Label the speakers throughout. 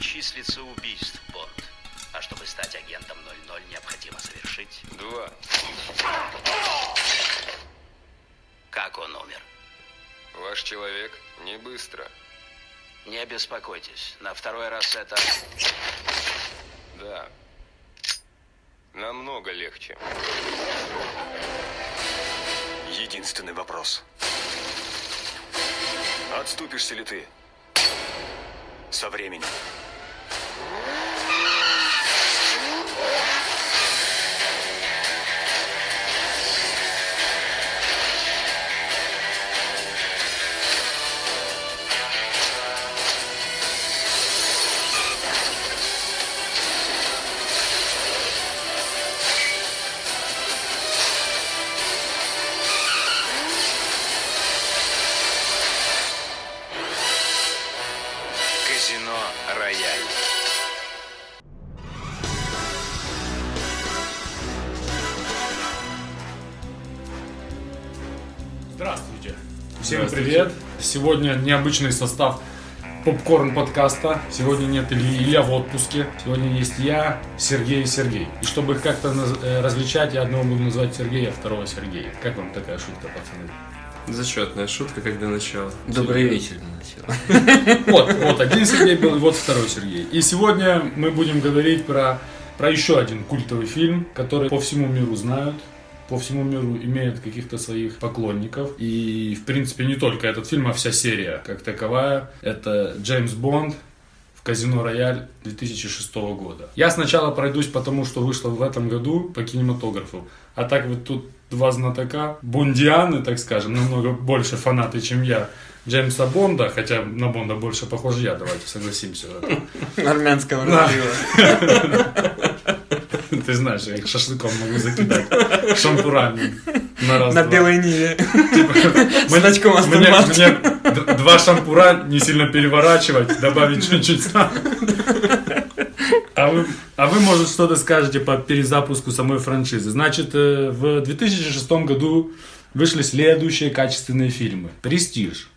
Speaker 1: числится убийств, Бонд. А чтобы стать агентом 00, необходимо совершить...
Speaker 2: Два.
Speaker 1: Как он умер?
Speaker 2: Ваш человек не быстро.
Speaker 1: Не беспокойтесь, на второй раз это...
Speaker 2: Да. Намного легче.
Speaker 3: Единственный вопрос. Отступишься ли ты? Со временем.
Speaker 2: Казино Рояль.
Speaker 4: Здравствуйте. Всем привет. Сегодня необычный состав попкорн подкаста. Сегодня нет Ильи, Илья в отпуске. Сегодня есть я, Сергей и Сергей. И чтобы их как-то наз- э, различать, я одного буду называть Сергея, а второго Сергея. Как вам такая шутка, пацаны?
Speaker 5: Зачетная шутка, как для начала.
Speaker 6: Добрый вечер, начало.
Speaker 4: Вот, вот один Сергей был, и вот второй Сергей. И сегодня мы будем говорить про, про еще один культовый фильм, который по всему миру знают по всему миру имеет каких-то своих поклонников. И, в принципе, не только этот фильм, а вся серия как таковая. Это Джеймс Бонд, в казино Рояль 2006 года. Я сначала пройдусь потому, что вышло в этом году по кинематографу. А так вот тут два знатока, бондианы, так скажем, намного больше фанаты, чем я, Джеймса Бонда, хотя на Бонда больше похож я, давайте согласимся. в этом.
Speaker 6: Армянского разлива.
Speaker 4: Ты знаешь, я их шашлыком могу закидать, шампурами на раз
Speaker 6: На
Speaker 4: два.
Speaker 6: белой ниве.
Speaker 4: Типа,
Speaker 6: С значком Aston
Speaker 4: мне-
Speaker 6: Martin.
Speaker 4: мне д- два шампура не сильно переворачивать, добавить чуть-чуть. А вы, а вы, может, что-то скажете по перезапуску самой франшизы. Значит, э, в 2006 году вышли следующие качественные фильмы. «Престиж»,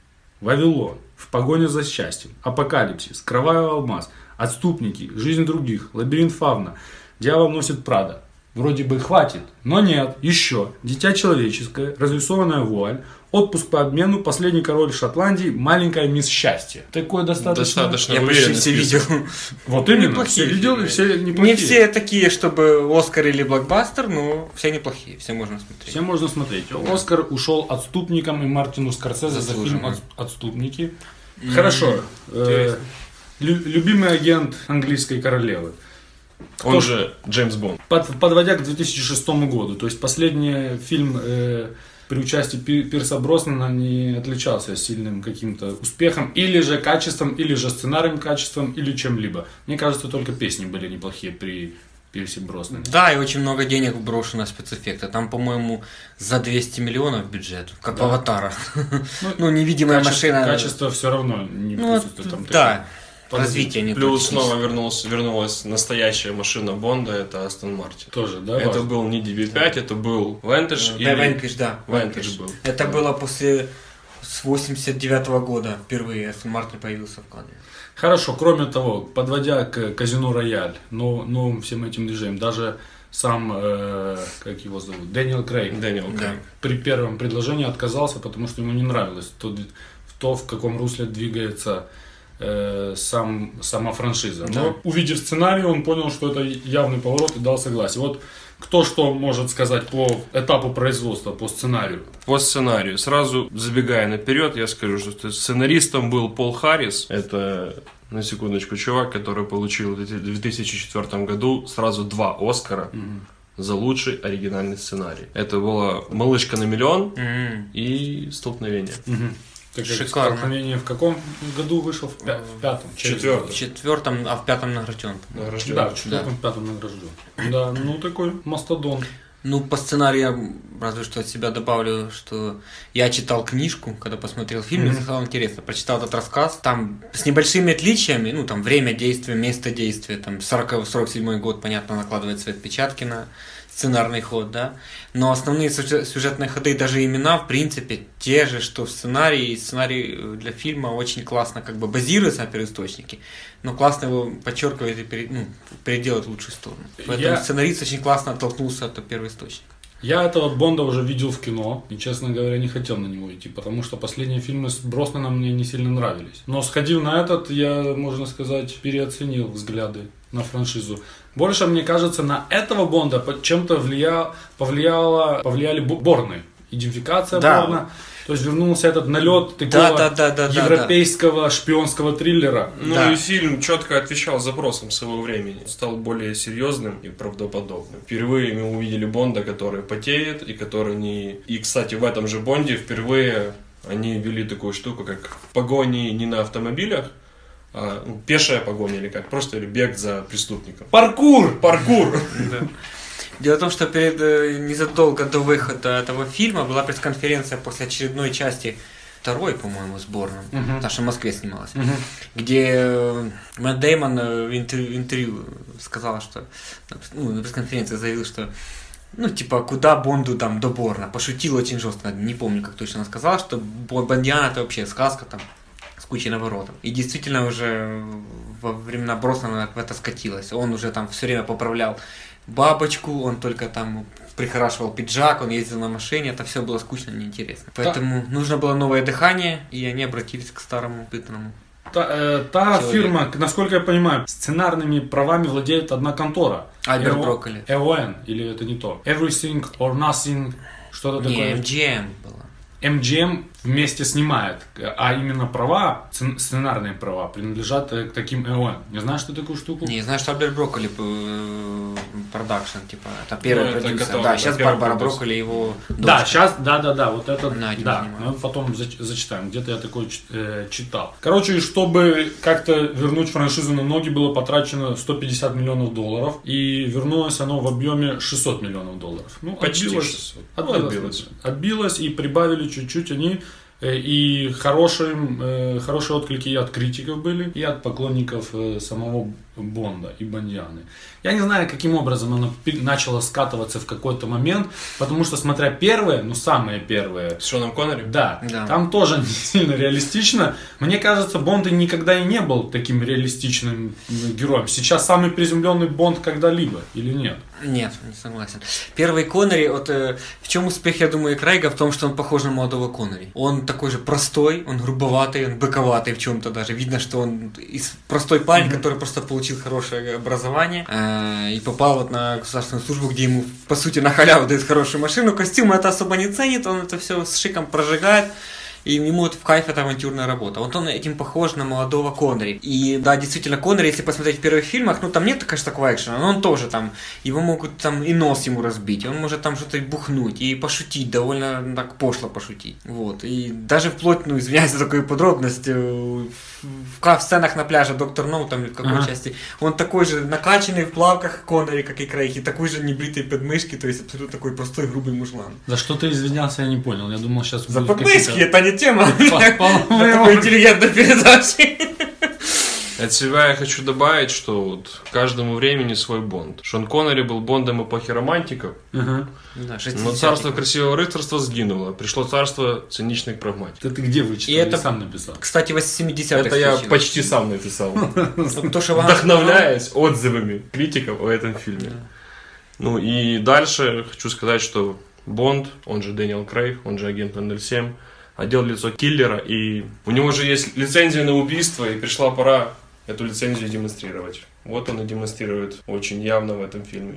Speaker 4: «Вавилон», «В погоне за счастьем», «Апокалипсис», «Кровавый алмаз», «Отступники», «Жизнь других», «Лабиринт фавна», «Дьявол носит Прада». Вроде бы хватит, но нет, еще. Дитя человеческое, разрисованная вуаль, отпуск по обмену, последний король Шотландии, маленькая мисс счастье. Такое достаточно.
Speaker 5: Достаточно
Speaker 6: Я почти
Speaker 5: уверенный
Speaker 6: все видел.
Speaker 5: список.
Speaker 4: Вот именно, все
Speaker 6: Неплохие
Speaker 4: видел и
Speaker 5: фильмы.
Speaker 4: все неплохие.
Speaker 6: Не все такие, чтобы Оскар или блокбастер, но все неплохие, все можно смотреть.
Speaker 4: Все можно смотреть. Оскар ушел отступникам и Мартину Скорсезе за фильм
Speaker 6: Заслуженно.
Speaker 4: «Отс- «Отступники». Хорошо. Э, лю- Любимый агент английской королевы.
Speaker 5: Он же Джеймс Бонд.
Speaker 4: Под- подводя к 2006 году, то есть последний фильм э, при участии Пи- Пирса Броснана не отличался сильным каким-то успехом, или же качеством, или же сценарием качеством, или чем-либо. Мне кажется, только песни были неплохие при Пирсе Броснане.
Speaker 6: Да, и очень много денег вброшено на спецэффекты. Там, по-моему, за 200 миллионов бюджет, как
Speaker 4: Да.
Speaker 6: аватара. Ну, невидимая
Speaker 4: Качество-
Speaker 6: машина.
Speaker 4: Качество все равно не
Speaker 6: Ну,
Speaker 4: присутствует. Там
Speaker 6: да.
Speaker 4: такие-
Speaker 6: Развитие не
Speaker 5: Плюс
Speaker 6: то.
Speaker 5: снова вернулся, вернулась настоящая машина Бонда, это Астон Мартин.
Speaker 4: Тоже, да?
Speaker 5: Это
Speaker 4: важно?
Speaker 5: был не DB5, это был Вентаж
Speaker 6: Да,
Speaker 5: или...
Speaker 6: Vanquish, да.
Speaker 5: Vanquish
Speaker 6: Vanquish.
Speaker 5: был.
Speaker 6: Это было после с 89 года впервые Aston Мартин появился в кадре.
Speaker 4: Хорошо, кроме того, подводя к казино Рояль, но новым всем этим движением, даже сам, э, как его зовут, Дэниел Крейг,
Speaker 5: Дэниел
Speaker 6: Да.
Speaker 5: Крейг.
Speaker 4: при первом предложении отказался, потому что ему не нравилось то, дви- то в каком русле двигается э, сам, сама франшиза. Но увидев сценарий, он понял, что это явный поворот и дал согласие. Вот кто что может сказать по этапу производства, по сценарию?
Speaker 5: По сценарию. Сразу забегая наперед, я скажу, что сценаристом был Пол Харрис. Это, на секундочку, чувак, который получил в 2004 году сразу два Оскара за лучший оригинальный сценарий. Это была «Малышка на миллион»
Speaker 6: М.
Speaker 5: и «Столкновение».
Speaker 4: Так как
Speaker 6: Шикарно.
Speaker 4: «Столкновение» в каком году вышел? В, пя- в пятом. через
Speaker 5: Четвертом.
Speaker 4: год.
Speaker 6: В четвертом, а в пятом награжден.
Speaker 5: Награжден.
Speaker 4: Да, в четвертом, пятом награжден. Да, ну такой мастодон.
Speaker 6: Ну, по сценарию я разве что от себя добавлю, что я читал книжку, когда посмотрел фильм, мне стало интересно. Прочитал этот рассказ, там с небольшими отличиями, ну, там время действия, место действия, там 40, 47 год, понятно, накладывает свои отпечатки на сценарный ход, да. Но основные сюжет- сюжетные ходы и даже имена, в принципе, те же, что в сценарии. И Сценарий э, для фильма очень классно как бы базируется на первоисточнике, но классно его подчеркивает и пере- ну, переделает в лучшую сторону. Поэтому
Speaker 4: Я-
Speaker 6: сценарист очень классно оттолкнулся от первоисточника.
Speaker 4: Я этого Бонда уже видел в кино и, честно говоря, не хотел на него идти, потому что последние фильмы с Броснаном мне не сильно нравились. Но сходив на этот, я, можно сказать, переоценил взгляды на франшизу. Больше, мне кажется, на этого Бонда под- чем-то влия... повлияло... повлияли бо- Борны. Идентификация
Speaker 6: Да.
Speaker 4: Борна. То есть вернулся этот налет такого
Speaker 6: да, да, да, да, да.
Speaker 4: европейского шпионского триллера.
Speaker 7: Ну
Speaker 6: Да.
Speaker 7: и фильм четко отвечал запросам своего времени. Стал более серьезным и правдоподобным. Впервые мы увидели Бонда, который потеет и который не... И, кстати, в этом же Бонде впервые они ввели такую штуку, как погони не на автомобилях, а ну, пешая погоня или как, просто или бег за преступником. Паркур! Паркур!
Speaker 6: Дело в том, что перед, э, незадолго до выхода этого фильма была пресс-конференция после очередной части второй, по-моему, сборной, потому что в Москве снималась, где э, Мэтт Дэймон э, в интервью, в интервью сказал, что ну, на пресс-конференции заявил, что ну, типа, куда Бонду там до Борна? Пошутил очень жестко, не помню, как точно она сказала, что Бо- Бондиана это вообще сказка там с кучей наворотов. И действительно уже во времена Бросона в это скатилось. Он уже там все время поправлял бабочку, он только там прихорашивал пиджак, он ездил на машине, это все было скучно, неинтересно. Поэтому нужно было новое дыхание, и они обратились к старому пытанному.
Speaker 4: Та, э, та
Speaker 6: Человек.
Speaker 4: фирма, к- насколько я понимаю, сценарными правами владеет одна контора. Э,
Speaker 6: Альберт
Speaker 4: Эво-
Speaker 6: Брокколи.
Speaker 4: EON, или это не то. Everything or Nothing, что-то
Speaker 6: Не,
Speaker 4: такое.
Speaker 6: MGM было.
Speaker 4: MGM вместе снимает, а именно права, сцен- сценарные права, принадлежат э, к таким EON. Не знаешь, что такую штуку?
Speaker 6: Не, знаешь, что Альберт Брокколи э, продакшн, типа, это первый
Speaker 7: Ну, это
Speaker 6: продюсер.
Speaker 7: готово,
Speaker 6: да,
Speaker 7: это
Speaker 6: сейчас
Speaker 7: первый
Speaker 6: Барбара
Speaker 7: продюсер.
Speaker 6: Брокколи его
Speaker 4: Да,
Speaker 6: дочка.
Speaker 4: сейчас, да, да, да, вот это,
Speaker 6: Она этим
Speaker 4: да,
Speaker 6: занимается.
Speaker 4: мы потом зач- зачитаем, где-то я такое чит- э, читал. Короче, и чтобы как-то вернуть франшизу на ноги, было потрачено 150 миллионов долларов, и вернулось оно в объеме 600 миллионов долларов. Ну,
Speaker 7: Почти
Speaker 4: отбилось-
Speaker 7: 600. Ну,
Speaker 4: Отбилось,
Speaker 7: отбилось.
Speaker 4: Отбилось, и прибавили чуть-чуть они, э, и хорошим, э, хорошие отклики и от критиков были, и от поклонников э, самого Бонда и Бондианы. Я не знаю, каким образом оно пи- начало скатываться в какой-то момент, потому что, смотря первые, ну самые первые,
Speaker 7: С Шоном Коннери?
Speaker 4: да,
Speaker 6: Да.
Speaker 4: там тоже не сильно реалистично. Мне кажется, Бонд и никогда и не был таким реалистичным э, героем. Сейчас самый приземленный Бонд когда-либо, или нет?
Speaker 6: Нет, не согласен. Первый Коннери, вот э, в чем успех, я думаю, Крейга, в том, что он похож на молодого Коннери. Он такой же простой, он грубоватый, он быковатый в чем-то даже. Видно, что он из простой парень, который просто получил хорошее образование э, и попал вот на государственную службу, где ему, по сути, на халяву дают хорошую машину. Костюм это особо не ценит, он это все с шиком прожигает. И ему это в кайф эта авантюрная работа. Вот он этим похож на молодого Коннери. И да, действительно, Коннери, если посмотреть в первых фильмах, ну там нет, конечно, такого экшена, но он тоже там, его могут там и нос ему разбить, он может там что-то и бухнуть и пошутить, довольно ну, так пошло пошутить. Вот. И даже вплоть, ну извиняюсь за такую подробность, э, в, в ка- в сценах на пляже Доктор Ноу там или в какой
Speaker 4: Ага.
Speaker 6: части, он такой же накачанный в плавках Коннери, как и Крейг, и такой же небритый подмышки, то есть абсолютно такой простой грубый мужлан.
Speaker 4: За что ты извинялся, я не понял. Я думал, сейчас...
Speaker 6: За
Speaker 4: будут
Speaker 6: подмышки,
Speaker 4: какие-то-
Speaker 6: это не тема для для
Speaker 4: По-моему,
Speaker 6: такой интеллигентной передачи.
Speaker 7: От себя я хочу добавить, что вот каждому времени свой Бонд. Шон Коннери был Бондом эпохи романтиков,
Speaker 4: Ага.
Speaker 7: Но царство красивого рыцарства сгинуло. Пришло царство циничных прагматиков.
Speaker 4: Это ты где вычитал?
Speaker 6: И
Speaker 4: Или
Speaker 6: это-
Speaker 4: сам написал.
Speaker 6: Кстати, 80-х.
Speaker 7: Это я
Speaker 6: случилось.
Speaker 7: почти сам написал.
Speaker 6: Вот то, что Ван-
Speaker 7: Вдохновляясь отзывами критиков о этом фильме. Ну и дальше хочу сказать, что Бонд, он же Дэниел Крейг, он же агент 007, одел лицо киллера, и у него же есть лицензия на убийство, и пришла пора эту лицензию демонстрировать. Вот он и демонстрирует очень явно в этом фильме.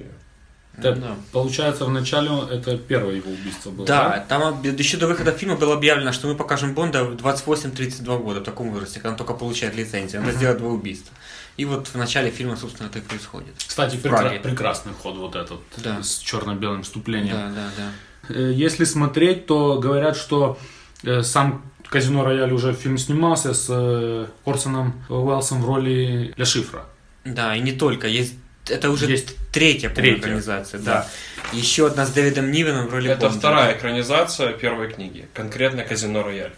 Speaker 4: Это,
Speaker 6: Да.
Speaker 4: Получается, вначале он- это первое его убийство было.
Speaker 6: Да, там об- еще до выхода фильма было объявлено, что мы покажем Бонда в 28-32 года, в таком возрасте, когда он только получает лицензию, он сделает два убийства. И вот в начале фильма, собственно, это и происходит.
Speaker 4: Кстати,
Speaker 6: В
Speaker 4: прекра-
Speaker 6: Праге.
Speaker 4: прекрасный ход вот этот
Speaker 6: Да.
Speaker 4: с черно-белым вступлением.
Speaker 6: Да, да, да.
Speaker 4: Э, Если смотреть, то говорят, что э, сам Казино Рояль уже фильм снимался с э, Орсоном Уэллсом в роли Ля Шифра.
Speaker 6: Да, и не только. Есть это уже
Speaker 4: Есть.
Speaker 6: третья, по-моему,
Speaker 4: Третья.
Speaker 6: организация, да. Еще одна с Дэвидом Нивеном в роли
Speaker 7: Это
Speaker 6: Бонда.
Speaker 7: вторая экранизация первой книги, конкретно «Казино Рояль».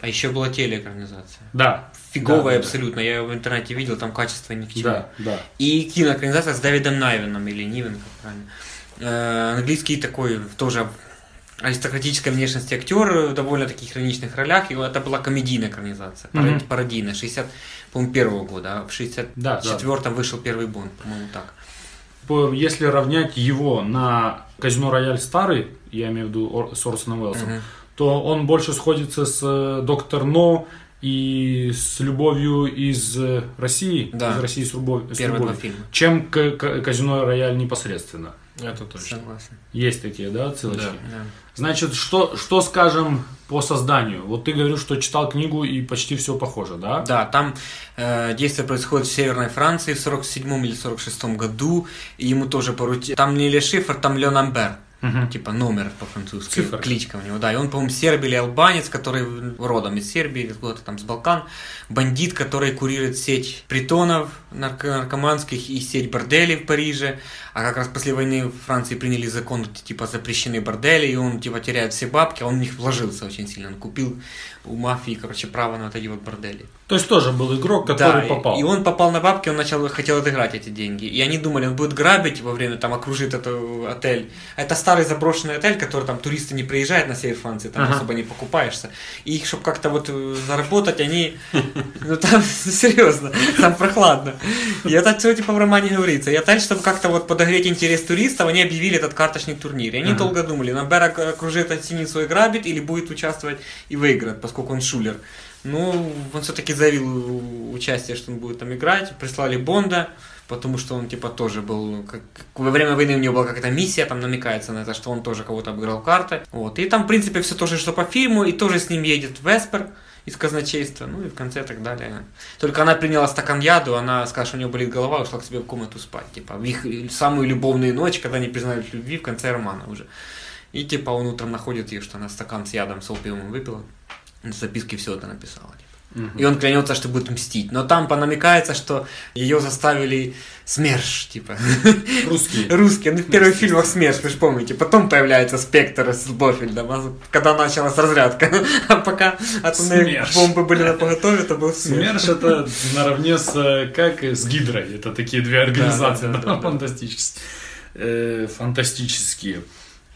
Speaker 6: А еще была телеэкранизация.
Speaker 4: Да. Да,
Speaker 6: Фиговая
Speaker 4: да,
Speaker 6: абсолютно, я ее в интернете видел, там качество ни к чему.
Speaker 4: Да, да.
Speaker 6: И киноэкранизация с Дэвидом Найвеном или Нивен, как правильно. Э, Английский такой тоже аристократической внешности актер э, в довольно-таки хроничных ролях. И это была комедийная экранизация, пародийная,
Speaker 4: Мгм.
Speaker 6: пародийная 60, по-моему, первого года. А в 64-м
Speaker 4: Да, да.
Speaker 6: вышел первый Бонд, по-моему, так.
Speaker 4: По- Если равнять его на казино Рояль старый, я имею в виду Ор- с Орсоном Уэллсом,
Speaker 6: Мгм.
Speaker 4: то он больше сходится с э, Доктор Но и с любовью из э, России,
Speaker 6: Да.
Speaker 4: из России с, любов- с
Speaker 6: Первые два
Speaker 4: любовью,
Speaker 6: фильма.
Speaker 4: чем к, к- казино Рояль непосредственно.
Speaker 5: Это точно.
Speaker 6: Согласен.
Speaker 4: Есть такие, да, отсылочки?
Speaker 5: Да.
Speaker 6: Да.
Speaker 4: Значит, что, что скажем по созданию? Вот ты говоришь, что читал книгу и почти все похоже, да?
Speaker 6: Да, там э, действие происходит в Северной Франции в 47 или 46 году, и ему тоже поручили... Там не Ле Шифр, там Леон Амбер,
Speaker 4: Мгм.
Speaker 6: типа номер по-французски,
Speaker 4: Цифра.
Speaker 6: кличка у него, да, и он, по-моему, серб или албанец, который родом из Сербии, или откуда-то там с Балкан, бандит, который курирует сеть притонов нарко- наркоманских и сеть борделей в Париже, а как раз после войны в Франции приняли закон, типа, запрещены бордели, и он, типа, теряет все бабки, а он в них вложился очень сильно, он купил у мафии, короче, право на вот эти вот бордели.
Speaker 4: То есть тоже был игрок, который
Speaker 6: Да, и-
Speaker 4: попал.
Speaker 6: И он попал на бабки, он начал, хотел отыграть эти деньги. И они думали, он будет грабить во время, там, окружит этот отель. Это старый заброшенный отель, который там туристы не приезжают на север Франции, там
Speaker 4: Ага.
Speaker 6: особо не покупаешься. И их, чтобы как-то вот э, заработать, они... Ну там, серьезно, там прохладно. И это все типа в романе говорится. И отель, чтобы как-то вот подогреть интерес туристов, они объявили этот карточный турнир. И они
Speaker 4: Ага.
Speaker 6: долго думали, Намбер окружит от синицу и грабит, или будет участвовать и выиграет, поскольку он шулер. Ну, он все-таки заявил участие, что он будет там играть. Прислали Бонда, потому что он, типа, тоже был... как- во время войны у него была какая-то миссия, там намекается на это, что он тоже кого-то обыграл в карты. Вот. И там, в принципе, все то же, что по фильму. И тоже с ним едет Веспер из казначейства, ну и в конце так далее. Только она приняла стакан яду, она сказала, что у нее болит голова, ушла к себе в комнату спать. Типа, в их самую любовную ночь, когда они признают любви, в конце романа уже. И типа он утром находит ее, что она стакан с ядом, с опиумом выпила. На записке все это написала. типа.
Speaker 4: Мгм.
Speaker 6: И он клянется, что будет мстить. Но там понамекается, что ее заставили СМЕРШ, типа.
Speaker 4: Русский.
Speaker 6: Русские, ну в первых фильмах СМЕРШ, вы же помните. Потом появляется Спектр с Бофельдом, а когда началась разрядка. А пока атомные
Speaker 4: СМЕРШ.
Speaker 6: бомбы были на поготове, это был СМЕРШ.
Speaker 4: СМЕРШ это наравне с э, как и с Гидрой. Это такие две организации
Speaker 6: да, да, да.
Speaker 4: фантастические. Э, фантастические.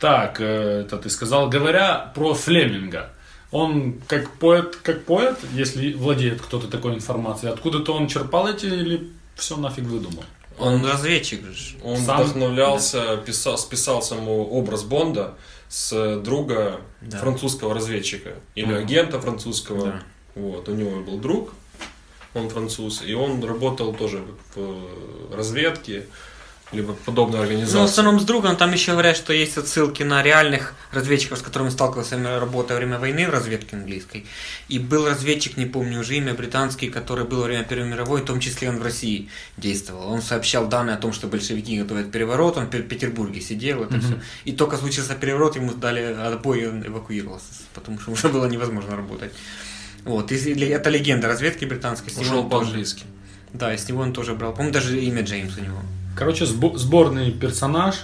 Speaker 4: Так, э, это ты сказал. Говоря про Флеминга, он как поэт, как поэт, если владеет кто-то такой информацией, откуда-то он черпал эти или все нафиг выдумал?
Speaker 6: Он разведчик же.
Speaker 5: Он
Speaker 4: Сам-
Speaker 5: вдохновлялся, писал, списал саму образ Бонда с э, друга
Speaker 6: Да.
Speaker 5: французского разведчика или
Speaker 4: Мгм.
Speaker 5: агента французского.
Speaker 6: Да.
Speaker 5: Вот, у него был друг, он француз, и он работал тоже в э, разведке, либо подобной
Speaker 6: Ну, в
Speaker 5: организации.
Speaker 6: основном с другом, там еще говорят, что есть отсылки на реальных разведчиков, с которыми сталкивался работа во время войны в разведке английской. И был разведчик, не помню уже имя, британский, который был во время Первой мировой, в том числе он в России действовал. Он сообщал данные о том, что большевики готовят переворот, он в Пе- Петербурге сидел, это все. И только случился переворот, ему дали отбой, и он эвакуировался, потому что уже было невозможно работать. Вот, и и это легенда разведки британской. с ним
Speaker 5: Ушел
Speaker 6: он тоже-
Speaker 5: по-английски.
Speaker 6: Да, и с него он тоже брал. По-моему, даже имя Джеймс у него.
Speaker 4: Короче, сбо- сборный персонаж,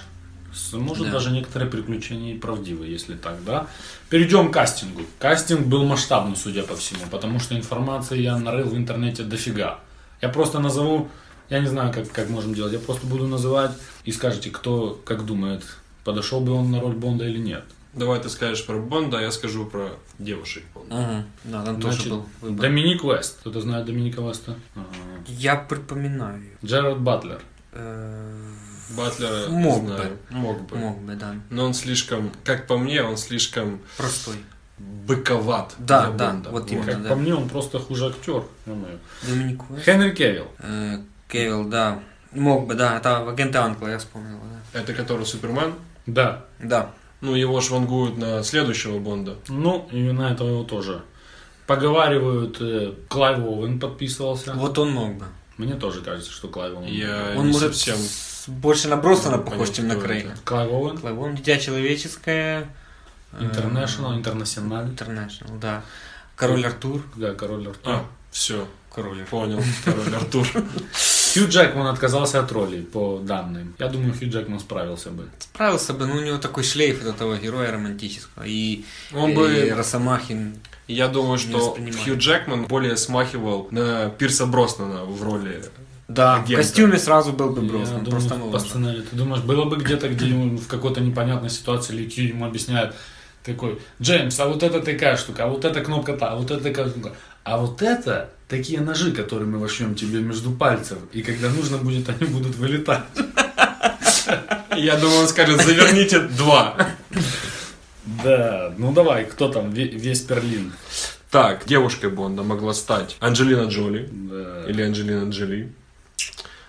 Speaker 4: с- может
Speaker 6: Да.
Speaker 4: даже некоторые приключения и правдивы, если так, да. Перейдем к кастингу. Кастинг был масштабным, судя по всему, потому что информации я нарыл в интернете дофига. Я просто назову, я не знаю, как, как можем делать, я просто буду называть и скажете, кто как думает, подошел бы он на роль Бонда или нет.
Speaker 5: Давай ты скажешь про Бонда, а я скажу про девушек. Бонда.
Speaker 6: Ага, да, там тоже
Speaker 4: Значит,
Speaker 6: А был А. выбор.
Speaker 4: Доминик Вест. Кто-то знает Доминика Веста? Ага.
Speaker 6: Я припоминаю.
Speaker 4: Джерард Батлер.
Speaker 6: Э,
Speaker 5: Батлера
Speaker 6: Мог
Speaker 5: знаю. Мог бы.
Speaker 6: Мог бы, да.
Speaker 5: Но он слишком, как по мне, он слишком
Speaker 6: Простой.
Speaker 5: быковат.
Speaker 6: Да,
Speaker 5: для
Speaker 6: да,
Speaker 5: Бонда.
Speaker 6: вот именно.
Speaker 4: Как
Speaker 6: да.
Speaker 4: по мне, он просто хуже актер. ё-моё.
Speaker 6: Доминик Уэст.
Speaker 4: Хенри Кевилл.
Speaker 6: Э, Кевилл, да. Мог бы, да. Это агента Анкла, я вспомнил, да.
Speaker 5: Это который Супермен.
Speaker 4: Да,
Speaker 6: Да.
Speaker 5: Ну, его швангуют на следующего Бонда.
Speaker 4: Ну, и на этого его тоже. Поговаривают, э, Клайв Оуэн подписывался.
Speaker 6: Вот он мог бы.
Speaker 4: Мне тоже кажется, что Клайв Оуэн.
Speaker 5: Я
Speaker 6: Он
Speaker 5: не
Speaker 6: может
Speaker 5: совсем...
Speaker 6: с- больше на Бросона
Speaker 5: Ну,
Speaker 6: похож, чем на
Speaker 5: понятно, кто
Speaker 6: Крейга.
Speaker 5: это.
Speaker 4: Клайв Оуэн,
Speaker 6: Клайв, он дитя человеческое. э,
Speaker 4: Интернешнл, Интернациональ,
Speaker 6: Интернешнл, да. Король Артур.
Speaker 4: да, Король Артур.
Speaker 5: А, все,
Speaker 6: Король Артур.
Speaker 5: понял, король Артур.
Speaker 4: Хью Джекман отказался от роли, по данным. Я думаю, Хью Джекман справился бы.
Speaker 6: Справился бы, но у него такой шлейф от этого героя романтического. И,
Speaker 5: Он
Speaker 6: и
Speaker 5: бы...
Speaker 6: Росомахин
Speaker 5: Я думаю,
Speaker 6: Э, Не
Speaker 5: что
Speaker 6: воспринимаю.
Speaker 5: Хью Джекман более смахивал на Пирса Броснана в роли
Speaker 6: Да, в
Speaker 4: Где-то.
Speaker 6: костюме сразу был бы
Speaker 4: Я
Speaker 6: Бросман,
Speaker 4: думаю,
Speaker 6: просто
Speaker 4: по
Speaker 6: моложе.
Speaker 4: сценарию. Ты думаешь, было бы где-то, где ему в какой-то непонятной ситуации или Кью ему объясняют такой, Джеймс, а вот это такая штука, а вот эта кнопка та, а вот это такая штука. А вот это такие ножи, которые мы вошьем тебе между пальцев, и когда нужно будет, они будут вылетать.
Speaker 5: Я думаю, он скажет, заверните два.
Speaker 4: Да, ну давай, кто там, Ве- весь Перлин?
Speaker 5: Так, девушкой Бонда могла стать Анджелина Джоли
Speaker 4: Да.
Speaker 5: или Анджелина Джоли,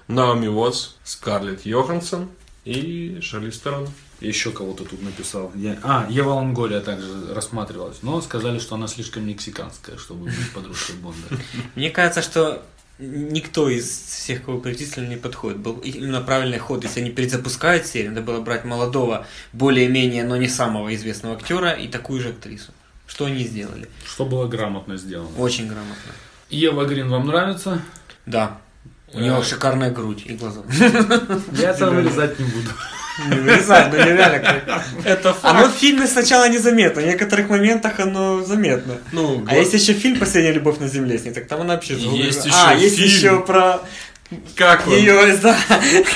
Speaker 5: Наоми Уотс, Скарлетт Йоханссон и Шарли Стерон.
Speaker 4: Еще кого-то тут написал. Я- А, Ева Ланголия также рассматривалась, но сказали, что она слишком мексиканская, чтобы быть подружкой Бонда.
Speaker 6: Мне кажется, что никто из всех, кого перечислили, не подходит. Был именно правильный ход. Если они перезапускают серию, надо было брать молодого, более-менее, но не самого известного актера и такую же актрису. Что они сделали?
Speaker 4: Что было грамотно сделано.
Speaker 6: Очень грамотно.
Speaker 4: Ева Грин вам нравится?
Speaker 6: Да. У него шикарная грудь и глаза.
Speaker 4: Я это вырезать не буду.
Speaker 6: Не вырезай, ну нереально. Это Оно в фильме А ну, сначала незаметно, в некоторых моментах оно заметно.
Speaker 5: Ну,
Speaker 6: А есть еще фильм «Последняя любовь на земле» с ней, так там она вообще...
Speaker 5: Есть
Speaker 6: голая.
Speaker 5: еще
Speaker 6: А, есть
Speaker 5: фильм.
Speaker 6: еще про
Speaker 5: как он?
Speaker 6: ее, да,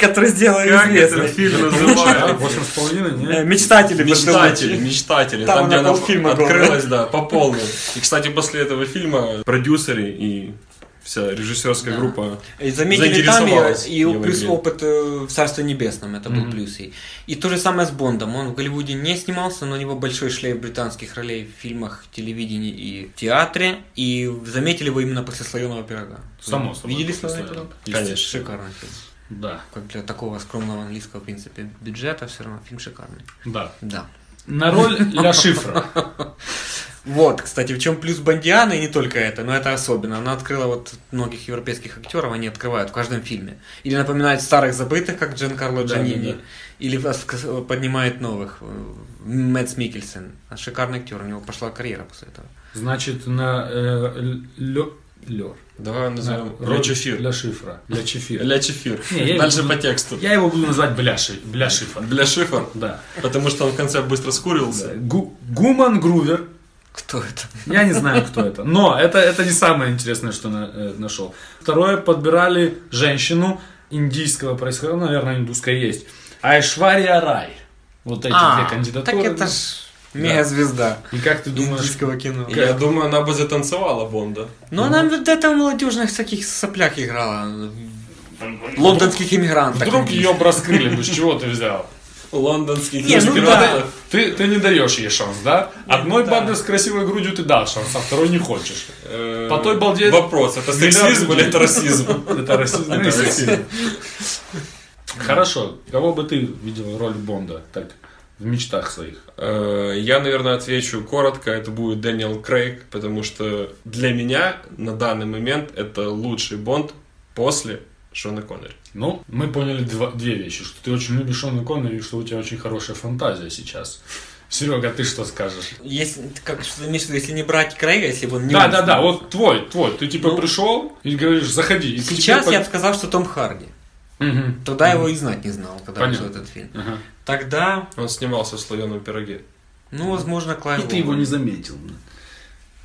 Speaker 6: который сделал
Speaker 5: Как
Speaker 6: известный.
Speaker 5: этот фильм
Speaker 4: Да,
Speaker 5: называется?
Speaker 4: А, Восемь с половиной,
Speaker 6: Э,
Speaker 4: нет?
Speaker 6: Мечтатели.
Speaker 5: Мечтатели,
Speaker 6: пошлые.
Speaker 5: мечтатели.
Speaker 6: Там
Speaker 5: Там, где
Speaker 6: она
Speaker 5: она
Speaker 6: полфильма
Speaker 5: открылась, да, по полной. И, кстати, после этого фильма продюсеры и вся режиссерская
Speaker 6: Да.
Speaker 5: группа
Speaker 6: И Заметили там ее,
Speaker 5: Заинтересовалась
Speaker 6: и его
Speaker 5: Евой
Speaker 6: плюс
Speaker 5: Грин.
Speaker 6: опыт э, в Царстве Небесном, это был
Speaker 4: Мгм.
Speaker 6: плюс ей. И то же самое с Бондом, он в Голливуде не снимался, но у него большой шлейф британских ролей в фильмах, телевидении и в театре, и заметили его именно после «Слоеного пирога».
Speaker 4: Само собой.
Speaker 6: Видели
Speaker 4: после
Speaker 6: «Слоеный
Speaker 4: этого.
Speaker 6: пирог»?
Speaker 5: Конечно.
Speaker 6: Шикарный фильм.
Speaker 4: Да,
Speaker 6: Как для такого скромного английского, в принципе, бюджета, все равно фильм шикарный.
Speaker 4: да.
Speaker 6: Да.
Speaker 4: На роль Ля Шифра.
Speaker 6: Вот, кстати, в чем плюс Бондианы, и не только это, но это особенно. Она открыла вот многих европейских актеров, они открывают в каждом фильме. Или напоминает старых забытых, как Джан Карло
Speaker 4: Да,
Speaker 6: Джанини,
Speaker 4: да, да.
Speaker 6: или воск- поднимает новых. э, Мэтс Микельсон, шикарный актер, у него пошла карьера после этого.
Speaker 4: Значит, на э, Лё... Лёр.
Speaker 5: Давай назовем
Speaker 4: На
Speaker 5: Ля
Speaker 4: роль
Speaker 5: Чефир.
Speaker 4: Ля Шифра. Ля Чефир.
Speaker 5: Ля Чефир.
Speaker 4: Не, я
Speaker 5: Дальше
Speaker 4: его-
Speaker 5: по тексту.
Speaker 4: Я его буду называть Бля, Ши- Бля Шифр.
Speaker 5: Для Шифр,
Speaker 4: Да.
Speaker 5: потому что он в конце быстро скурился.
Speaker 4: Гу- Гуман Грувер.
Speaker 6: Кто это?
Speaker 4: Я не знаю, кто это. Но это, это не самое интересное, что на- э, нашел. Второе, подбирали женщину индийского происхождения, наверное, индусская есть. Айшвария Рай. Вот эти
Speaker 6: А,
Speaker 4: две
Speaker 6: так
Speaker 4: кандидатуры.
Speaker 6: это ж мегазвезда
Speaker 4: И как ты думаешь,
Speaker 6: индийского кино.
Speaker 5: Я думаю, она бы затанцевала Бонда.
Speaker 6: Но она вот до этого в молодежных всяких соплях играла. Лондонских иммигрантов.
Speaker 4: вдруг ее бы раскрыли, ну с чего ты взял?
Speaker 5: Лондонских
Speaker 6: Не, ну
Speaker 5: пиратов.
Speaker 4: Ты, ты не даешь ей шанс, да? Одной бабе с красивой грудью ты дал шанс, а второй не хочешь.
Speaker 5: Э,
Speaker 4: По той балде-
Speaker 5: Вопрос, это
Speaker 4: Миллиард
Speaker 5: сексизм или
Speaker 4: людей.
Speaker 5: это расизм?
Speaker 4: Это расизм.
Speaker 5: Это расизм.
Speaker 4: Хорошо. Кого бы ты видел в роли Бонда так в мечтах своих?
Speaker 5: Э, Я, наверное, отвечу коротко. Это будет Дэниел Крейг, потому что для меня на данный момент это лучший Бонд после Шона Коннери.
Speaker 4: Ну, мы поняли два- две вещи, что ты очень любишь Шона Коннери и что у тебя очень хорошая фантазия сейчас. Серега, ты что скажешь?
Speaker 6: Если, как, что ты имеешь в виду, если не брать Крейга, если бы он не
Speaker 4: да,
Speaker 6: умер,
Speaker 4: да, да, вот твой, твой. Ты типа
Speaker 6: Ну.
Speaker 4: пришел и говоришь, заходи. И ты
Speaker 6: Сейчас
Speaker 4: теперь
Speaker 6: я бы сказал, что Том Харди.
Speaker 4: по- Мгм.
Speaker 6: Тогда его и знать не знал, когда
Speaker 4: Понятно.
Speaker 6: вышел этот фильм.
Speaker 4: Ага.
Speaker 6: Тогда,
Speaker 5: Он снимался в слоеном пироге.
Speaker 6: ну, возможно, Клайв
Speaker 4: И ты его
Speaker 6: Оуэн.
Speaker 4: не заметил.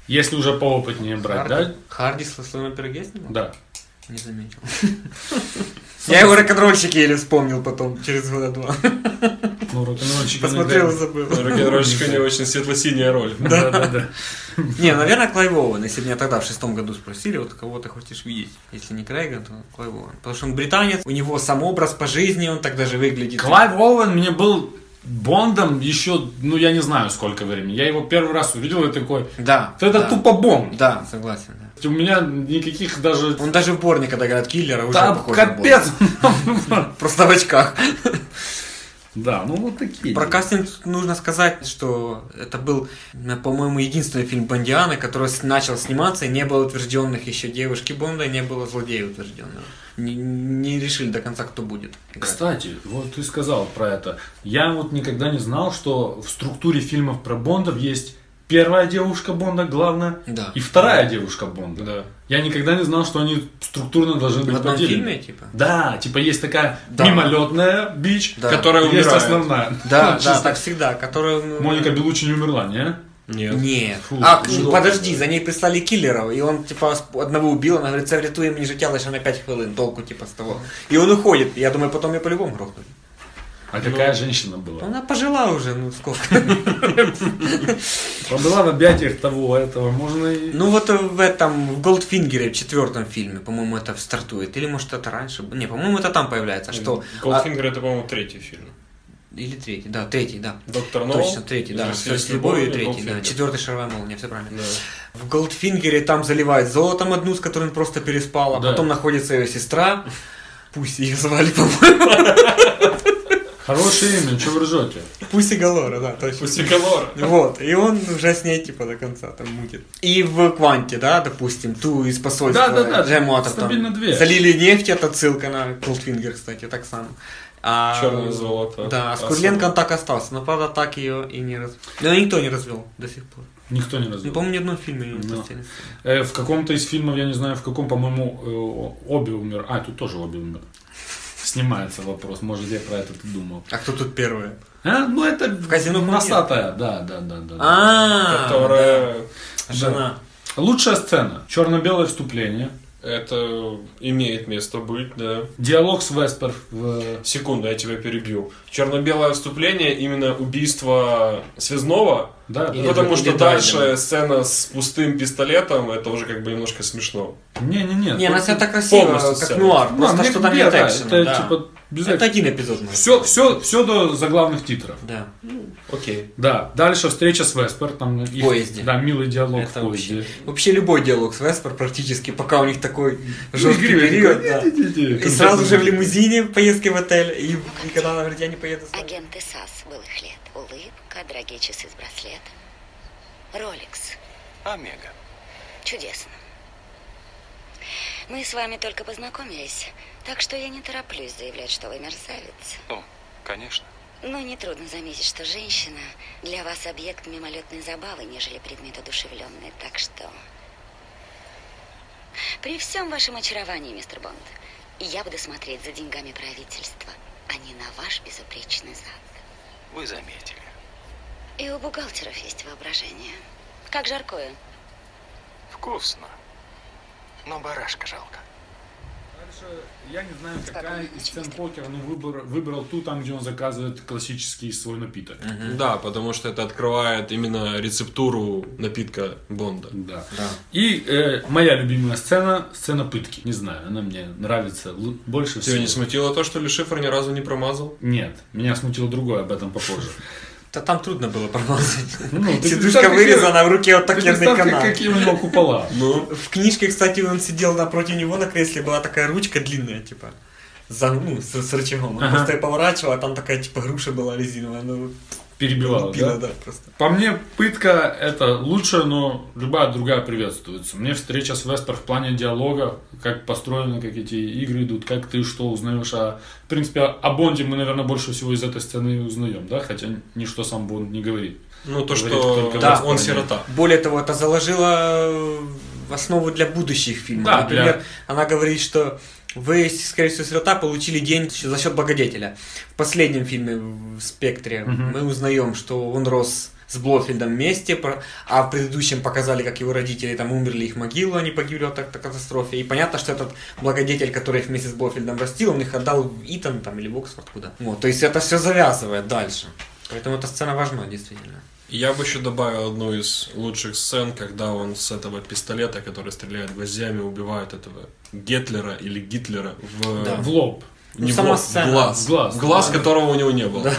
Speaker 4: Если уже поопытнее брать,
Speaker 6: Харди,
Speaker 4: да?
Speaker 6: Харди с «Слоеном пироге» снимал?
Speaker 4: Да.
Speaker 6: Не заметил. Я его рок-н-ролльщики или вспомнил потом, через года два.
Speaker 4: Ну, рок-н-ролльщики
Speaker 6: Посмотрел и
Speaker 4: иногда-
Speaker 6: забыл.
Speaker 5: Рок-н-ролльщик у него очень светло-синяя роль.
Speaker 4: Да, да, да.
Speaker 6: Не, наверное, Клайв Оуэн. Если бы меня тогда в шестом году спросили, вот кого ты хочешь видеть, если не Крейга, то Клайв Оуэн. Потому что он британец, у него сам образ по жизни, он так даже выглядит.
Speaker 4: Клайв Оуэн мне был Бондом еще, ну, я не знаю, сколько времени. Я его первый раз увидел и такой,
Speaker 6: Да.
Speaker 4: это
Speaker 6: да.
Speaker 4: тупо Бонд.
Speaker 6: Да, согласен. да.
Speaker 4: У меня никаких даже...
Speaker 6: Он даже в Борне, когда говорят киллера, уже
Speaker 4: Да,
Speaker 6: похож на Борна.
Speaker 4: капец!
Speaker 6: Просто в очках.
Speaker 4: Да, ну вот такие.
Speaker 6: Про кастинг нужно сказать, что это был, э, по-моему, единственный фильм Бондианы, который с- начал сниматься, и не было утвержденных еще девушки Бонда, и не было злодея утвержденного. Не, не решили до конца, кто будет. играть.
Speaker 4: Кстати, вот ты сказал про это. Я вот никогда не знал, что в структуре фильмов про Бондов есть первая девушка Бонда, главная,
Speaker 6: Да.
Speaker 4: и вторая девушка Бонда.
Speaker 5: Да.
Speaker 4: Я никогда не знал, что они структурно должны
Speaker 6: В
Speaker 4: быть
Speaker 6: одном
Speaker 4: поделены.
Speaker 6: фильме, типа?
Speaker 4: Да, типа есть такая
Speaker 6: Да.
Speaker 4: мимолетная бич,
Speaker 6: Да.
Speaker 5: Которая
Speaker 4: есть
Speaker 5: умирает.
Speaker 4: основная.
Speaker 6: Да, да,
Speaker 4: Чисто.
Speaker 6: так всегда, который... ну,
Speaker 4: Моника Белучи не А умерла, не?
Speaker 7: Нет.
Speaker 6: Нет.
Speaker 4: Фу, ну,
Speaker 6: а,
Speaker 4: жорстко.
Speaker 6: подожди, за ней прислали киллера, і він, типа, сп- одного убил, вона говорить, це врятує мені життя лише на 5 хвилин, толку, типа, з того. І він уходить. Я думаю, потім її по-любому грохнули. Ну.
Speaker 4: А какая женщина была?
Speaker 6: Вона пожила уже, ну сколько.
Speaker 4: Побыла в объятиях того, этого. Можно и...
Speaker 6: ну вот в этом, в Голдфингере, в четвертом фильме, по-моему, это стартует. Или может это раньше? Не, по-моему, это там появляется. Что? А-
Speaker 7: Голдфингер это, по-моему, третий фильм.
Speaker 6: Или третий, да, третий, да.
Speaker 7: Доктор Ноу.
Speaker 6: Точно, третий, да.
Speaker 7: «Здравствуйте,
Speaker 6: С любовью, третий, да.
Speaker 7: Голдфингер.
Speaker 6: Четвертый шаровая молния, все правильно.
Speaker 7: Да.
Speaker 6: В Голдфингере там заливает золотом одну, с которой он просто переспал, а
Speaker 4: Да.
Speaker 6: потом находится ее сестра. Пусть ее звали, по-моему.
Speaker 4: Хорошее имя, чего вы ржете?
Speaker 6: Пусть и Галора, да, точно.
Speaker 7: Пустиколор.
Speaker 6: Вот, и он уже с ней, типа, до конца там мутит. И в Кванте, да, допустим, ту из посольства
Speaker 4: Да-да-да,
Speaker 6: Джем Уотер там
Speaker 4: стабильно две.
Speaker 6: Залили нефть, это отсылка на Голдфингер, кстати, так само. А,
Speaker 7: Чёрное золото.
Speaker 6: Да, а
Speaker 7: Особо.
Speaker 6: Скудленко так остался, но, правда, так ее и не развел. Но никто не развел до сих пор.
Speaker 4: Никто не
Speaker 6: Не
Speaker 7: Ну.
Speaker 4: развел.
Speaker 6: помню ни одном фильме её не
Speaker 4: Да.
Speaker 6: постели.
Speaker 4: Э, в каком-то из фильмов, я не знаю, в каком, по-моему, э, обе умер. А, тут тоже обе умер. Снимается вопрос, может, я про это и думал.
Speaker 6: А кто тут первый?
Speaker 4: А, ну, это в
Speaker 6: казино
Speaker 4: носатая. Да, да, да, да. да.
Speaker 6: А,
Speaker 7: Которая...
Speaker 6: жена.
Speaker 4: Лучшая сцена. Черно-белое вступление.
Speaker 7: Это имеет место быть, да.
Speaker 4: Диалог с Веспер в...
Speaker 7: Секунду, я тебя перебью. Черно-белое вступление, именно убийство связного,
Speaker 4: Да,
Speaker 6: Или-
Speaker 4: да.
Speaker 7: Ну, потому
Speaker 6: или
Speaker 7: что
Speaker 6: Байдена.
Speaker 7: дальше сцена с пустым пистолетом, это уже как бы немножко смешно.
Speaker 4: Не-не-не.
Speaker 6: Не, она
Speaker 4: тут-
Speaker 6: себя так красиво,
Speaker 7: полностью
Speaker 6: как
Speaker 7: сцена.
Speaker 6: нуар.
Speaker 4: Ну,
Speaker 6: Просто
Speaker 4: мне-
Speaker 6: что там
Speaker 4: мне,
Speaker 6: нет
Speaker 4: да,
Speaker 6: экшена.
Speaker 4: Это,
Speaker 6: да.
Speaker 4: типа, без
Speaker 6: Это
Speaker 4: экшена.
Speaker 6: один эпизод. может.
Speaker 4: Все, все, все до заглавных титров.
Speaker 6: Да.
Speaker 7: Окей.
Speaker 4: Да, дальше встреча с Веспер. Там их-
Speaker 6: поезде.
Speaker 4: Да, милый диалог
Speaker 6: Это
Speaker 4: в поезде.
Speaker 6: вообще, вообще любой диалог с Веспер практически, пока у них такой
Speaker 4: Ну,
Speaker 6: жесткий
Speaker 4: Игорь
Speaker 6: период.
Speaker 4: такой,
Speaker 6: да.
Speaker 4: «Иди-иди-иди».
Speaker 6: И сразу же в лимузине поездки в отель. И, и когда она говорит, я не поеду с вами.
Speaker 8: Агенты САС былых лет. Улыбка, дорогие часы с браслетом. Ролекс.
Speaker 1: Омега.
Speaker 8: Чудесно. Мы с вами только познакомились, так что я не тороплюсь заявлять, что вы мерзавец.
Speaker 1: Ну, конечно.
Speaker 8: Но нетрудно заметить, что женщина для вас объект мимолетной забавы, нежели предмет одушевленный. Так что... При всем вашем очаровании, мистер Бонд, я буду смотреть за деньгами правительства, а не на ваш безупречный зад.
Speaker 1: Вы заметили.
Speaker 8: И у бухгалтеров есть воображение. Как жаркое.
Speaker 1: Вкусно. Но барашка жалко.
Speaker 4: Дальше я не знаю, какая из сцен покера, но выбор- выбрал ту, там, где он заказывает классический свой напиток.
Speaker 7: Да, потому что это открывает именно рецептуру напитка Бонда.
Speaker 4: Да. И э, моя любимая сцена, сцена пытки. Не знаю, она мне нравится лу- больше всего.
Speaker 7: Тебя не смутило то, что ли шифр ни разу не промазал?
Speaker 4: Нет, меня смутило другое, об этом попозже.
Speaker 6: Да там трудно было промазать.
Speaker 4: Ну, ты
Speaker 6: Сидушка
Speaker 4: представь,
Speaker 6: вырезана, в руке вот
Speaker 4: Ты
Speaker 6: так нервный
Speaker 4: представь,
Speaker 6: канал.
Speaker 4: какие у него купола.
Speaker 7: Ну,
Speaker 6: В книжке, кстати, он сидел напротив него на кресле, была такая ручка длинная, типа, за, ну, с, с рычагом. Он
Speaker 4: Ага.
Speaker 6: просто ее поворачивал, а там такая, типа, груша была резиновая. Ну,
Speaker 4: Перебивала,
Speaker 6: пила,
Speaker 4: да?
Speaker 6: да, просто.
Speaker 4: По мне, пытка это лучше, но любая другая приветствуется. Мне встреча с Веспер в плане диалога, как построены, как эти игры идут, как ты что узнаешь. о... в принципе, о Бонде мы, наверное, больше всего из этой сцены и узнаем, да? Хотя ничто сам Бонд не говорит.
Speaker 7: ну то,
Speaker 4: Говорит,
Speaker 7: что
Speaker 4: только
Speaker 7: да,
Speaker 6: в
Speaker 7: он
Speaker 4: Испании.
Speaker 7: сирота.
Speaker 6: Более того, это заложило э, в основу для будущих фильмов.
Speaker 4: Да,
Speaker 6: Например,
Speaker 4: для-
Speaker 6: она говорит, что вы, скорее всего, сирота получили деньги за счет благодетеля. В последнем фильме в «Спектре»
Speaker 4: Мгм.
Speaker 6: мы узнаем, что он рос с Блофельдом вместе, про- а в предыдущем показали, как его родители там умерли, их могилу, они погибли от этой катастрофе. И понятно, что этот благодетель, который их вместе с Блофельдом растил, он их отдал в Итан там, или в Оксфорд, куда. Вот, то есть это все завязывает дальше. Поэтому эта сцена важна, действительно.
Speaker 7: Я бы еще добавил одну из лучших сцен, когда он с этого пистолета, который стреляет гвоздями, убивает этого Гетлера или Гитлера в,
Speaker 6: Да.
Speaker 4: В лоб.
Speaker 7: не
Speaker 6: Ну,
Speaker 7: в
Speaker 6: сама
Speaker 7: лоб, в
Speaker 6: сцена.
Speaker 7: глаз.
Speaker 4: В глаз,
Speaker 7: глаз
Speaker 4: да.
Speaker 7: которого у него не было.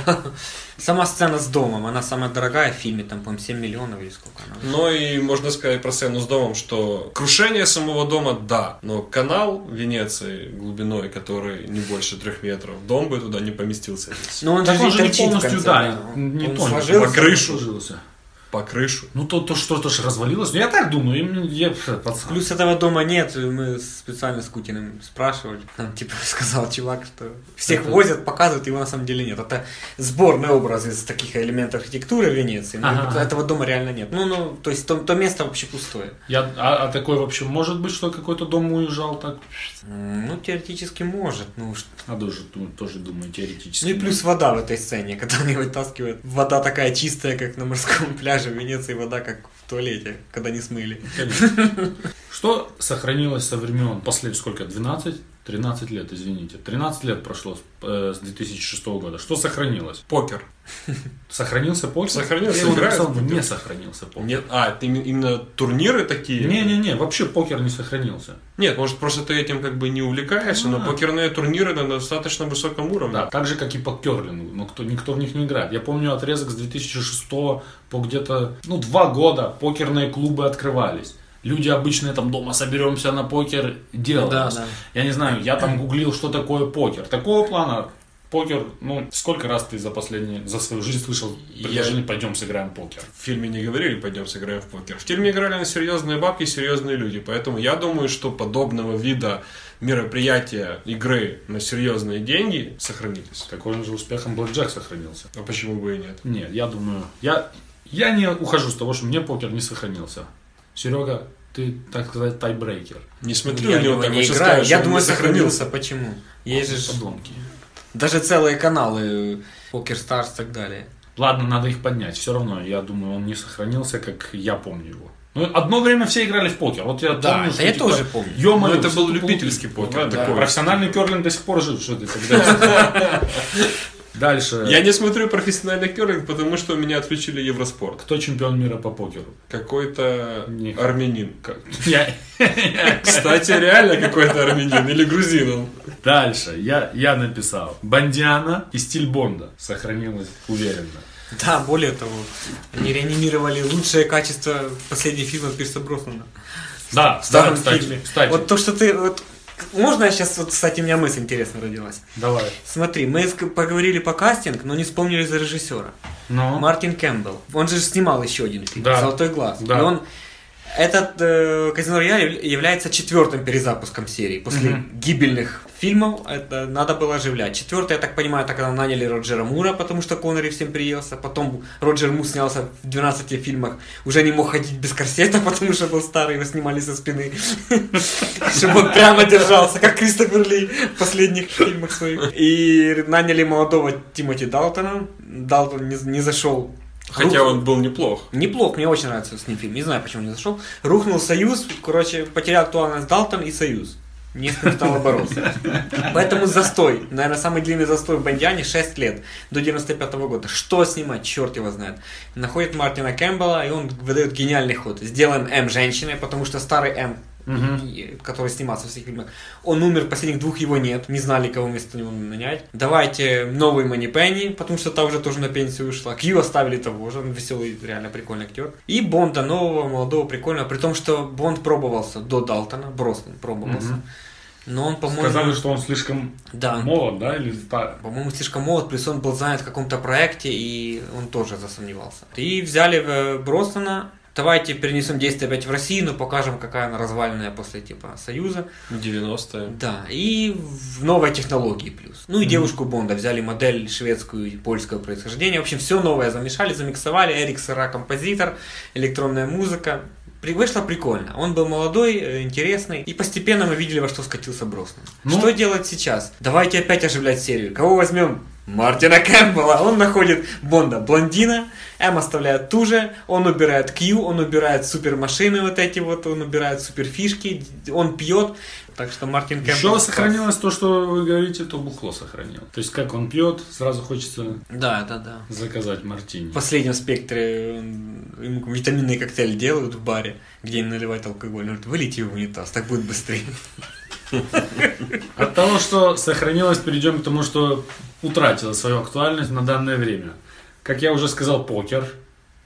Speaker 6: Сама сцена с домом, она самая дорогая в фильме, там, по-моему, 7 миллионов или сколько она.
Speaker 7: Ну и можно сказать про сцену с домом, что крушение самого дома, да, но канал Венеции глубиной, который не больше трех метров, дом бы туда не поместился.
Speaker 6: Ну, он
Speaker 4: Так
Speaker 6: же,
Speaker 4: он же не
Speaker 6: торчит в
Speaker 4: полностью,
Speaker 6: конце,
Speaker 4: да, не
Speaker 6: Он
Speaker 4: тонет.
Speaker 6: сложился.
Speaker 7: По крышу.
Speaker 4: Сложился.
Speaker 7: По крышу.
Speaker 4: Ну, то, то что-то ж развалилось. Ну, я так думаю, им я подсклю.
Speaker 6: Плюс этого дома нет, и мы специально с Кутиным спрашивали. Нам типа сказал чувак, что всех
Speaker 4: Это-
Speaker 6: возят, показывают, его на самом деле нет. Это сборный образ из таких элементов архитектуры Венеции. но
Speaker 4: Ага.
Speaker 6: Этого дома реально нет. Ну, ну, то есть то, то место вообще пустое.
Speaker 4: Я, а, а такое вообще может быть, что какой-то дом уезжал так?
Speaker 6: М, Ну, теоретически может. Ну, ш-
Speaker 4: А тоже, ну, тоже думаю, теоретически.
Speaker 6: Ну и плюс вода в этой сцене, когда они вытаскивают. Вода такая чистая, как на морском пляже, же в Венеции вода как в туалете, когда не смыли.
Speaker 4: Ну, Конечно. Что сохранилось со времен последних сколько? 12? 13 лет, извините. 13 лет прошло э, с 2006 года. Что сохранилось?
Speaker 5: Покер.
Speaker 4: Сохранился покер?
Speaker 5: Сохранился,
Speaker 4: Я его
Speaker 5: играют
Speaker 4: написал,
Speaker 5: в покер.
Speaker 4: не сохранился покер.
Speaker 5: Нет, а, это именно- именно турниры такие?
Speaker 4: Не-не-не, вообще покер не сохранился.
Speaker 5: Нет, может, просто ты этим как бы не увлекаешься, но
Speaker 4: А.
Speaker 5: покерные турниры на достаточно высоком уровне.
Speaker 4: Да, так же, как и по керлингу, но кто, никто в них не играет. Я помню отрезок с 2006 по где-то, ну, два года покерные клубы открывались. Люди обычные там дома соберемся на покер, делаем.
Speaker 6: Да, да.
Speaker 4: Я не знаю, я там гуглил, что такое покер. Такого плана покер, ну, сколько раз ты за последние, за свою жизнь слышал предложение «пойдем сыграем покер».
Speaker 5: В фильме не говорили, пойдем сыграем в покер. В фильме играли на серьезные бабки, серьезные люди. Поэтому я думаю, что подобного вида мероприятия, игры на серьезные деньги сохранились.
Speaker 4: С таким же успехом Блэкджек сохранился.
Speaker 5: А почему бы и нет?
Speaker 4: Нет, я думаю, я, я не ухожу с того, что мне покер не сохранился. Серега, ты, так сказать, тайбрейкер.
Speaker 5: Не смотрю
Speaker 6: Я
Speaker 5: на
Speaker 6: в
Speaker 5: него
Speaker 6: него
Speaker 5: там,
Speaker 6: не
Speaker 5: сейчас
Speaker 6: играю.
Speaker 5: скажешь,
Speaker 6: Я
Speaker 5: он
Speaker 6: думаю,
Speaker 5: не
Speaker 6: сохранился. Почему? Есть же ж-
Speaker 4: Обломки.
Speaker 6: даже целые каналы, Покер Старс и так далее.
Speaker 4: Ладно, надо их поднять. Все равно, я думаю, он не сохранился, как я помню его. Ну, одно время все играли в покер. Вот я
Speaker 6: Да,
Speaker 4: помню, типа,
Speaker 6: это я тоже помню.
Speaker 4: Ё-моё,
Speaker 5: Ну, это
Speaker 4: все
Speaker 5: был
Speaker 4: тупо
Speaker 5: любительский
Speaker 4: лупили.
Speaker 5: покер,
Speaker 4: Да,
Speaker 5: такой.
Speaker 4: да. Профессиональный керлинг до сих пор жив, что ты тогда. Дальше.
Speaker 5: Я не смотрю профессиональный керлинг, потому что у меня отключили Евроспорт.
Speaker 4: Кто чемпион мира по покеру?
Speaker 5: Какой-то
Speaker 4: Не.
Speaker 5: армянин. Как-
Speaker 4: Я-
Speaker 5: Кстати, реально какой-то армянин или грузин он.
Speaker 4: Дальше. Я, я написал. Бандиана и стиль Бонда. Сохранилось уверенно.
Speaker 6: Да, более того, они реанимировали лучшее качество последнего фильма Пирса Броснана.
Speaker 4: Да,
Speaker 6: В
Speaker 4: да,
Speaker 6: старом
Speaker 4: кстати.
Speaker 6: фильме.
Speaker 4: кстати.
Speaker 6: Вот то, что ты... Вот, можно я сейчас... Вот, кстати, у меня мысль интересная родилась.
Speaker 4: Давай.
Speaker 6: Смотри, мы ск- поговорили по кастинг, но не вспомнили за режиссера.
Speaker 4: Ну.
Speaker 6: Мартин Кэмпбелл. Он же снимал еще один фильм
Speaker 4: Да.
Speaker 6: «Золотой глаз».
Speaker 4: Да.
Speaker 6: И он... Этот э, «Казино Рояль» яв- является четвертым перезапуском серии. После гибельных фильмов это надо было оживлять. Четвертый, я так понимаю, это когда наняли Роджера Мура, потому что Коннери всем приелся. Потом Роджер Мур снялся в 12 фильмах. Уже не мог ходить без корсета, потому что был старый, его снимали со спины. Чтобы он прямо держался, как Кристофер Ли в последних фильмах своих. И наняли молодого Тимоти Далтона. Далтон не, не зашел.
Speaker 5: Хотя
Speaker 6: Рух-
Speaker 5: он был неплох.
Speaker 6: Неплох, мне очень нравится с ним фильм. Не знаю, почему не зашел. Рухнул Союз, короче, потерял актуальность Далтон и Союз. Не с кем стало бороться. Поэтому застой. Наверное, самый длинный застой в Бондиане 6 лет, до 95 года. Что снимать, черт его знает. Находит Мартина Кэмпбелла, и он выдает гениальный ход. Сделаем М женщиной, потому что старый М, и- э, который снимался во всех фильмах, он умер, последних двух его нет. Не знали, кого вместо него нанять. Давайте новый Мани Пенни, потому что та уже тоже на пенсию ушла. Кью оставили того же, он веселый, реально прикольный актер. И Бонда нового, молодого, прикольного. При том, что Бонд пробовался до Далтона, Броснан пробовался.
Speaker 4: Мгм.
Speaker 6: Но он, по-моему...
Speaker 4: Сказали, что он слишком
Speaker 5: А.
Speaker 6: Да,
Speaker 4: молод, да? Или стар?
Speaker 6: по-моему, слишком молод, плюс он был занят в каком-то проекте, и он тоже засомневался. И взяли э, Броснана, давайте перенесем действие опять в Россию, но покажем, какая она развальная после типа Союза.
Speaker 5: 90-е.
Speaker 6: Да, и в новой технологии плюс. Ну и девушку Бонда взяли модель шведскую и польского происхождения. В общем, все новое замешали, замиксовали. Эрик Сара композитор, электронная музыка. При- Вышло прикольно. Он был молодой, э, интересный. И постепенно мы видели, во что скатился Броснан.
Speaker 4: Ну.
Speaker 6: Что делать сейчас? Давайте опять оживлять серию. Кого возьмем? Мартина Кэмпбелла. Он находит Бонда блондина, М оставляет ту же, он убирает Q, он убирает супермашины вот эти вот, он убирает суперфишки, он пьет. Так что Мартин Кэмпбелл...
Speaker 4: Еще сохранилось то, что вы говорите, то бухло сохранил. То есть, как он пьет, сразу хочется
Speaker 6: Да, да, да.
Speaker 4: заказать мартини.
Speaker 6: В последнем спектре он- ему витаминный коктейль делают в баре, где им наливают алкоголь. Он говорит, вылейте его в унитаз, так будет быстрее.
Speaker 4: От того, что сохранилось, перейдем к тому, что утратило свою актуальность на данное время. Как я уже сказал, покер.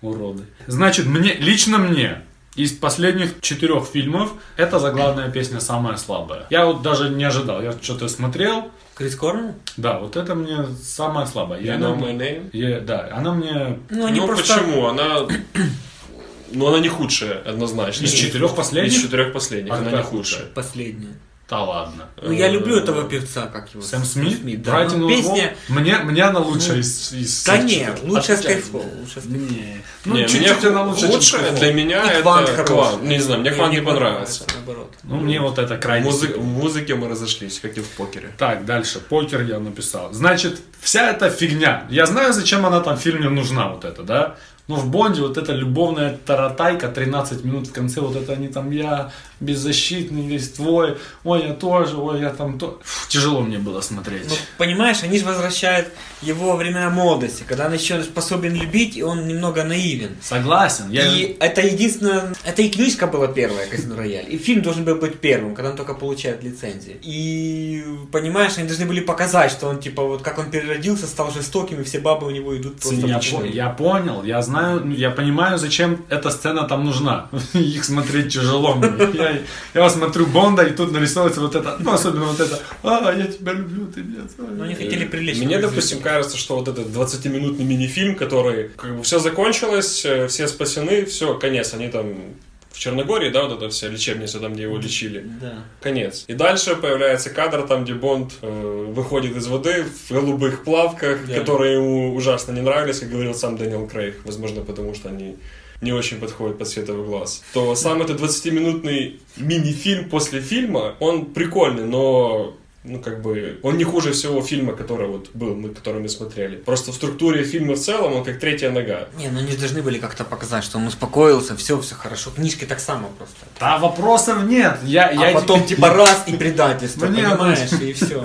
Speaker 4: Уроды. Значит, мне, лично мне, из последних четырех фильмов, эта заглавная песня самая слабая. Я вот даже не ожидал. Я что-то смотрел.
Speaker 6: Крис Корнелл?
Speaker 4: Да, вот это мне самая слабая. Я
Speaker 5: You know my name?
Speaker 4: да, она мне
Speaker 6: Ну,
Speaker 5: Ну почему? Она. Ну, она не худшая, однозначно.
Speaker 4: Из четырех последних?
Speaker 5: Из четырех последних.
Speaker 4: А
Speaker 5: она
Speaker 4: какая
Speaker 5: не худшая.
Speaker 6: Последняя.
Speaker 4: Да ладно.
Speaker 6: Ну,
Speaker 5: Э,
Speaker 6: я люблю этого певца, как его.
Speaker 4: Сэм Смит?
Speaker 6: да.
Speaker 4: Брайтон
Speaker 6: Ну,
Speaker 4: Лоу?
Speaker 6: песня...
Speaker 4: Мне, мне она лучше из, из всех
Speaker 6: Да нет,
Speaker 4: четырех.
Speaker 6: лучше
Speaker 4: Оттягивает.
Speaker 6: Skyfall, лучше
Speaker 4: Не.
Speaker 5: Ну,
Speaker 4: Ну,
Speaker 5: не,
Speaker 4: чуть-чуть
Speaker 5: меня
Speaker 4: она лучше, чем Skyfall.
Speaker 5: для меня это
Speaker 6: Квант
Speaker 5: Квант.
Speaker 6: хороший.
Speaker 5: Не знаю, мне Квант не понравился.
Speaker 6: Наоборот.
Speaker 4: Ну, мне вот это
Speaker 5: В
Speaker 4: крайне...
Speaker 5: музы- в музыке мы разошлись, как и в покере.
Speaker 4: Так, дальше. Покер я написал. Значит, вся эта фигня. Я знаю, зачем она там в фильме нужна, вот эта, да? Но в Бонде вот эта любовная таратайка 13 минут в конце, вот это они там, я беззащитный весь твой, ой, я тоже, ой, я там то. Фу, тяжело мне было смотреть.
Speaker 6: Ну, понимаешь, они же возвращают его во времена молодости, когда он еще способен любить, и он немного наивен.
Speaker 4: Согласен. Я...
Speaker 6: И это единственное... Это и книжка была первая, «Казино Рояль», и фильм должен был быть первым, когда он только получает лицензии. И, понимаешь, они должны были показать, что он, типа, вот как он переродился, стал жестоким, и все бабы у него идут просто
Speaker 4: Я,
Speaker 6: ручные.
Speaker 4: по- я понял, я знаю, ну, я понимаю, зачем эта сцена там нужна. Их смотреть тяжело мне. Я, я вот смотрю Бонда, и тут нарисовывается вот это, ну особенно вот это, а, я тебя люблю, ты меня знаешь».
Speaker 6: Но они хотели привлечь...
Speaker 7: Мне,
Speaker 6: его к
Speaker 7: допустим,
Speaker 6: жизни.
Speaker 7: кажется, что вот этот 20-минутный мини-фильм, который как бы все закончилось, э, все спасены, все, конец. Они там в Черногории, да, вот это вся лечебница, там, где его лечили.
Speaker 6: Да.
Speaker 7: Конец. И дальше появляется кадр, там, где Бонд э, выходит из воды в голубых плавках,
Speaker 6: Да.
Speaker 7: которые ему ужасно не нравились, как говорил сам Дэниел Крейг. Возможно, потому что они не очень подходят под световый глаз. То сам этот 20-минутный мини-фильм после фильма, он прикольный, но ну, как бы, он не хуже всего фильма, который вот был, мы, который мы смотрели. Просто в структуре фильма в целом он как третья нога.
Speaker 6: Не, ну они же должны были как-то показать, что он успокоился, все, все хорошо. Книжки так само просто.
Speaker 4: Да вопросов нет. Я,
Speaker 6: А
Speaker 4: я
Speaker 6: потом
Speaker 4: тебе-
Speaker 6: типа раз и предательство,
Speaker 4: Мне
Speaker 6: понимаешь, и все.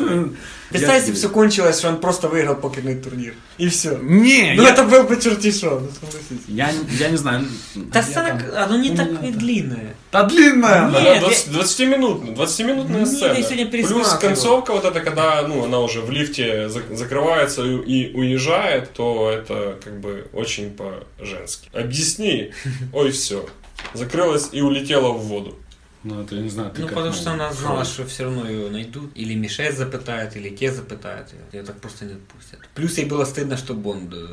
Speaker 6: Представь, если бы все кончилось, что он просто выиграл покерный турнир. И все.
Speaker 4: Не,
Speaker 6: Ну
Speaker 4: я-
Speaker 6: это был бы чертишон, ну согласись.
Speaker 4: я, я не знаю.
Speaker 6: Та
Speaker 4: Я
Speaker 6: сцена,
Speaker 4: там-
Speaker 6: оно не
Speaker 4: Ну,
Speaker 6: так
Speaker 4: да.
Speaker 6: и длинная.
Speaker 4: Да длинная. она.
Speaker 6: Нет, я-
Speaker 7: 20, 20-минутная, 20-минутная
Speaker 6: Нет, я
Speaker 7: сцена.
Speaker 6: сегодня
Speaker 7: Плюс
Speaker 6: пересматривал.
Speaker 7: концовка вот эта, когда ну, она уже в лифте зак- закрывается и, и уезжает, то это как бы очень по-женски. Объясни. Ой, все. Закрылась и улетела в воду.
Speaker 4: Ну, это я не знаю. ты
Speaker 6: Ну
Speaker 4: как,
Speaker 6: потому что она знала,
Speaker 4: хорош.
Speaker 6: что все равно ее найдут. Или Мишель запытает, или те запытают. Ее так просто не отпустят. Плюс ей было стыдно, что Бонд... э,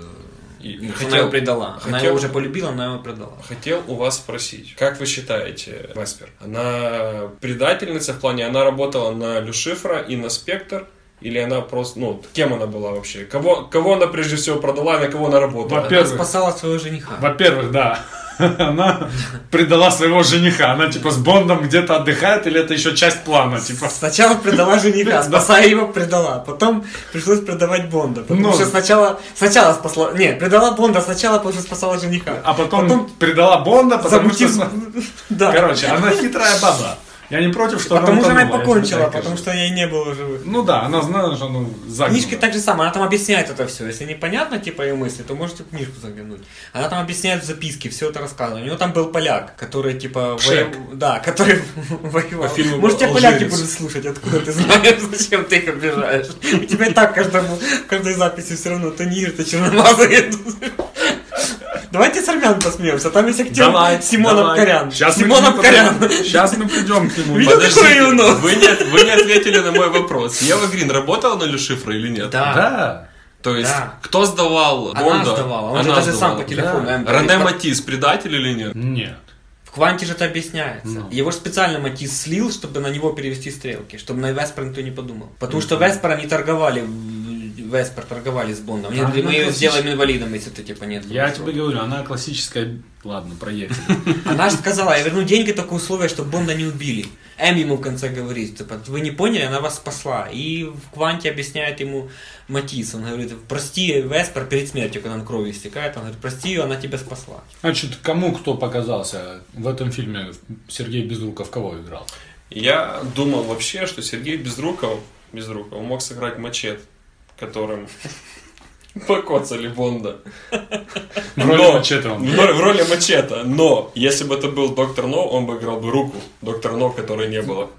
Speaker 7: И
Speaker 6: ну, что
Speaker 7: хотел-
Speaker 6: Она его предала. Она
Speaker 7: хотел-
Speaker 6: его уже полюбила, она его предала.
Speaker 7: Хотел у вас спросить, как вы считаете, Веспер, она предательница в плане, она работала на Люшифра и на Спектр, или она просто, ну, кем она была вообще? Кого, кого она прежде всего продала и на кого она работала?
Speaker 4: Во-первых,
Speaker 6: Она спасала своего жениха.
Speaker 4: Во-первых, да. Она предала своего жениха. Она типа с Бондом где-то отдыхает, или это еще часть плана, типа.
Speaker 6: Сначала предала жениха, спасая его, предала. Потом пришлось продавать Бонда. Потому
Speaker 4: Ну.
Speaker 6: что сначала, сначала спасла... Не, предала Бонда сначала, потому что спасала жениха.
Speaker 4: А потом, предала Бонда, потому
Speaker 6: замутил...
Speaker 4: что. ну,
Speaker 6: Да.
Speaker 4: Короче, а она хитрая баба. Я не против, что
Speaker 6: потому что она и
Speaker 4: утонула, я тебе
Speaker 6: покончила,
Speaker 4: так
Speaker 6: потому
Speaker 4: скажу.
Speaker 6: что ей не было живых.
Speaker 4: Ну да, она знала, что она загнана.
Speaker 6: Книжки так же самое, она там объясняет это все. Если непонятно, типа, ее мысли, то можете в книжку заглянуть. Она там объясняет в записке, все это рассказывает. У него там был поляк, который, типа,
Speaker 7: Пшек.
Speaker 6: воев- Да, который воевал.
Speaker 7: По фильму
Speaker 6: Может, тебя
Speaker 7: «Алжирец».
Speaker 6: поляки будут слушать, откуда ты знаешь, зачем ты их обижаешь. У тебя и так каждому, каждой записи все равно то Нир, то Черномазый. Давайте с армян посмеемся, там есть актер Симонов Корян.
Speaker 4: Сейчас
Speaker 6: Симонов Корян.
Speaker 4: Сейчас мы придем к нему.
Speaker 6: Видел, какой у нас?
Speaker 5: Вы не, вы не ответили на мой вопрос. Ева Грин работала на Люшифра или нет?
Speaker 4: Да.
Speaker 5: То есть,
Speaker 6: Да.
Speaker 5: кто сдавал
Speaker 6: Она
Speaker 5: Бонда?
Speaker 6: сдавала, он же даже сам по телефону.
Speaker 4: да.
Speaker 6: эм,
Speaker 5: Рене
Speaker 6: говорит,
Speaker 5: Матис предатель или нет?
Speaker 4: Нет.
Speaker 6: В Кванте же это объясняется.
Speaker 4: Ну.
Speaker 6: Его же специально Матис слил, чтобы на него перевести стрелки, чтобы на Веспер никто не подумал. Потому что Веспера не торговали, в- Веспер торговали с Бондом. Они
Speaker 4: Да,
Speaker 6: говорили,
Speaker 4: ну,
Speaker 6: мы ее
Speaker 4: классически.
Speaker 6: сделаем инвалидом, если ты типа нет.
Speaker 4: Я
Speaker 6: хорошо».
Speaker 4: тебе говорю, она классическая... Ладно, проехали.
Speaker 6: Она же сказала, я верну деньги только условия, чтобы Бонда не убили. Эм ему в конце говорит, типа, вы не поняли, она вас спасла. И в Кванте объясняет ему Матис, он говорит, прости Веспер перед смертью, когда он кровью истекает, он говорит, прости ее, она тебя спасла.
Speaker 4: Значит, А кому кто показался в этом фильме? Сергей Безруков кого играл?
Speaker 7: Я думал вообще, что Сергей Безруков, Безруков мог сыграть мачет, которым покоцали Бонда.
Speaker 4: В роли
Speaker 7: Но-
Speaker 4: Мачете он.
Speaker 7: В роли, в роли мачете, но если бы это был доктор Но, он бы играл бы руку. Доктор Но, которой не было.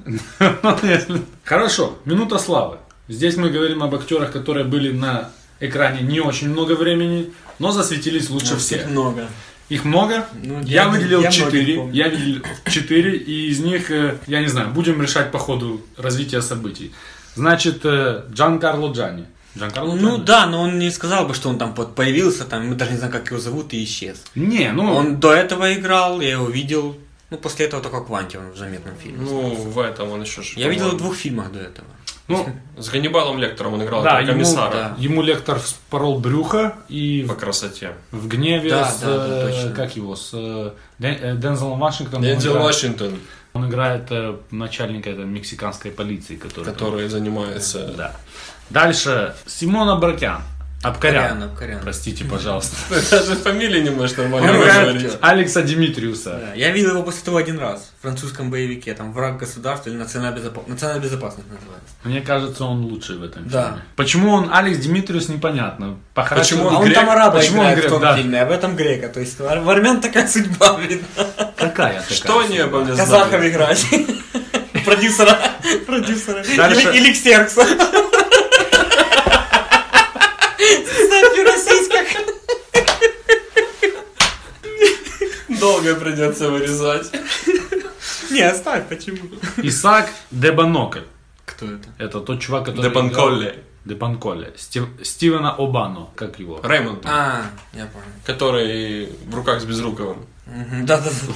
Speaker 4: Хорошо, минута славы. Здесь мы говорим об актерах, которые были на экране не очень много времени, но засветились
Speaker 6: Ну,
Speaker 4: лучше всех.
Speaker 6: много.
Speaker 4: Их много.
Speaker 6: Ну,
Speaker 4: я,
Speaker 6: я-
Speaker 4: выделил
Speaker 6: я многих
Speaker 4: 4.
Speaker 6: помню.
Speaker 4: Я выделил 4, и из них, э, я не знаю, будем решать по ходу развития событий. Значит, э, Джан Карло Джани. Джан Карло
Speaker 6: Ну да, но он не сказал бы, что он там вот появился, там, мы даже не знаем, как его зовут, и исчез.
Speaker 4: Не, ну...
Speaker 6: Он до этого играл, я его видел. Ну, после этого только Кванти он в заметном фильме.
Speaker 7: Ну, в этом он еще же.
Speaker 6: я видел его в
Speaker 7: по-моему,
Speaker 6: двух фильмах до этого.
Speaker 4: ну,
Speaker 7: С Ганнибалом Лектором он играл
Speaker 4: да,
Speaker 7: этого
Speaker 4: ему,
Speaker 7: комиссара.
Speaker 6: да.
Speaker 4: ему лектор вспорол брюха и
Speaker 7: По красоте.
Speaker 4: в гневе
Speaker 6: Да,
Speaker 4: с,
Speaker 6: да, да,
Speaker 4: э,
Speaker 6: точно.
Speaker 4: как его, с э, Дэн- э, Дензелом Вашингтоном. он
Speaker 7: Дензел
Speaker 4: играет-
Speaker 7: Вашингтон,
Speaker 4: Он играет э, начальника этой мексиканской полиции, который...
Speaker 7: который занимается...
Speaker 4: Да. Дальше Симона Бракян. Абкарян.
Speaker 6: Абкарян.
Speaker 4: Простите, пожалуйста.
Speaker 7: Даже фамилии не можешь нормально
Speaker 6: Абкарян.
Speaker 7: выговорить.
Speaker 4: Алекса Димитриуса.
Speaker 6: Да, я видел его после того один раз в французском боевике, там враг государства или национальная, безопа- национальная безопасность называется.
Speaker 4: Мне кажется, он лучший в этом
Speaker 6: Да.
Speaker 4: фильме. Почему он Алекс Димитриус, непонятно. По характеру-
Speaker 6: а он там араба
Speaker 4: Почему он Ну, грек?
Speaker 6: играет в том
Speaker 4: Да.
Speaker 6: фильме, об этом грека. То есть в ар- в армян такая судьба, блин.
Speaker 4: Какая такая
Speaker 7: Что они
Speaker 4: судьба?
Speaker 7: обо мне
Speaker 6: Казахов
Speaker 7: знали?
Speaker 6: играть. Продюсера. Продюсера.
Speaker 4: Дальше.
Speaker 6: Или, или Ксеркса. Снайпер российских.
Speaker 7: Долго придется вырезать.
Speaker 6: Не, оставь, почему?
Speaker 4: Исаак Дебанокль.
Speaker 6: Кто это?
Speaker 4: Это тот чувак, который...
Speaker 7: Де Панколли.
Speaker 4: Депанколе. Стивена Обано. Как его?
Speaker 7: Реймонд,
Speaker 6: А, я понял.
Speaker 7: который в руках с Безруковым.
Speaker 6: Мгм, Да-да-да.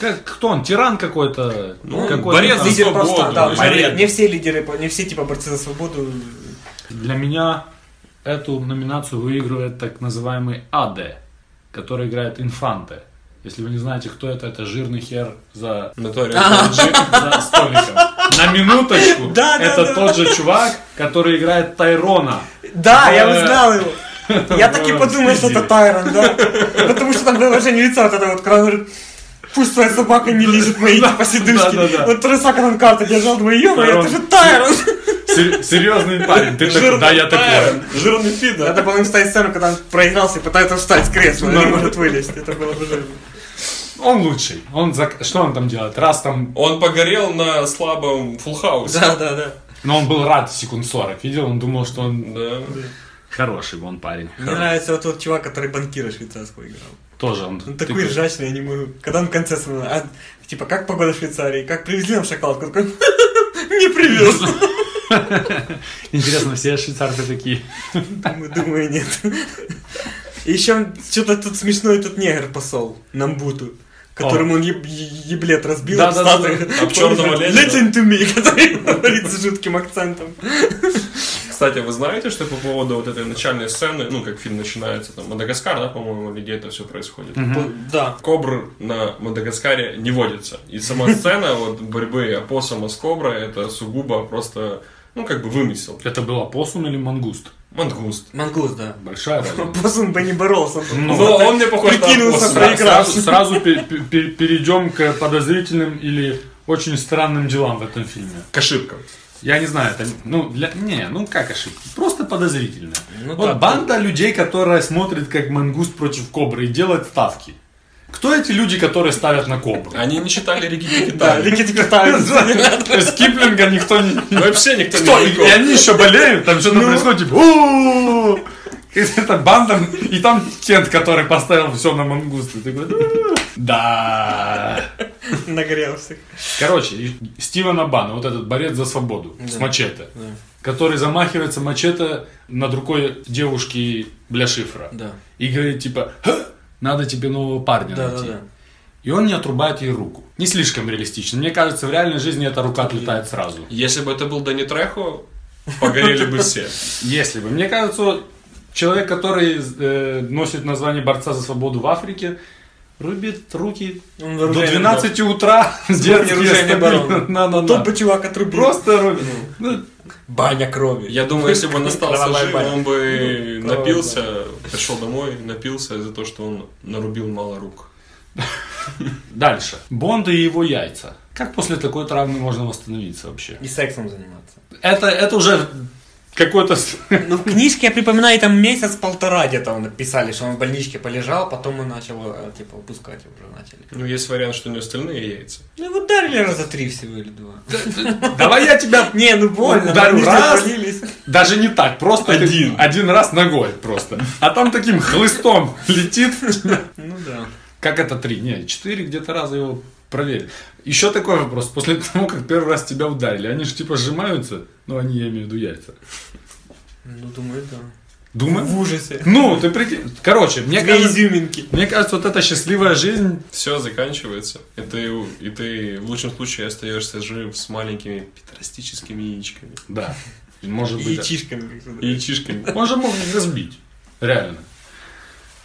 Speaker 4: Как- кто он? Тиран какой-то?
Speaker 7: Ну,
Speaker 4: Какой-то
Speaker 7: борец
Speaker 4: там.
Speaker 7: за
Speaker 6: Лидер
Speaker 7: свободу.
Speaker 6: просто, да.
Speaker 4: Борец.
Speaker 6: Не все лидеры, по- не все типа борцы за свободу.
Speaker 4: Для меня эту номинацию выигрывает так называемый Аде, который играет Инфанте. Если вы не знаете, кто это, это жирный хер за,
Speaker 7: Наториус
Speaker 4: за столиком. На минуточку.
Speaker 6: Да, да,
Speaker 4: это
Speaker 6: да.
Speaker 4: тот же чувак, который играет Тайрона.
Speaker 6: Да, я
Speaker 4: Э,
Speaker 6: узнал его. Я так и
Speaker 4: э,
Speaker 6: подумал, что это
Speaker 4: спиздили.
Speaker 6: Тайрон, да. Потому что там выражение лица вот это вот, когда он говорит, пусть твоя собака не лезет мои типа сидушки.
Speaker 4: Да-да-да.
Speaker 6: Вот то же самое, когда он карту держал, думаю, ё это
Speaker 4: Тайрон.
Speaker 6: же Тайрон.
Speaker 4: Сер- серьезный парень. Ты такой, да, я такой.
Speaker 7: Жирный фида.
Speaker 6: Надо, по-моему, вставить сцену, когда он проигрался и пытается встать с кресла, не может вылезть. Это было бы жирно.
Speaker 4: Он лучший. Он зак- Что он там делает? Раз там...
Speaker 7: Он погорел на слабом фулхаусе.
Speaker 6: Да, да, да.
Speaker 4: Но он был рад секунд 40. Видел? Он думал, что он
Speaker 7: Да.
Speaker 4: хороший он парень.
Speaker 6: Мне нравится вот тот чувак, который банкира швейцарского играл.
Speaker 4: Тоже он. типа
Speaker 6: Он
Speaker 4: ты-
Speaker 6: такой ржачный, я не могу. Когда он в конце сказал, а, типа, как погода в Швейцарии, как привезли нам шоколадку? Он такой, не привез.
Speaker 4: Интересно, все швейцарцы такие.
Speaker 6: Думаю, думаю, нет. И еще что-то тут смешной этот негр посол, Намбуту, которому он еб- еблет разбил.
Speaker 4: Да, да, да,
Speaker 6: статую.
Speaker 7: да. Об чёрного Ленина.
Speaker 6: Listen to me, который говорит с жутким акцентом.
Speaker 7: Кстати, вы знаете, что по поводу вот этой начальной сцены, ну, как фильм начинается, там, Мадагаскар, да, по-моему, или где это все происходит?
Speaker 6: Да.
Speaker 7: Кобр на Мадагаскаре не водится. И сама сцена вот борьбы опоссума с коброй, это сугубо просто, ну, как бы вымысел.
Speaker 4: Это был опоссум или мангуст?
Speaker 7: Мангуст.
Speaker 6: Мангус, да.
Speaker 4: Большая разница.
Speaker 6: Посум бы не боролся. он
Speaker 7: Но
Speaker 6: просто
Speaker 7: Ну, он мне похож на
Speaker 6: прикинулся,
Speaker 7: опоссума.
Speaker 6: проиграл.
Speaker 4: Сразу, сразу пе- пе- пе- перейдем к подозрительным или очень странным делам в этом фильме.
Speaker 7: К ошибкам.
Speaker 4: Я не знаю, это, ну, для, не, ну как ошибка, просто подозрительно.
Speaker 6: Ну
Speaker 4: вот
Speaker 6: да,
Speaker 4: банда людей, которая смотрит, как мангуст против кобры и делает ставки. Кто эти люди, которые ставят на кобру?
Speaker 7: Они не читали Рикки
Speaker 6: Да,
Speaker 7: Китая.
Speaker 6: Рикки Тайм.
Speaker 4: То есть Киплинга никто не...
Speaker 7: Вообще никто
Speaker 4: Кто?
Speaker 7: не
Speaker 4: И,
Speaker 7: знаком.
Speaker 4: они еще болеют, там
Speaker 6: Ну.
Speaker 4: что-то происходит, типа, «У-у-у». И это банда, и там Кент, который поставил все на мангусты. Такой, «Да». да.
Speaker 6: Нагрел всех.
Speaker 4: Короче, и Стивен Абан, вот этот борец за свободу с мачете, который замахивается мачете над рукой девушки для шифра.
Speaker 6: Да.
Speaker 4: И говорит, типа, «Ха, надо тебе нового парня
Speaker 6: Да, да,
Speaker 4: найти.
Speaker 6: да.
Speaker 4: И он не отрубает ей руку. Не слишком реалистично. Мне кажется, в реальной жизни эта рука отлетает сразу.
Speaker 7: Если бы это был Дани Трехо, погорели бы все.
Speaker 4: Если бы. Мне кажется, человек, который э, носит название борца за свободу в Африке, рубит руки
Speaker 6: Он
Speaker 4: до
Speaker 6: вооруженный
Speaker 4: 12 утра с детские
Speaker 6: вооруженный
Speaker 4: стабильно.
Speaker 6: барон.
Speaker 4: На-на-на.
Speaker 6: Тот бы чувак отрубил.
Speaker 4: Просто рубит. Ну,
Speaker 6: баня крови.
Speaker 7: Я думаю, если бы он остался
Speaker 6: Кровавая
Speaker 7: жив,
Speaker 6: баня. Ну,
Speaker 7: он бы
Speaker 6: кровавая
Speaker 7: напился, пришел домой, напился за то, что он нарубил мало рук.
Speaker 4: Дальше. Бонды и его яйца. Как после такой травмы можно восстановиться вообще?
Speaker 6: И сексом заниматься.
Speaker 4: Это, это уже какой-то... с-
Speaker 6: Ну, в книжке, я припоминаю, там месяц-полтора где-то написали, что он в больничке полежал, потом он начал, э, типа, выпускать уже начали.
Speaker 7: Ну, есть вариант, что у него остальные яйца.
Speaker 6: Ну, его ударили раза три всего или два.
Speaker 4: Давай я тебя...
Speaker 6: Не, ну больно,
Speaker 4: Ударил
Speaker 6: они же
Speaker 4: раз.
Speaker 6: отвалились.
Speaker 4: Даже не так, просто ты-
Speaker 7: Один.
Speaker 4: один раз ногой просто. А там таким хлыстом летит.
Speaker 6: Ну да.
Speaker 4: Как это три? Не, четыре где-то раза его проверили. Еще такой вопрос. После того, как первый раз тебя ударили, они же типа сжимаются, ну они, я имею в виду, яйца.
Speaker 6: Ну, думаю, да.
Speaker 4: Думаю.
Speaker 6: В ужасе.
Speaker 4: Ну, ты прикинь. Короче, мне
Speaker 6: Две
Speaker 4: кажется,
Speaker 6: изюминки.
Speaker 4: мне кажется, вот эта счастливая жизнь
Speaker 7: Все заканчивается, и ты, и ты в лучшем случае остаешься жив с маленькими петрастическими яичками.
Speaker 4: Да. Может
Speaker 6: И
Speaker 4: быть.
Speaker 6: чишками. как-то, да.
Speaker 7: Яичишками.
Speaker 4: Он же мог их разбить. Реально.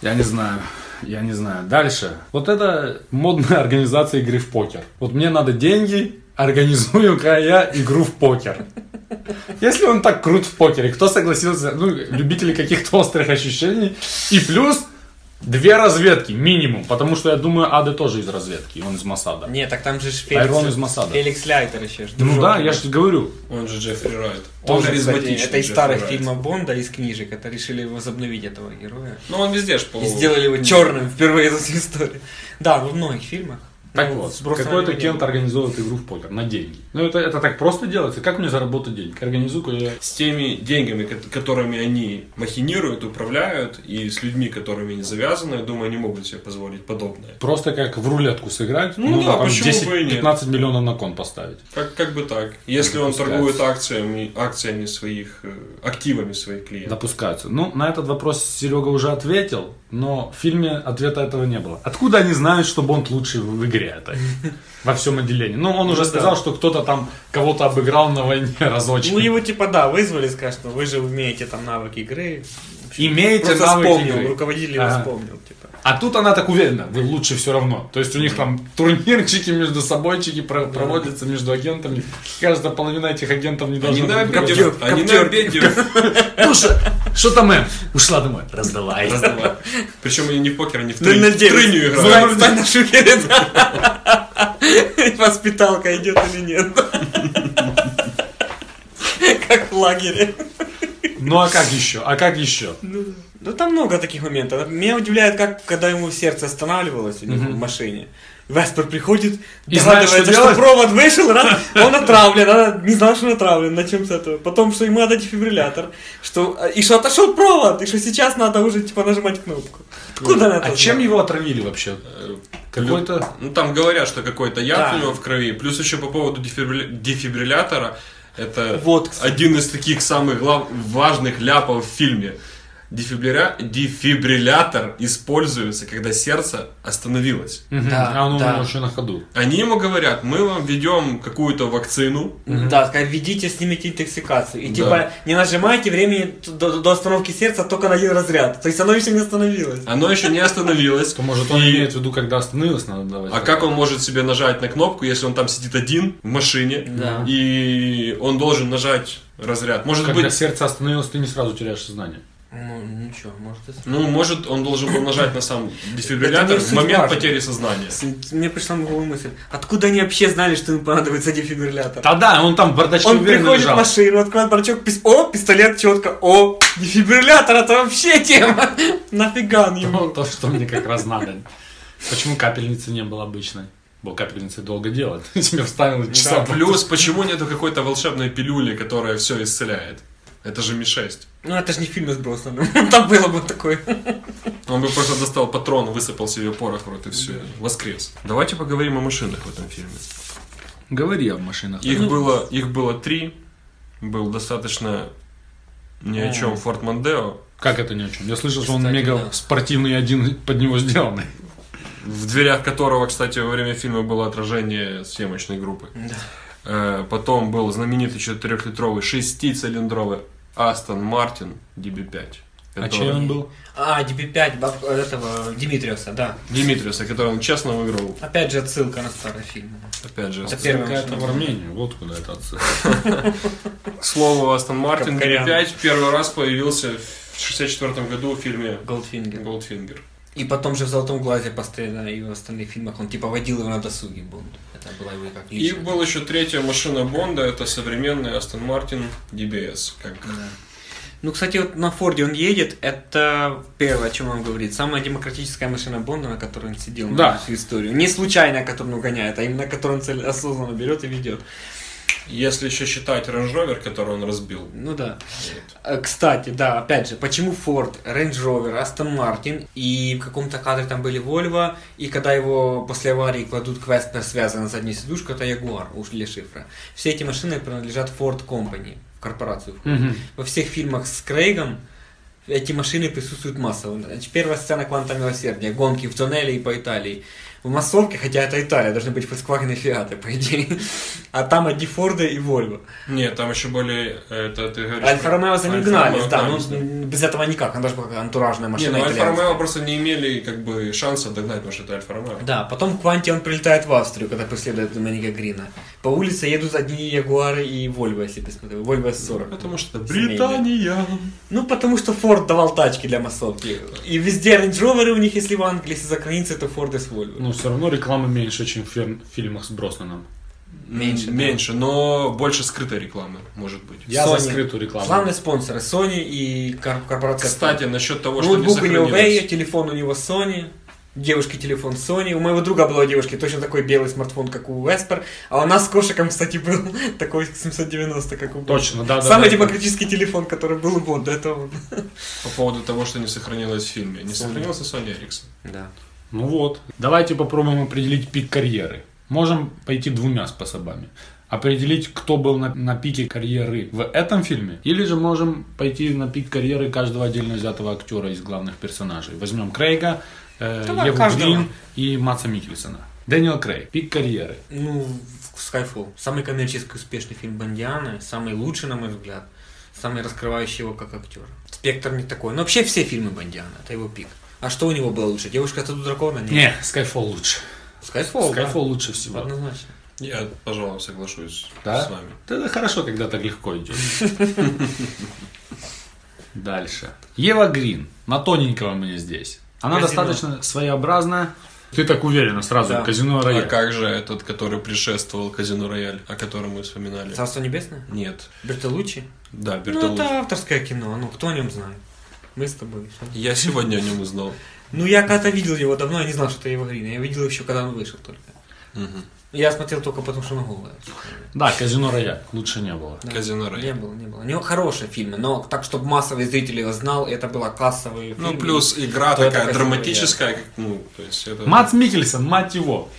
Speaker 4: Я не знаю. Я не знаю. Дальше. Вот это модная организация игры в покер. Вот мне надо деньги, организую-ка я игру в покер. Если он так крут в покере, кто согласился? Ну, любители каких-то острых ощущений. И плюс две разведки минимум, потому что я думаю, Ады тоже из разведки, он из Масада.
Speaker 6: Не, так там же ж
Speaker 4: Тайрон из Масада.
Speaker 6: Феликс Лайтер еще. ж,
Speaker 4: Ну
Speaker 6: дружок
Speaker 4: да,
Speaker 6: наш.
Speaker 4: я же говорю.
Speaker 7: Он же Джеффри Райт. Он,
Speaker 6: Тоже, кстати,
Speaker 7: харизматичный
Speaker 6: Это из
Speaker 7: Джеффри
Speaker 6: старых
Speaker 7: Райт.
Speaker 6: фильмов Бонда, из книжек. Это решили возобновить этого героя.
Speaker 7: Ну, он везде ж, по
Speaker 6: И сделали его черным впервые за всю историю. Да, во многих фильмах.
Speaker 4: Так
Speaker 6: Ну,
Speaker 4: вот,
Speaker 6: сброса
Speaker 4: какой-то
Speaker 6: на него не
Speaker 4: кент
Speaker 6: было.
Speaker 4: организовывает игру в покер на деньги. Ну это, это так просто делается. Как мне заработать денег? Организую я.
Speaker 7: с теми деньгами, ко- которыми они махинируют, управляют, и с людьми, которыми они завязаны, я думаю, они могут себе позволить подобное.
Speaker 4: Просто как в рулетку сыграть,
Speaker 7: Ну да,
Speaker 4: там
Speaker 7: почему бы и нет.
Speaker 4: 10-15 миллионов на кон поставить.
Speaker 7: Как, как бы так. Если он
Speaker 4: Допускается.
Speaker 7: торгует акциями, акциями своих, э, активами своих клиентов.
Speaker 4: Допускаются. Ну, на этот вопрос Серега уже ответил, но в фильме ответа этого не было. Откуда они знают, что Бонд лучший в в игре этой? Во всем отделении. Ну, он уже сказал, что кто-то там кого-то обыграл на войне разочек.
Speaker 6: Ну его типа да, вызвали, скажут, что вы же умеете там навыки игры.
Speaker 4: Имеете
Speaker 6: Просто
Speaker 4: навыки
Speaker 6: вспомнил,
Speaker 4: игры.
Speaker 6: руководитель его
Speaker 4: Ага.
Speaker 6: вспомнил, типа.
Speaker 4: А тут она так уверена, вы лучше все равно. То есть у них там турнирчики между собойчики про- проводятся между агентами. Кажется, половина этих агентов не
Speaker 7: Они
Speaker 4: должна
Speaker 7: на
Speaker 4: быть.
Speaker 7: обеде,
Speaker 4: друг
Speaker 7: они на обеде
Speaker 4: друга. Туша, что там, эм? Ушла домой. Раздалай.
Speaker 7: раздавали. Причем они не в покер, они в,
Speaker 6: Ноль
Speaker 7: трынь-
Speaker 6: на
Speaker 7: в
Speaker 6: девять.
Speaker 7: трыню
Speaker 6: Встань-
Speaker 7: играют.
Speaker 6: встань на шухере, да. Воспиталка идет или нет. Как в лагере.
Speaker 4: Ну а как еще? А как еще?
Speaker 6: Ну там много таких моментов. Меня удивляет, как когда ему сердце останавливалось у него в машине. Веспер приходит,
Speaker 4: И знает, что
Speaker 6: догадывается, что,
Speaker 4: делать?
Speaker 6: провод вышел, раз, он отравлен, она не знал, что он отравлен, начнем с этого. Потом, что ему надо дефибриллятор, что, а, и что отошел провод, и что сейчас надо уже типа нажимать кнопку. Куда она это
Speaker 4: А чем
Speaker 6: знала?
Speaker 4: его отравили вообще? Какой-то...
Speaker 7: Ну, там говорят, что какой-то яд
Speaker 6: Да.
Speaker 7: у него в крови. Плюс еще по поводу дефибрилля- дефибриллятора. Это
Speaker 6: Вот, кстати.
Speaker 7: один из таких самых глав- важных ляпов в фильме. Дефибрилля- Дефибриллятор используется, когда сердце остановилось.
Speaker 4: Мгм.
Speaker 6: Да,
Speaker 4: а он
Speaker 6: да.
Speaker 4: еще на ходу.
Speaker 7: Они ему говорят, мы вам ведем какую-то вакцину.
Speaker 6: Да, сказать, введите, снимите интоксикацию. И
Speaker 7: Да.
Speaker 6: типа не нажимайте времени т- до, до остановки сердца только на один разряд. То есть оно еще не остановилось.
Speaker 7: Оно еще не остановилось.
Speaker 4: То, может, он
Speaker 7: И-
Speaker 4: имеет в виду, когда остановилось, надо давать.
Speaker 7: А как он может себе нажать на кнопку, если он там сидит один в машине,
Speaker 6: Да.
Speaker 7: и он должен нажать разряд? Может
Speaker 4: Когда
Speaker 7: быть,
Speaker 4: сердце остановилось, ты не сразу теряешь сознание.
Speaker 6: Ну, ничего, может и
Speaker 7: ну, может, он должен был нажать на сам
Speaker 6: Это
Speaker 7: дефибриллятор
Speaker 6: не
Speaker 7: в
Speaker 6: суть
Speaker 7: момент
Speaker 6: важно.
Speaker 7: потери сознания.
Speaker 6: с- Мне пришла в голову мысль, откуда они вообще знали, что им понадобится дефибриллятор?
Speaker 4: Да да, он там в бардачке
Speaker 6: Он
Speaker 4: уверенно
Speaker 6: приходит
Speaker 4: лежал.
Speaker 6: в машину, открывает бардачок, пис... о, пистолет четко, о, дефибриллятор, это вообще тема, нафига он
Speaker 4: Ну,
Speaker 6: ему?
Speaker 4: то, что мне как раз надо. Почему капельницы не было обычной? Бо капельницы долго делают. Тебе вставил часа пол-
Speaker 7: А Плюс, почему нету какой-то волшебной пилюли, которая все исцеляет? Это же Ми-6.
Speaker 6: Ну это же не фильм с Броснаном, там было бы такое.
Speaker 7: Он бы просто достал патрон, высыпал себе порох в рот и все. Воскрес. Давайте поговорим о машинах в этом фильме.
Speaker 4: Говори о машинах.
Speaker 7: Их было, их было три. Был достаточно ни о чем Форт Мондео.
Speaker 4: Как это ни о чем? Я слышал, что он
Speaker 6: Кстати,
Speaker 4: мега
Speaker 6: да.
Speaker 4: спортивный один под него сделанный.
Speaker 7: В дверях которого, кстати, во время фильма было отражение съемочной группы. Э, Потом был знаменитый 4-литровый шестицилиндровый Астон Мартин DB5.
Speaker 4: А
Speaker 7: который-
Speaker 4: чей он был?
Speaker 6: А, DB5 баб- этого Димитриуса, да.
Speaker 7: Димитриуса, который он честно выиграл.
Speaker 6: Опять же отсылка на старый фильм.
Speaker 7: Опять же,
Speaker 6: Это первый.
Speaker 4: Какая-то в Армении. Вот куда это отсылка.
Speaker 7: к слову, Астон Мартин
Speaker 6: Капкарян.
Speaker 7: DB5 первый раз появился в 64 году в фильме
Speaker 6: Голдфингер.
Speaker 7: Голдфингер.
Speaker 6: И потом же в «Золотом глазе» постоянно и в остальных фильмах он типа водил его на досуге был. Это была его как
Speaker 7: И
Speaker 6: личная.
Speaker 7: была еще третья машина Бонда, это современный Астон Мартин DBS. Как...
Speaker 6: Ну, кстати, вот на Форде он едет, это первое, о чем он говорит. Самая демократическая машина Бонда, на которой он сидел на
Speaker 4: Да.
Speaker 6: всю историю. Не случайно, которую он гоняет, а именно которую он цель- осознанно берет и ведет.
Speaker 7: Если еще считать Range Rover, который он разбил.
Speaker 6: Ну да. Э, Кстати, да, опять же, почему Ford, Range Rover, Aston Martin и в каком-то кадре там были Volvo, и когда его после аварии кладут к Веспер связанной задней сидушку, это Jaguar, уж для шифра. Все эти машины принадлежат Ford Company, в корпорацию. входит. Во всех фильмах с Крейгом эти машины присутствуют массово. Значит, Первая сцена «Кванта милосердия», гонки в тоннеле и по Италии. в массовке, хотя это Италия, должны быть Volkswagen и Фиаты, по идее. А там одни Форды и Вольво.
Speaker 7: Нет, там еще более... Это ты говоришь...
Speaker 6: Альфа
Speaker 7: про-
Speaker 6: Ромео замигнались,
Speaker 7: Альфа-Ромео,
Speaker 6: да, ну без этого никак, она даже была как антуражная
Speaker 7: Не, ну
Speaker 6: машина
Speaker 7: Альфа
Speaker 6: итальянская.
Speaker 7: Ромео просто не имели как бы шанса догнать, потому что это Альфа Ромео.
Speaker 6: Да, потом Кванти он прилетает в Австрию, когда преследует Доминика Грина. По улице едут одни Ягуары и Вольво, если посмотрю. Вольво С40.
Speaker 7: Потому что это
Speaker 6: Семейный.
Speaker 7: Британия.
Speaker 6: Ну, потому что Форд давал тачки для массовки. И везде Range Rover у них, если в Англии, если за границей, то Форды с Вольво.
Speaker 4: Но все Ну, равно рекламы меньше, чем в фер- фильмах с Броснаном.
Speaker 6: Меньше, да.
Speaker 7: Меньше, но больше скрытой рекламы, может быть.
Speaker 4: Я
Speaker 6: Sony.
Speaker 4: за скрытую рекламу.
Speaker 6: Главные спонсоры Sony и кор- корпорация.
Speaker 7: Кстати, насчет того, что не
Speaker 6: ноутбук у него Way,
Speaker 7: сохранилось.
Speaker 6: телефон у него Sony, девушки телефон Sony. У моего друга была у девушки точно такой белый смартфон, как у Веспер, а у нас с кошиком, кстати, был такой 790, как у Бонда.
Speaker 4: Точно, да, да.
Speaker 6: Самый
Speaker 4: да.
Speaker 6: демократический телефон, который был у Бонда, это он.
Speaker 7: По поводу того, что не сохранилось в фильме. Не сохранился Sony Ericsson.
Speaker 6: Да.
Speaker 4: Ну вот. Давайте попробуем определить пик карьеры. Можем пойти двумя способами. Определить, кто был на, на пике карьеры в этом фильме. Или же можем пойти на пик карьеры каждого отдельно взятого актера из главных персонажей. Возьмем Крейга, э,
Speaker 6: Давай
Speaker 4: Еву
Speaker 6: каждого.
Speaker 4: Грин и Матса Микельсона. Дэниел Крейг. Пик карьеры.
Speaker 6: Ну, в- Skyfall. Самый коммерчески успешный фильм Бондианы, самый лучший, на мой взгляд, самый раскрывающий его как актера. Спектр не такой. Но вообще все фильмы Бондиана, это его пик. А что у него было лучше? Девушка от дракона? Нет.
Speaker 4: Не, Skyfall лучше.
Speaker 6: Skyfall, да.
Speaker 4: Skyfall лучше всего.
Speaker 6: Однозначно.
Speaker 7: Я, пожалуй, соглашусь
Speaker 4: Да?
Speaker 7: с вами.
Speaker 4: Это хорошо, когда так легко идет. Дальше. Ева Грин. На тоненького мне здесь. Она
Speaker 6: Казино.
Speaker 4: достаточно своеобразна. Ты так уверена сразу.
Speaker 6: Да.
Speaker 4: Казино
Speaker 7: А
Speaker 4: Рояль.
Speaker 7: как же этот, который предшествовал Казино Рояль, о котором мы вспоминали?
Speaker 6: Царство небесное?
Speaker 7: Нет.
Speaker 6: Бертолуччи?
Speaker 7: Да,
Speaker 6: Ну,
Speaker 7: Бертолуччи.
Speaker 6: это авторское кино. Ну, кто о нем знает? Мы с тобой. всё.
Speaker 7: Я сегодня о нем узнал.
Speaker 6: Ну, я когда-то видел его давно, я не знал, что это его Грин. Я видел еще, когда он вышел только.
Speaker 7: Мгм.
Speaker 6: Я смотрел только потому, что он голая.
Speaker 4: Да, Казино Рояль. Лучше не было.
Speaker 6: Да.
Speaker 7: Казино Рояль.
Speaker 6: Не было, не было. У него хорошие фильмы, но так, чтобы массовый зритель его знал, это было кассовые фильмы.
Speaker 7: Ну, плюс игра
Speaker 6: Кто это
Speaker 7: такая
Speaker 6: Казино
Speaker 7: драматическая, как, ну, то есть это...
Speaker 4: Мац Микельсон, мать его.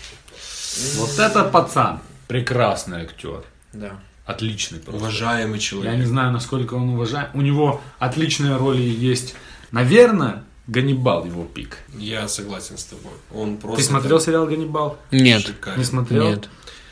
Speaker 4: Вот это пацан. Прекрасный актер.
Speaker 6: Да.
Speaker 4: Отличный просто.
Speaker 7: Уважаемый
Speaker 4: Я
Speaker 7: человек.
Speaker 4: не знаю, насколько он уважаем. У него отличные роли есть. Наверное, Ганнибал его пик.
Speaker 7: Я согласен с тобой. Он просто...
Speaker 4: Ты смотрел сериал Ганнибал?
Speaker 6: Нет,
Speaker 7: Шикарен.
Speaker 4: Не смотрел?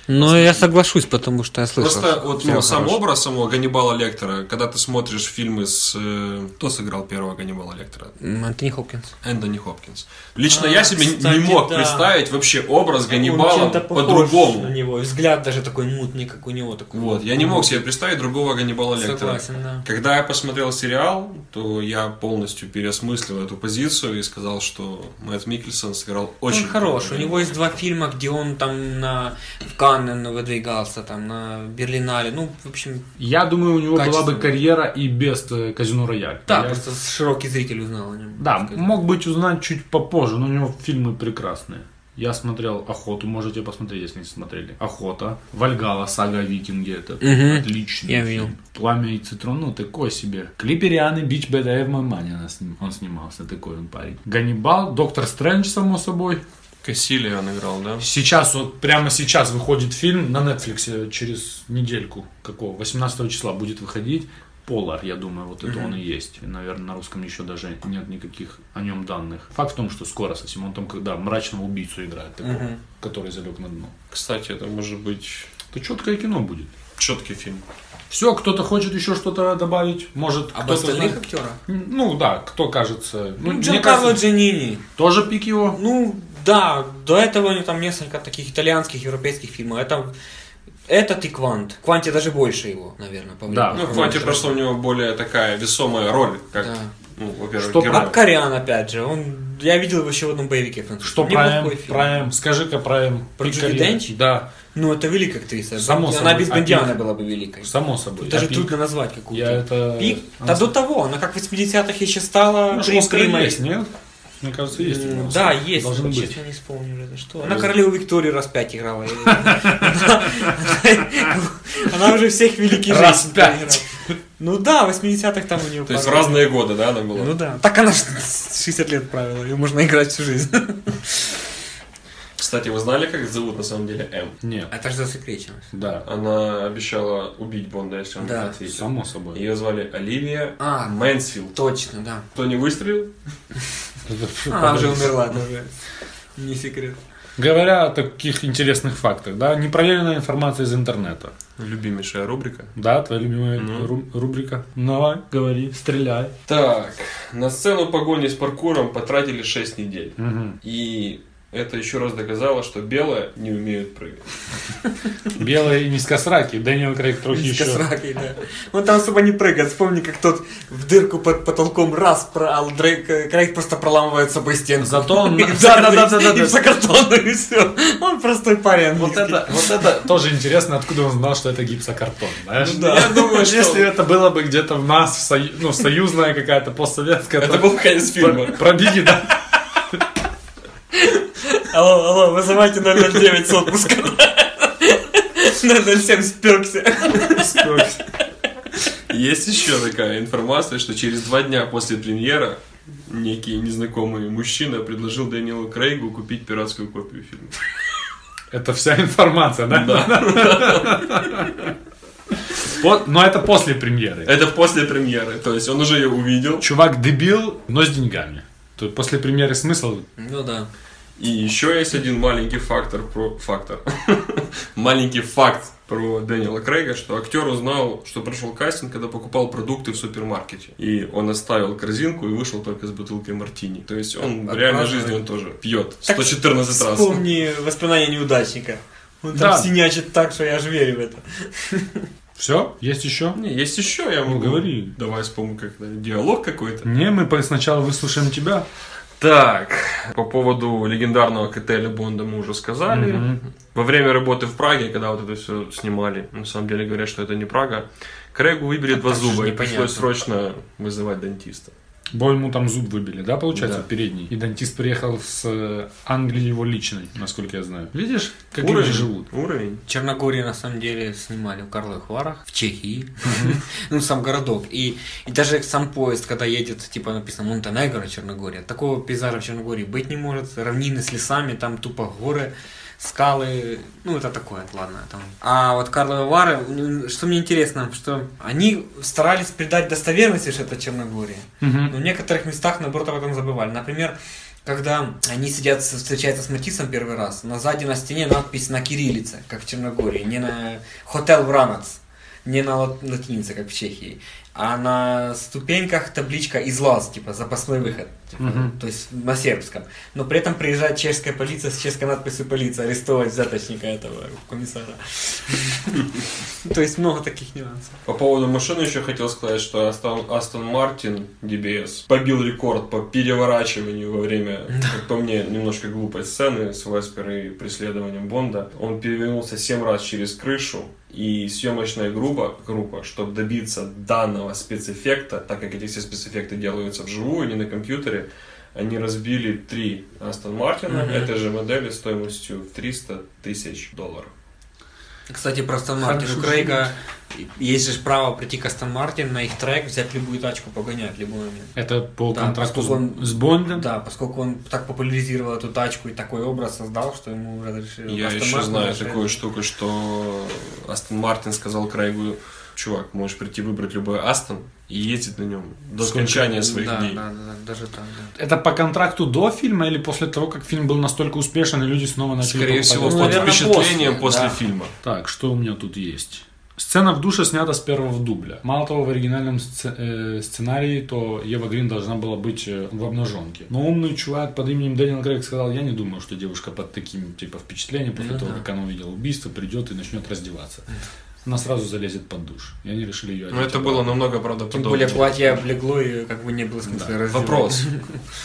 Speaker 6: Но я соглашусь, потому что я слышал.
Speaker 7: Просто вот ну,
Speaker 6: Сериал
Speaker 7: сам
Speaker 6: хороший.
Speaker 7: образ самого Ганнибала Лектора, когда ты смотришь фильмы с... э, кто сыграл первого Ганнибала Лектора?
Speaker 6: М, Антони Хопкинс.
Speaker 7: Энтони Хопкинс. Лично
Speaker 6: А,
Speaker 7: я себе не-
Speaker 6: кстати,
Speaker 7: не мог
Speaker 6: да.
Speaker 7: представить вообще образ
Speaker 6: Он
Speaker 7: Ганнибала
Speaker 6: чем-то похож
Speaker 7: по-другому.
Speaker 6: На него. И Взгляд даже такой мутный, как у него такой.
Speaker 7: Вот, я не мог себе представить другого Ганнибала Лектора.
Speaker 6: Согласен, да.
Speaker 7: Когда я посмотрел сериал, то я полностью переосмыслил эту позицию и сказал, что Мэтт Микельсон сыграл очень
Speaker 6: он хорош.
Speaker 7: круто.
Speaker 6: У него есть два фильма, где он там на в Каннен выдвигался, там на Берлинале. Ну, в общем,
Speaker 4: Я думаю, у него была бы
Speaker 6: Качественно.
Speaker 4: карьера и без э, казино Рояль.
Speaker 6: да,
Speaker 4: Я-
Speaker 6: просто широкий зритель узнал о нем.
Speaker 4: Да,
Speaker 6: Сказать.
Speaker 4: мог быть узнать чуть попозже, но у него фильмы прекрасные. Я смотрел «Охоту», можете посмотреть, если не смотрели. «Охота», «Вальгала», «Сага о Викинге» — это
Speaker 6: Мгм.
Speaker 4: отличный
Speaker 6: Я
Speaker 4: фильм.
Speaker 6: видел.
Speaker 4: «Пламя и цитрон», ну такой себе. Клиперианы, «Бич Бэдэ в Мамане» она сним- он снимался, такой он парень. «Ганнибал», «Доктор Стрэндж», само собой.
Speaker 7: Кассили он играл, да?
Speaker 4: Сейчас, вот прямо сейчас выходит фильм на Netflix э, через недельку, какого, 18 числа будет выходить. Полар, я думаю, вот это он и есть. Наверное, на русском еще даже нет никаких о нем данных. Факт в том, что скоро совсем он там, когда мрачного убийцу играет, такого,
Speaker 6: Мгм.
Speaker 4: который залег на дно.
Speaker 7: Кстати, это может быть
Speaker 4: Это четкое кино будет.
Speaker 7: четкий фильм.
Speaker 4: Все, кто-то хочет еще что-то добавить, может
Speaker 6: Об
Speaker 4: кто-то...
Speaker 6: остальных
Speaker 4: знает.
Speaker 6: актерах?
Speaker 4: Ну да, кто кажется... Ну,
Speaker 6: Ну,
Speaker 4: мне
Speaker 6: Джанкарло
Speaker 4: кажется,
Speaker 6: Джанини.
Speaker 4: тоже пик его.
Speaker 6: Ну, да, до этого у него там несколько таких итальянских, европейских фильмов. Это, этот и Квант. Кванте даже больше его, наверное, по
Speaker 4: Да.
Speaker 7: Ну,
Speaker 6: времени.
Speaker 7: в «Кванте» просто у него более такая весомая роль, как,
Speaker 6: Да.
Speaker 7: ну, во-первых,
Speaker 4: Что
Speaker 7: герой.
Speaker 6: А Кориан, опять же, он... Я видел его еще в одном боевике французском.
Speaker 4: Что
Speaker 6: Неплохой
Speaker 4: про М?
Speaker 6: фильм.
Speaker 4: Про М. Скажи-ка про М.
Speaker 6: Про
Speaker 4: Пик
Speaker 6: Джуди
Speaker 4: карьеры.
Speaker 6: Денч?
Speaker 4: Да,
Speaker 6: Ну, это великая актриса.
Speaker 4: Само
Speaker 6: Она
Speaker 4: собой.
Speaker 6: без
Speaker 4: А
Speaker 6: Бондиана
Speaker 4: пик?
Speaker 6: была бы великой.
Speaker 4: само собой.
Speaker 6: Даже
Speaker 4: А пик?
Speaker 6: трудно назвать какую-то.
Speaker 4: Я это...
Speaker 6: Пик? Да до того, она как в 80-х еще стала...
Speaker 4: Ну, что,
Speaker 6: при-
Speaker 4: Оскар
Speaker 6: примой.
Speaker 4: есть, нет? Мне кажется, Э, есть. у
Speaker 7: Типа,
Speaker 6: М,
Speaker 4: нас.
Speaker 6: Э, Да, есть.
Speaker 4: Должен
Speaker 6: вот
Speaker 4: быть.
Speaker 6: Честно, не вспомню уже за что. Она королеву Викторию раз пять играла. я не знаю. Она уже всех великих
Speaker 4: Раз
Speaker 6: женщин
Speaker 4: пять.
Speaker 6: играла. Ну да, в 80-х там у нее
Speaker 7: То есть в разные годы, да, она была?
Speaker 6: Ну да. Так она ж 60 лет правила, ее можно играть всю жизнь.
Speaker 7: Кстати, вы знали, как зовут на самом деле М?
Speaker 4: Нет.
Speaker 6: Это же засекречено.
Speaker 4: Да.
Speaker 7: Она обещала убить Бонда, если он
Speaker 6: Да.
Speaker 7: не ответит.
Speaker 4: Само собой.
Speaker 7: Ее звали Оливия
Speaker 6: А.
Speaker 7: Мэнсфилд.
Speaker 6: Точно, да.
Speaker 7: Кто не выстрелил?
Speaker 4: Это-
Speaker 7: Ну,
Speaker 6: Она уже умерла, это уже не секрет.
Speaker 4: Говоря о таких интересных фактах, да, непроверенная информация из интернета.
Speaker 5: Любимейшая рубрика.
Speaker 4: Да, твоя любимая ру- рубрика. Давай, говори, стреляй.
Speaker 7: Так, на сцену погони с паркуром потратили 6 недель.
Speaker 4: Мгм.
Speaker 7: И это еще раз доказало, что белые не умеют прыгать.
Speaker 4: Белые и низкосраки. Дэниел Крейг трохи еще.
Speaker 6: Низкосракий, да. Он там особо не прыгает. Вспомни, как тот в дырку под потолком раз проал, Дрейк, э, Крейг просто проламывает собой стену.
Speaker 4: Зато он-
Speaker 6: И в закрытый, и в закартонную, и все. Он простой парень
Speaker 4: Вот
Speaker 6: английский.
Speaker 4: это, вот это тоже интересно, откуда он знал, что это гипсокартон. Знаешь?
Speaker 6: Ну да.
Speaker 4: Я думаю, что если это было бы где-то в нас, в сою- ну, союзная какая-то постсоветская...
Speaker 7: Это
Speaker 4: то-
Speaker 7: был конец фильма.
Speaker 4: про- Пробеги, да?
Speaker 6: Алло, алло, вызывайте 009 с отпуска. 007 спекся.
Speaker 7: Есть еще такая информация, что через два дня после премьера некий незнакомый мужчина предложил Дэниелу Крейгу купить пиратскую копию фильма.
Speaker 4: Это вся информация, да? Вот, Но это после премьеры.
Speaker 7: Это после премьеры, то есть он уже ее увидел.
Speaker 4: Чувак дебил, но с деньгами. То есть после премьеры смысл?
Speaker 6: Ну да.
Speaker 7: И еще есть один маленький фактор про... Фактор. маленький факт про Дэниела Крейга, что актер узнал, что прошел кастинг, когда покупал продукты в супермаркете. И он оставил корзинку и вышел только с бутылкой мартини. То есть он в реальной жизни он тоже пьет 114 раз.
Speaker 6: Вспомни воспоминания неудачника. Он
Speaker 4: Да.
Speaker 6: там синячит так, что я аж верю в это.
Speaker 4: Все? Есть еще?
Speaker 7: Не, есть еще, я
Speaker 4: Ну,
Speaker 7: могу.
Speaker 4: говори.
Speaker 7: Давай вспомним как это, диалог какой-то.
Speaker 4: Не, мы по- сначала выслушаем тебя.
Speaker 5: Так, по поводу легендарного коктейля Бонда мы уже сказали. Во время работы в Праге, когда вот это все снимали, на самом деле говорят, что это не Прага, Крейгу
Speaker 4: А
Speaker 5: выбили два
Speaker 6: так же
Speaker 5: зуба, и
Speaker 6: непонятно.
Speaker 5: пришлось срочно вызывать дантиста.
Speaker 4: Бо ему там зуб выбили, да, получается,
Speaker 5: Да.
Speaker 4: передний. И дантист приехал с э, Англии его личной, насколько я знаю. Видишь, как люди живут.
Speaker 5: Уровень.
Speaker 6: Черногории на самом деле снимали в Карловых Варах, в Чехии, ну сам городок. И, и даже сам поезд, когда едет, типа написано Монтенегро, Черногория, такого пейзажа в Черногории быть не может, равнины с лесами, там тупо горы, скалы, ну это такое, ладно. Там. А вот Карловы Вары, ну, что мне интересно, что они старались придать достоверности, что это Черногория. Но Ну, в некоторых местах, наоборот, об этом забывали. Например, когда они сидят, с- встречаются с Матисом первый раз, на сзади на стене надпись на кириллице, как в Черногории, не на «Хотел Вранац», не на лат- латинице, как в Чехии, а на ступеньках табличка «Излаз», типа «Запасной выход», типа, то есть на сербском. Но при этом приезжает чешская полиция с чешской надписью «Полиция», арестовывать взяточника этого комиссара. То есть много таких нюансов.
Speaker 7: По поводу машины еще хотел сказать, что Астон, Астон Мартин DBS побил рекорд по переворачиванию во время, как по мне, немножко глупой сцены с Веспер и преследованием Бонда. Он перевернулся 7 раз через крышу, и съемочная группа, группа, чтобы добиться данного спецэффекта, так как эти все спецэффекты делаются вживую, не на компьютере, они разбили три Астон Мартина
Speaker 6: Мгм.
Speaker 7: этой же модели стоимостью в 300 тысяч долларов.
Speaker 6: Кстати, про Астон Мартин.
Speaker 4: Хорошо
Speaker 6: У Крейга есть же право прийти к Астон Мартин на их трек, взять любую тачку, погонять в любой момент.
Speaker 4: Это по
Speaker 6: Да,
Speaker 4: контракту с,
Speaker 6: поскольку он-
Speaker 4: с Бондом.
Speaker 6: Да, поскольку он так популяризировал эту тачку и такой образ создал, что ему разрешили.
Speaker 7: Я
Speaker 6: Э, Астон
Speaker 7: еще
Speaker 6: Мартин
Speaker 7: знаю
Speaker 6: разрешили.
Speaker 7: такую штуку, что Астон Мартин сказал Крейгу, чувак, можешь прийти выбрать любой Астон и ездить на нем до
Speaker 4: Сколько-
Speaker 7: скончания своих
Speaker 6: да,
Speaker 7: дней.
Speaker 6: Да, да, да, даже так, да.
Speaker 4: Это по контракту до фильма или после того, как фильм был настолько успешен, и люди снова начали
Speaker 7: Скорее
Speaker 4: покупать
Speaker 7: всего,
Speaker 4: этот
Speaker 7: под
Speaker 6: Ну, наверное,
Speaker 7: впечатлением
Speaker 6: после,
Speaker 7: после,
Speaker 6: да.
Speaker 7: фильма.
Speaker 4: Так, что у меня тут есть? Сцена в душе снята с первого дубля. Мало того, в оригинальном сце- э, сценарии, то Ева Грин должна была быть э, в обнаженке. Но умный чувак под именем Дэниел Крейг сказал, я не думаю, что девушка под таким типа впечатлением, после
Speaker 6: Ну
Speaker 4: того,
Speaker 6: да.
Speaker 4: как она увидела убийство, придет и начнет раздеваться. Она сразу залезет под душ. И они решили ее
Speaker 6: Ну,
Speaker 5: Но это было намного правдоподобнее.
Speaker 6: Тем более платье облегло и как бы не было смысла раздевать.
Speaker 5: Вопрос.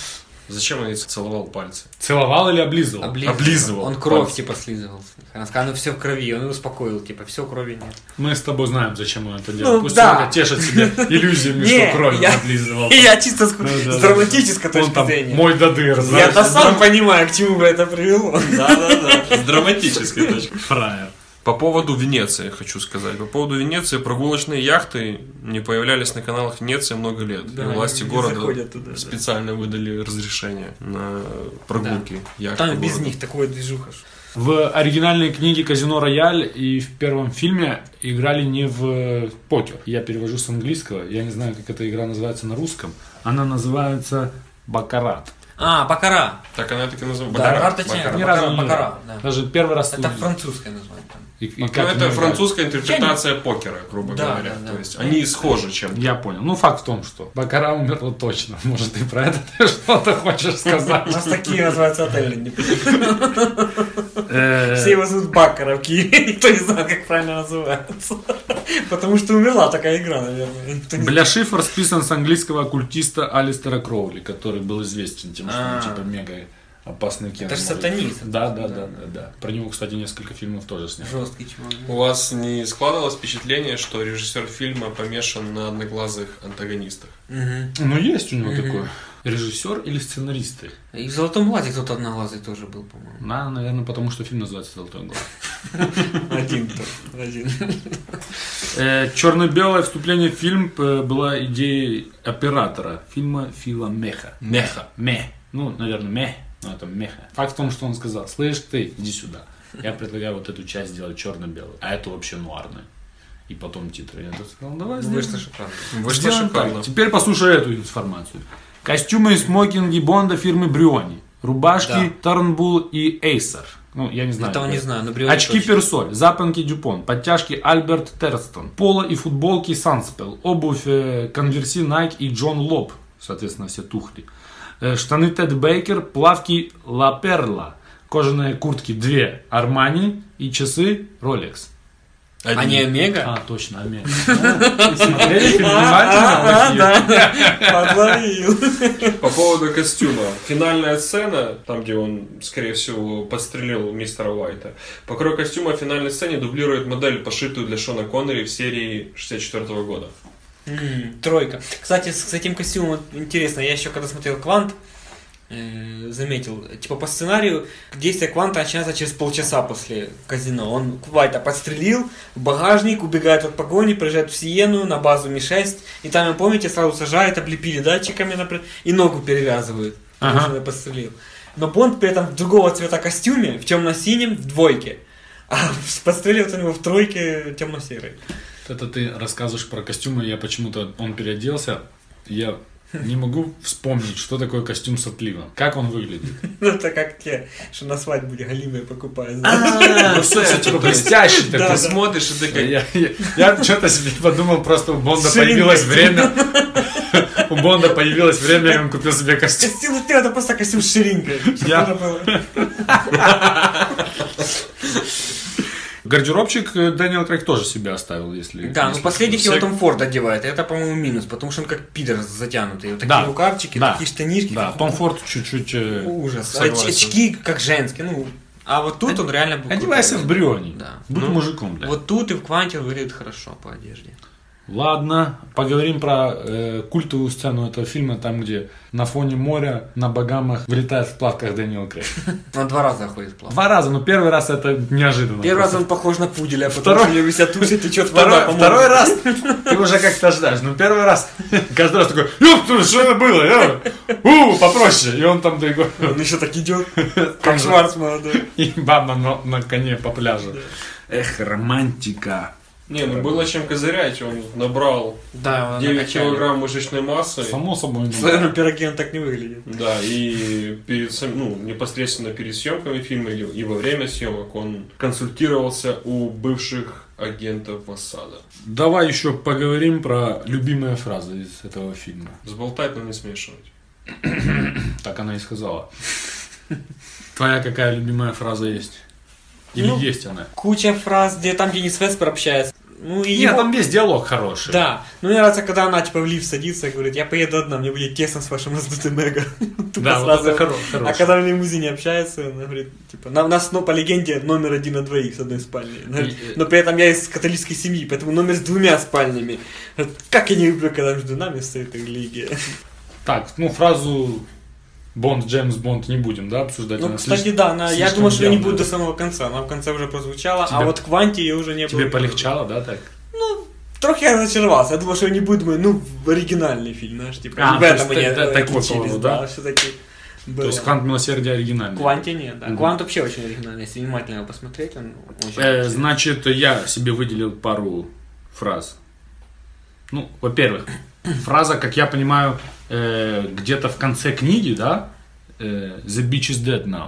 Speaker 5: Зачем он ей целовал пальцы?
Speaker 4: Целовал или облизывал?
Speaker 6: Облизывал.
Speaker 5: Облизывал.
Speaker 6: Он кровь
Speaker 5: Пальцы.
Speaker 6: типа слизывал. Она сказала, ну все в крови. Он ее успокоил, типа, все крови нет.
Speaker 4: Мы с тобой знаем, зачем он это делал.
Speaker 6: Ну,
Speaker 4: Пусть
Speaker 6: да.
Speaker 4: только тешит себе иллюзиями,
Speaker 6: Не,
Speaker 4: что кровь
Speaker 6: я-
Speaker 4: облизывал.
Speaker 6: И я чисто с,
Speaker 4: Ну да,
Speaker 6: с
Speaker 4: да.
Speaker 6: драматической
Speaker 4: Он
Speaker 6: точки
Speaker 4: там
Speaker 6: зрения.
Speaker 4: мой додыр, знаешь,
Speaker 6: Я-то сам понимаю, к чему бы это привело.
Speaker 7: Да-да-да, с драматической точки.
Speaker 4: фраер.
Speaker 5: По поводу Венеции хочу сказать. По поводу Венеции прогулочные яхты не появлялись на каналах Венеции много лет. и власти
Speaker 6: не
Speaker 5: города
Speaker 6: заходят туда, да.
Speaker 5: специально выдали разрешение на прогулки яхт. по
Speaker 6: Там без
Speaker 5: городу.
Speaker 6: них такое движуха. что-
Speaker 4: В оригинальной книге «Казино Рояль» и в первом фильме играли не в покер. Я перевожу с английского, я не знаю, как эта игра называется на русском. Она называется «Бакарат».
Speaker 6: А, Бакара.
Speaker 7: Так она так и называется.
Speaker 6: Да,
Speaker 7: Бакара.
Speaker 6: карточная.
Speaker 7: Бакара.
Speaker 4: Ни разу
Speaker 6: Бакара,
Speaker 4: не
Speaker 6: Бакара,
Speaker 4: видел.
Speaker 6: да.
Speaker 4: Даже первый раз
Speaker 6: Это
Speaker 4: увидел.
Speaker 6: французское название. там.
Speaker 4: И- и
Speaker 7: Ну,
Speaker 4: как они
Speaker 7: это
Speaker 4: играют.
Speaker 7: французская интерпретация покера, грубо
Speaker 6: Да,
Speaker 7: говоря.
Speaker 6: да, да.
Speaker 7: То есть они схожи чем-то.
Speaker 4: Я понял. Ну, факт в том, что Бакара умерла точно. Может, ты про это что-то хочешь
Speaker 6: У
Speaker 4: сказать?
Speaker 6: нас такие называются отели.
Speaker 7: Э,
Speaker 6: Все его зовут Баккара в Киеве. Никто не знает, как правильно называется. Потому что умерла такая игра, наверное. Никто не
Speaker 4: Бля, шифр списан с английского оккультиста Алистера Кроули, который был известен тем, что он
Speaker 6: А.
Speaker 4: типа мега опасный кент.
Speaker 6: Это ж
Speaker 4: может.
Speaker 6: сатанист.
Speaker 4: Да, да, да, да, да. Про него, кстати, несколько фильмов тоже сняли.
Speaker 6: Жесткий чувак.
Speaker 7: У вас не складывалось впечатление, что режиссер фильма помешан на одноглазых антагонистах?
Speaker 6: Мгм.
Speaker 4: Ну, есть у него
Speaker 6: Мгм.
Speaker 4: такое. Режиссер или сценаристы?
Speaker 6: И в «Золотом ладе» кто-то одноглазый тоже был, по-моему.
Speaker 4: На, наверное, потому что фильм называется «Золотой глаз».
Speaker 6: Один только. Один.
Speaker 4: Черно-белое Э, вступление в фильм э, была идеей оператора фильма Фила Меха.
Speaker 7: Меха.
Speaker 4: Ме. Ну, наверное, ме. Но это меха. Факт в том, что он сказал, слышь ты, иди сюда. Я предлагаю вот эту часть сделать черно-белую, а это вообще нуарное. И потом титры. Я так сказал, давай сделаем.
Speaker 6: Вышло шикарно.
Speaker 7: Вышло
Speaker 4: Сделаем
Speaker 7: шикарно.
Speaker 4: так. Теперь послушай эту информацию. Костюмы и смокинги Бонда фирмы Бриони. Рубашки
Speaker 6: Да.
Speaker 4: Тарнбул и Эйсер. Ну, я не знаю.
Speaker 6: Этого
Speaker 4: кто
Speaker 6: не
Speaker 4: это.
Speaker 6: знаю, но Бриони
Speaker 4: Очки
Speaker 6: точно.
Speaker 4: Персоль, запонки Дюпон, подтяжки Альберт Терстон, поло и футболки Санспел, обувь э, Конверси Nike и Джон Лоб, соответственно, все тухли. Э, Штаны Тед Бейкер, плавки Ла Перла, кожаные куртки две Армани и часы Rolex.
Speaker 6: А не Омега?
Speaker 4: А, точно, Омега. Смотрели фильм
Speaker 6: А,
Speaker 4: внимательно, Лохи?
Speaker 6: Подловил.
Speaker 7: По поводу костюма. Финальная сцена, там, где он, скорее всего, подстрелил мистера Уайта, покрой костюма в финальной сцене дублирует модель, пошитую для Шона Коннери в серии 64 года.
Speaker 6: М, Тройка. Кстати, с, с этим костюмом вот интересно. Я еще когда смотрел Квант, э, заметил, типа по сценарию действие Кванта начинается через полчаса после казино. Он Квайта подстрелил, в багажник, убегает от погони, приезжает в Сиену на базу Ми-6, и там, помните, сразу сажают, облепили датчиками, например, и ногу перевязывают, потому
Speaker 4: Ага.
Speaker 6: что он подстрелил. Но Бонд при этом в другого цвета костюме, в темно-синем, в двойке. А подстрелил у него в тройке темно-серый.
Speaker 4: Это ты рассказываешь про костюмы, я почему-то он переоделся, я не могу вспомнить, что такое костюм с отливом. Как он выглядит?
Speaker 6: Ну, это как те, что на свадьбе галимые покупают.
Speaker 4: Ну все, все типа блестящий
Speaker 6: Да,
Speaker 4: такой.
Speaker 6: да.
Speaker 7: Смотришь, и ты как...
Speaker 4: Я, что-то себе подумал, просто у Бонда
Speaker 6: Ширинка.
Speaker 4: появилось время. У Бонда появилось время, и он купил себе костюм.
Speaker 6: Костюм у тебя это просто костюм с ширинкой. чтоб
Speaker 4: Я-
Speaker 6: можно было.
Speaker 4: Гардеробчик э, Дэниел Крейг тоже себе оставил, если...
Speaker 6: Да, ну
Speaker 4: если-
Speaker 6: последний
Speaker 4: Все-
Speaker 6: всего там Форд одевает. Это, по-моему, минус, потому что он как пидор затянутый. Вот
Speaker 4: Да.
Speaker 6: такие рукавчики,
Speaker 4: Да.
Speaker 6: такие штанишки.
Speaker 4: Да,
Speaker 6: как-
Speaker 4: Том Форд чуть-чуть... э,
Speaker 6: Ужас. А
Speaker 4: согласен.
Speaker 6: оч- Очки как женские. Ну, а вот тут он реально был
Speaker 4: Одевайся
Speaker 6: крутой.
Speaker 4: в брионе.
Speaker 6: Да. Ну,
Speaker 4: Будь мужиком, блядь.
Speaker 6: Вот тут и в кванте он выглядит хорошо по одежде.
Speaker 4: Ладно, поговорим про э, культовую сцену этого фильма, там, где на фоне моря на Багамах вылетает в плавках Дэниел Крейг.
Speaker 6: Он два раза ходит в плавание.
Speaker 4: Два раза, но первый раз это неожиданно.
Speaker 6: Первый раз
Speaker 4: просто.
Speaker 6: он похож на пуделя, потому
Speaker 4: Второй-
Speaker 6: что у него висят уши, течет вода,
Speaker 4: Второй,
Speaker 6: по-моему.
Speaker 4: второй раз ты уже как-то ждешь, но первый раз каждый раз такой, ёпта, что это было? Ё, У, попроще. И он там такой,
Speaker 6: Он еще так идет, как Шварц молодой.
Speaker 4: и баба на, на коне по пляжу. Эх, романтика.
Speaker 7: Не, ну было чем козырять, он набрал
Speaker 6: Да,
Speaker 7: 9 килограмм мышечной массы.
Speaker 4: Само собой. ну.
Speaker 6: В своем пироге он так не выглядит.
Speaker 7: Да, и перед, сам- ну, непосредственно перед съемками фильма и, и во время съемок он консультировался у бывших агентов Моссада.
Speaker 4: Давай еще поговорим про любимые фразы из этого фильма.
Speaker 7: Сболтать, но не смешивать.
Speaker 4: Так она и сказала. Твоя какая любимая фраза есть? Или
Speaker 6: Ну,
Speaker 4: есть она?
Speaker 6: Куча фраз, где там Денис Веспер общается. Ну и
Speaker 4: Нет,
Speaker 6: его-
Speaker 4: там весь диалог хороший.
Speaker 6: Да, ну мне нравится, когда она типа в лифт садится и говорит, я поеду одна, мне будет тесно с вашим раздутым эго. Тупо
Speaker 4: да вот
Speaker 6: сразу.
Speaker 4: это хоро-
Speaker 6: А
Speaker 4: хороший.
Speaker 6: когда в лимузине общается, она говорит, типа, «На- нас, ну, по легенде, номер один на двоих с одной спальни. Она говорит,
Speaker 4: И-
Speaker 6: но при этом я из католической семьи, поэтому номер с двумя спальнями. Говорит, Как я не люблю, когда между нами стоит религия.
Speaker 4: Так, ну фразу Бонд, Джеймс Бонд не будем, да, обсуждать?
Speaker 6: Ну,
Speaker 4: Она
Speaker 6: кстати,
Speaker 4: слишком-
Speaker 6: да, она, я
Speaker 4: слишком
Speaker 6: думал, что я не
Speaker 4: явная.
Speaker 6: буду до самого конца. Она в конце уже прозвучала, а
Speaker 4: Тебе-
Speaker 6: вот Кванти ее уже не было.
Speaker 4: Тебе полегчало, да, так?
Speaker 6: Трохи я разочаровался. Я думал, что не будет, думаю, ну, в оригинальный фильм, знаешь, типа,
Speaker 4: А,
Speaker 6: и в
Speaker 4: то есть
Speaker 6: этом
Speaker 4: та-
Speaker 6: они
Speaker 4: та-
Speaker 6: э,
Speaker 4: такой
Speaker 6: кичились,
Speaker 4: повод, да?
Speaker 6: всё-таки было.
Speaker 4: То есть Квант Милосердия оригинальный.
Speaker 6: Кванте нет, да.
Speaker 4: Мгм.
Speaker 6: Квант вообще очень оригинальный, если внимательно его посмотреть, он очень...
Speaker 4: Э, значит, я себе выделил пару фраз. Ну, во-первых, фраза, как я понимаю, э, где-то в конце книги, да, э, The Beach is Dead Now.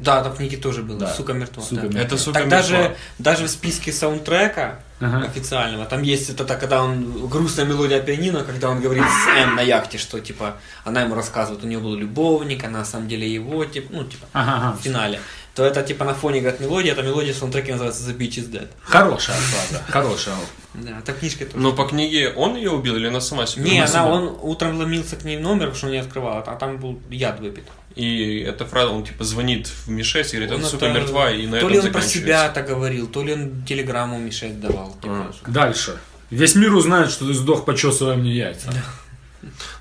Speaker 6: Да, там в книге тоже было.
Speaker 4: Да.
Speaker 6: Сука мертва.
Speaker 4: Сука
Speaker 6: да.
Speaker 4: мертва.
Speaker 7: Это сука
Speaker 6: Так
Speaker 7: мертва.
Speaker 6: даже, даже в списке саундтрека
Speaker 4: Ага.
Speaker 6: официального, там есть это, так, когда он грустная мелодия пианино, когда он говорит с Энн на яхте, что типа она ему рассказывает, у нее был любовник, она на самом деле его, типа, ну, типа,
Speaker 4: Ага, ага.
Speaker 6: в финале. То это типа на фоне играет мелодия, эта мелодия в саундтреке называется The Beach is Dead.
Speaker 4: Хорошая фраза. Хорошая.
Speaker 6: Да, так книжка тоже.
Speaker 7: Но по книге он ее убил или она сама себя
Speaker 6: Не,
Speaker 7: убила?
Speaker 6: она, он утром ломился к ней в номер, потому что он не открывал, а там был яд выпит.
Speaker 7: И эта фраза, он типа звонит в Мишес и говорит,
Speaker 6: Он
Speaker 7: эта сука
Speaker 6: это-
Speaker 7: мертва, и на
Speaker 6: То
Speaker 7: этом
Speaker 6: ли он про
Speaker 7: заканчивается. А.
Speaker 6: себя это говорил, то ли он телеграмму Мишель давал. типа.
Speaker 4: Дальше. Весь мир узнает, что ты сдох, почесывая мне яйца.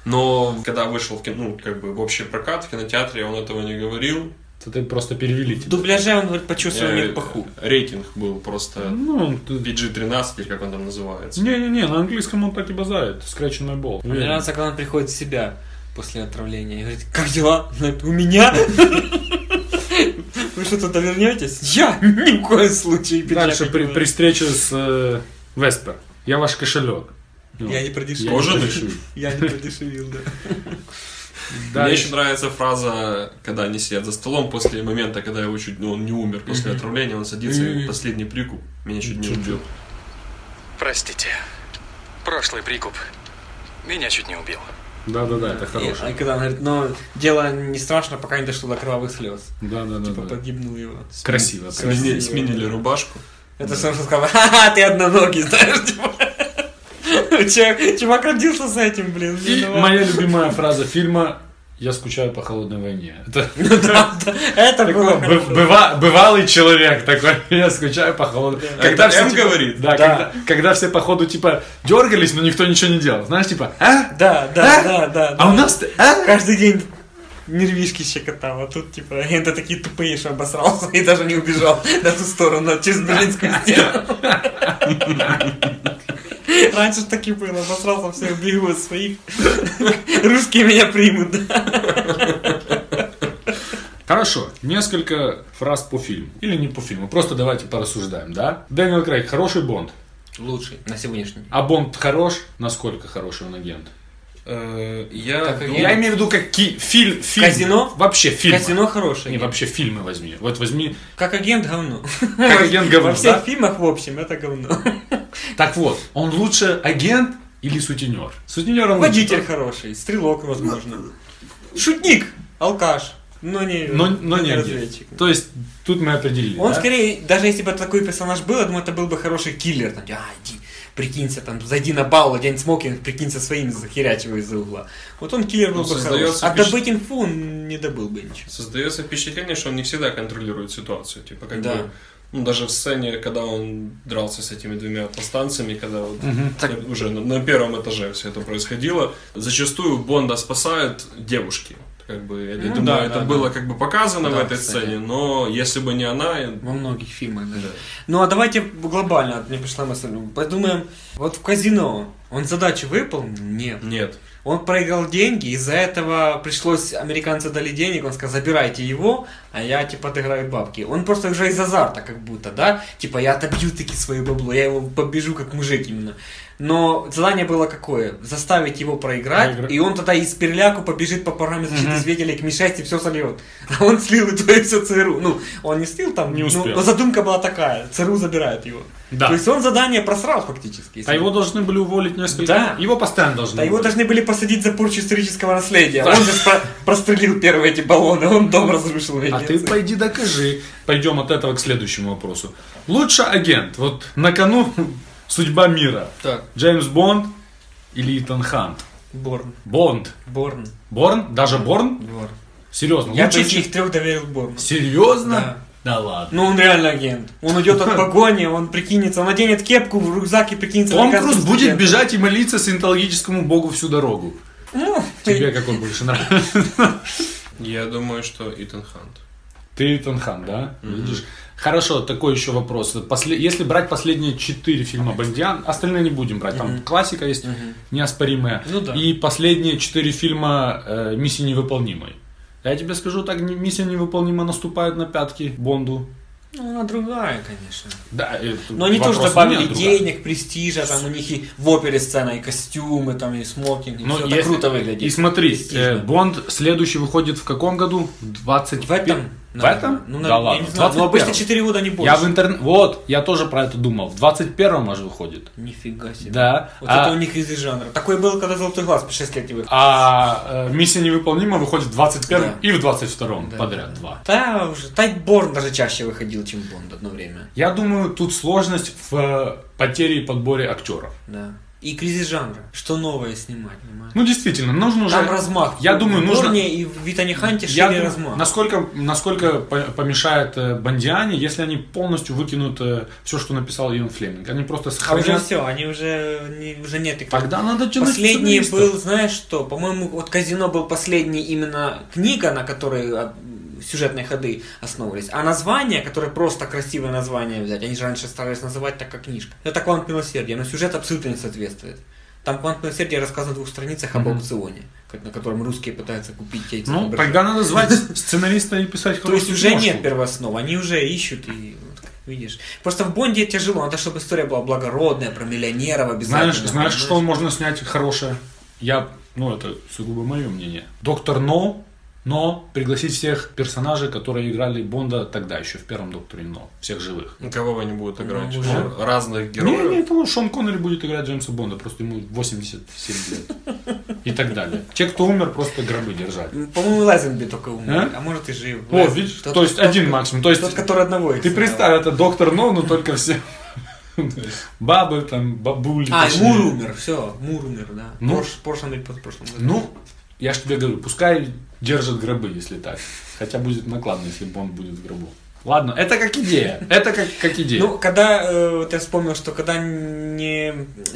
Speaker 7: Но когда вышел в кино, ну, как бы в общий прокат в кинотеатре, он этого не говорил.
Speaker 4: Это ты просто перевели
Speaker 6: В
Speaker 4: тебя.
Speaker 6: дубляже он говорит, почувствовал
Speaker 7: Э,
Speaker 6: мне паху.
Speaker 7: Рейтинг был просто
Speaker 4: Ну, ты-
Speaker 7: PG-13, или как он там называется. Ну,
Speaker 4: Не-не-не, на английском он так и базает. Scratching my ball.
Speaker 6: А Мне нравится, когда он приходит в себя после отравления и говорит, как дела? Она говорит, У меня? Вы что, туда вернетесь? Я ни в коем случае.
Speaker 4: Дальше
Speaker 6: печатать
Speaker 4: при,
Speaker 6: не
Speaker 4: при
Speaker 6: буду.
Speaker 4: встрече с э, Веспер. Я ваш кошелек. Ну,
Speaker 6: Я не
Speaker 4: Я
Speaker 6: продешевил.
Speaker 7: Тоже
Speaker 4: не
Speaker 7: ты?
Speaker 4: дышу.
Speaker 6: Я не продешевил, да.
Speaker 7: Мне
Speaker 4: Дальше.
Speaker 7: еще нравится фраза, когда они сидят за столом после момента, когда его чуть ну, он не умер после отравления, он садится и говорит, последний прикуп меня чуть не убил.
Speaker 1: Простите. Прошлый прикуп меня чуть не убил.
Speaker 4: Да-да-да, это
Speaker 6: И-
Speaker 4: хорошее.
Speaker 6: А когда он говорит, но дело не страшно, пока не дошло до кровавых слез.
Speaker 4: Да-да-да.
Speaker 6: Типа погибнул его.
Speaker 4: Красиво. прям.
Speaker 7: Смени- Сменили рубашку.
Speaker 6: Это что он сказал, ха-ха, ты одноногий, знаешь, типа. Чувак, чувак родился с этим, блин.
Speaker 4: И
Speaker 6: виноват.
Speaker 4: моя любимая фраза фильма «Я скучаю по холодной войне». Это
Speaker 6: Да, да, Это было
Speaker 4: Бы-
Speaker 6: хорошо.
Speaker 4: быва- бывалый человек такой, я скучаю по холоду.
Speaker 7: Это М говорит?
Speaker 4: типа Да,
Speaker 6: Да.
Speaker 4: Когда, когда все походу типа дергались, но никто ничего не делал. Знаешь, типа, а?
Speaker 6: Да, да, да, да.
Speaker 4: А у нас... А?
Speaker 6: Каждый день нервишки щекотал, а тут, типа, это такие тупые, что обосрался и даже не убежал на ту сторону, а через Берлинскую стену. Раньше ж таки было, обосрался, все убегу от своих. Русские меня примут, да.
Speaker 4: Хорошо, несколько фраз по фильму. Или не по фильму, просто давайте порассуждаем, да? Дэниел Крейг хороший Бонд.
Speaker 6: Лучший на сегодняшний.
Speaker 4: А Бонд хорош? Насколько хороший он агент?
Speaker 7: Э, Я
Speaker 6: Так и
Speaker 7: думаю,
Speaker 4: Я имею в виду как ки- фильм, фильм.
Speaker 6: Казино?
Speaker 4: Вообще фильм.
Speaker 6: Казино хороший.
Speaker 4: Не, вообще фильмы возьми. Вот возьми,
Speaker 6: Как агент говно.
Speaker 4: как агент
Speaker 6: Во
Speaker 4: говорит,
Speaker 6: всех фильмах, в общем, это говно.
Speaker 4: Так вот, он лучше агент или сутенер? Сутенер он лучше.
Speaker 6: Водитель хороший, стрелок, возможно. Шутник, алкаш, но не,
Speaker 4: но, но не агент.
Speaker 6: разведчик.
Speaker 4: То есть, тут мы определили,
Speaker 6: Он
Speaker 4: да?
Speaker 6: скорее, даже если бы такой персонаж был, я думаю, это был бы хороший киллер. Там, а, иди, прикинься, там, зайди на бал, одень смокинг, прикинься своим, захерячивай из-за угла. Вот он киллер
Speaker 7: Ну,
Speaker 6: был бы хороший.
Speaker 7: создаётся
Speaker 6: А
Speaker 7: впечат-
Speaker 6: добыть инфу он не добыл бы ничего.
Speaker 7: создается впечатление, что он не всегда контролирует ситуацию. Типа, как
Speaker 6: Да.
Speaker 7: бы, ну, даже в сцене, когда он дрался с этими двумя повстанцами, когда вот
Speaker 6: Так-
Speaker 7: на- уже на, на первом этаже все это происходило, зачастую Бонда спасают девушки. Как бы, я думаю,
Speaker 4: да,
Speaker 7: это
Speaker 4: да,
Speaker 7: было как бы показано
Speaker 6: Да,
Speaker 7: в этой
Speaker 6: кстати.
Speaker 7: сцене, но если бы не она, и-
Speaker 6: Во многих фильмах даже. Ну а давайте глобально, мне пришла мысль. Подумаем, вот в казино он задачу выполнил? Нет.
Speaker 7: нет.
Speaker 6: Он проиграл деньги, из-за этого пришлось, американцы дали денег, он сказал, забирайте его, а я, типа, отыграю бабки. Он просто уже из азарта, как будто, да? Типа, я отобью таки свое бабло, я его побежу, как мужик именно. Но задание было какое? Заставить его проиграть,
Speaker 4: Проигра-
Speaker 6: и он тогда из переляку побежит по парам защиты свидетелей к Мишести, все сольет. А он слил и то и все ЦРУ. Ну, он не слил там,
Speaker 4: Не
Speaker 6: ну,
Speaker 4: успел.
Speaker 6: но задумка была такая, ЦРУ забирает его.
Speaker 4: Да.
Speaker 6: То есть он задание просрал фактически.
Speaker 4: А его должны были уволить несколько...
Speaker 6: Да.
Speaker 4: Его постоянно должны
Speaker 6: Да его
Speaker 4: уволить.
Speaker 6: должны были посадить за порчу исторического наследия. Он же про- прострелил первые эти баллоны, он дом разрушил. в
Speaker 4: А
Speaker 6: Венеции.
Speaker 4: ты пойди докажи. Пойдем от этого к следующему вопросу. Лучше агент. Вот на кону судьба мира.
Speaker 6: Так,
Speaker 4: Джеймс Бонд или Итан Хант?
Speaker 6: Борн.
Speaker 4: Бонд.
Speaker 6: Борн.
Speaker 4: Борн? Даже Борн?
Speaker 6: Борн.
Speaker 4: Серьезно?
Speaker 6: Я бы
Speaker 4: лучше,
Speaker 6: из
Speaker 4: чем-
Speaker 6: них трех доверил Борну.
Speaker 4: Серьезно? Да ладно.
Speaker 6: Ну, он реально агент. Он уйдет от погони, он прикинется, он оденет кепку в рюкзак и прикинется...
Speaker 4: Том
Speaker 6: американским
Speaker 4: Круз будет
Speaker 6: студентом.
Speaker 4: бежать и молиться саентологическому богу всю дорогу.
Speaker 6: Ну,
Speaker 4: Тебе какой больше нравится?
Speaker 7: Я думаю, что Итан Хант.
Speaker 4: Ты Итан Хан, да? Видишь? Хорошо, такой еще вопрос. После- Если брать последние четыре фильма Бондиан, остальные не будем брать. Там классика есть неоспоримая.
Speaker 6: Ну да.
Speaker 4: И последние четыре фильма э, «Миссия невыполнимой». Я тебе скажу так, не- «Миссия невыполнима» наступает на пятки Бонду.
Speaker 6: Ну, она другая, конечно.
Speaker 4: Да, это
Speaker 6: Но они тоже
Speaker 4: вопрос у
Speaker 6: добавили
Speaker 4: меня другой.
Speaker 6: денег, престижа, там у них и в опере сцена, и костюмы, там и смокинг, и
Speaker 4: Ну,
Speaker 6: все
Speaker 4: если-
Speaker 6: это круто выглядит.
Speaker 4: И смотри, э,
Speaker 6: Престижно.
Speaker 4: Бонд следующий выходит в каком году? 20...
Speaker 6: в этом?
Speaker 4: В
Speaker 6: наверное.
Speaker 4: этом?
Speaker 6: Ну,
Speaker 9: Да
Speaker 6: да
Speaker 9: ладно,
Speaker 6: не знаю, но
Speaker 9: 21-м.
Speaker 6: обычно 4 года а не больше.
Speaker 9: Я в интернет... Вот, я тоже про это думал. В 21-м аж выходит.
Speaker 6: Нифига себе.
Speaker 9: Да.
Speaker 6: Вот
Speaker 9: а,
Speaker 6: это у них из жанра. Такой был, когда «Золотой глаз» по 6 лет не выходил.
Speaker 4: А э, миссия невыполнима выходит в 21-м и в 22-м
Speaker 6: Да,
Speaker 9: подряд два.
Speaker 6: Да, «А, уже. Тайборн даже чаще выходил, чем Бонд одно время.
Speaker 4: Я думаю, тут сложность в э, потере и подборе актеров.
Speaker 6: Да. И кризис жанра. Что новое снимать, понимаешь?
Speaker 4: Ну, действительно, нужно уже...
Speaker 6: Там размах.
Speaker 4: Я думаю,
Speaker 6: В
Speaker 4: нужно...
Speaker 6: Борне и в Витане Ханте
Speaker 4: Я
Speaker 6: шире
Speaker 4: думаю,
Speaker 6: размах. А
Speaker 4: насколько, насколько по- помешает э, Бондиане, если они полностью выкинут все, что написал Иэн Флеминг. Они просто
Speaker 6: А уже
Speaker 4: сохранят...
Speaker 6: все, они уже, не- уже нет их.
Speaker 4: Тогда надо тянуть
Speaker 6: Последний
Speaker 4: сценаристов.
Speaker 6: был, знаешь что, по-моему, вот «Казино» был последний именно книга, на которой а, сюжетные ходы основывались. А название, которое просто красивое название взять, они же раньше старались называть так, как книжка. Это «Квант милосердия», но сюжет абсолютно не соответствует. Там «Квант милосердия» рассказано в двух страницах об аукционе, как- на котором русские пытаются купить яйца. на
Speaker 4: Ну,
Speaker 6: бирже.
Speaker 4: тогда надо звать сценариста и писать
Speaker 6: То есть
Speaker 4: хорошую
Speaker 6: уже
Speaker 4: киношку.
Speaker 6: нет первооснов, они уже ищут и вот как видишь. Просто в Бонде тяжело, надо, чтобы история была благородная, про миллионеров обязательно.
Speaker 4: Знаешь, знаешь, что
Speaker 6: понимаешь?
Speaker 4: можно снять хорошее? Я, ну это сугубо мое мнение. Доктор Но, но пригласить всех персонажей, которые играли Бонда тогда еще в первом Докторе Но, всех живых.
Speaker 7: Ну, Кого они будут играть?
Speaker 6: Ну, уже.
Speaker 7: Ну, Разных
Speaker 4: Не, не,
Speaker 7: героев.
Speaker 4: это ну, Шон Коннери будет играть Джеймса Бонда, просто ему 87 лет и так далее. Те, кто умер, просто гробы держали.
Speaker 6: По-моему, Лайзенби только умер,
Speaker 4: А?
Speaker 6: а, может и жив.
Speaker 4: О,
Speaker 6: Лайзенби.
Speaker 4: видишь,
Speaker 6: Тот-
Speaker 4: то есть
Speaker 6: тот-
Speaker 4: один максимум. То есть
Speaker 6: Тот, который одного
Speaker 4: ты
Speaker 6: сыграл.
Speaker 4: представь, это Доктор Но, но только все бабы там, бабули.
Speaker 6: А, и
Speaker 4: точнее.
Speaker 6: Мур умер, все, Мур умер, да.
Speaker 4: Ну.
Speaker 6: Порш, Порш он под прошлым годом.
Speaker 4: Ну, я ж тебе говорю, пускай держит гробы, если так. Хотя будет накладно, если Бонд будет в гробу. Ладно, это как идея. Это как, как идея.
Speaker 6: Ну, когда э, вот я вспомнил, что когда не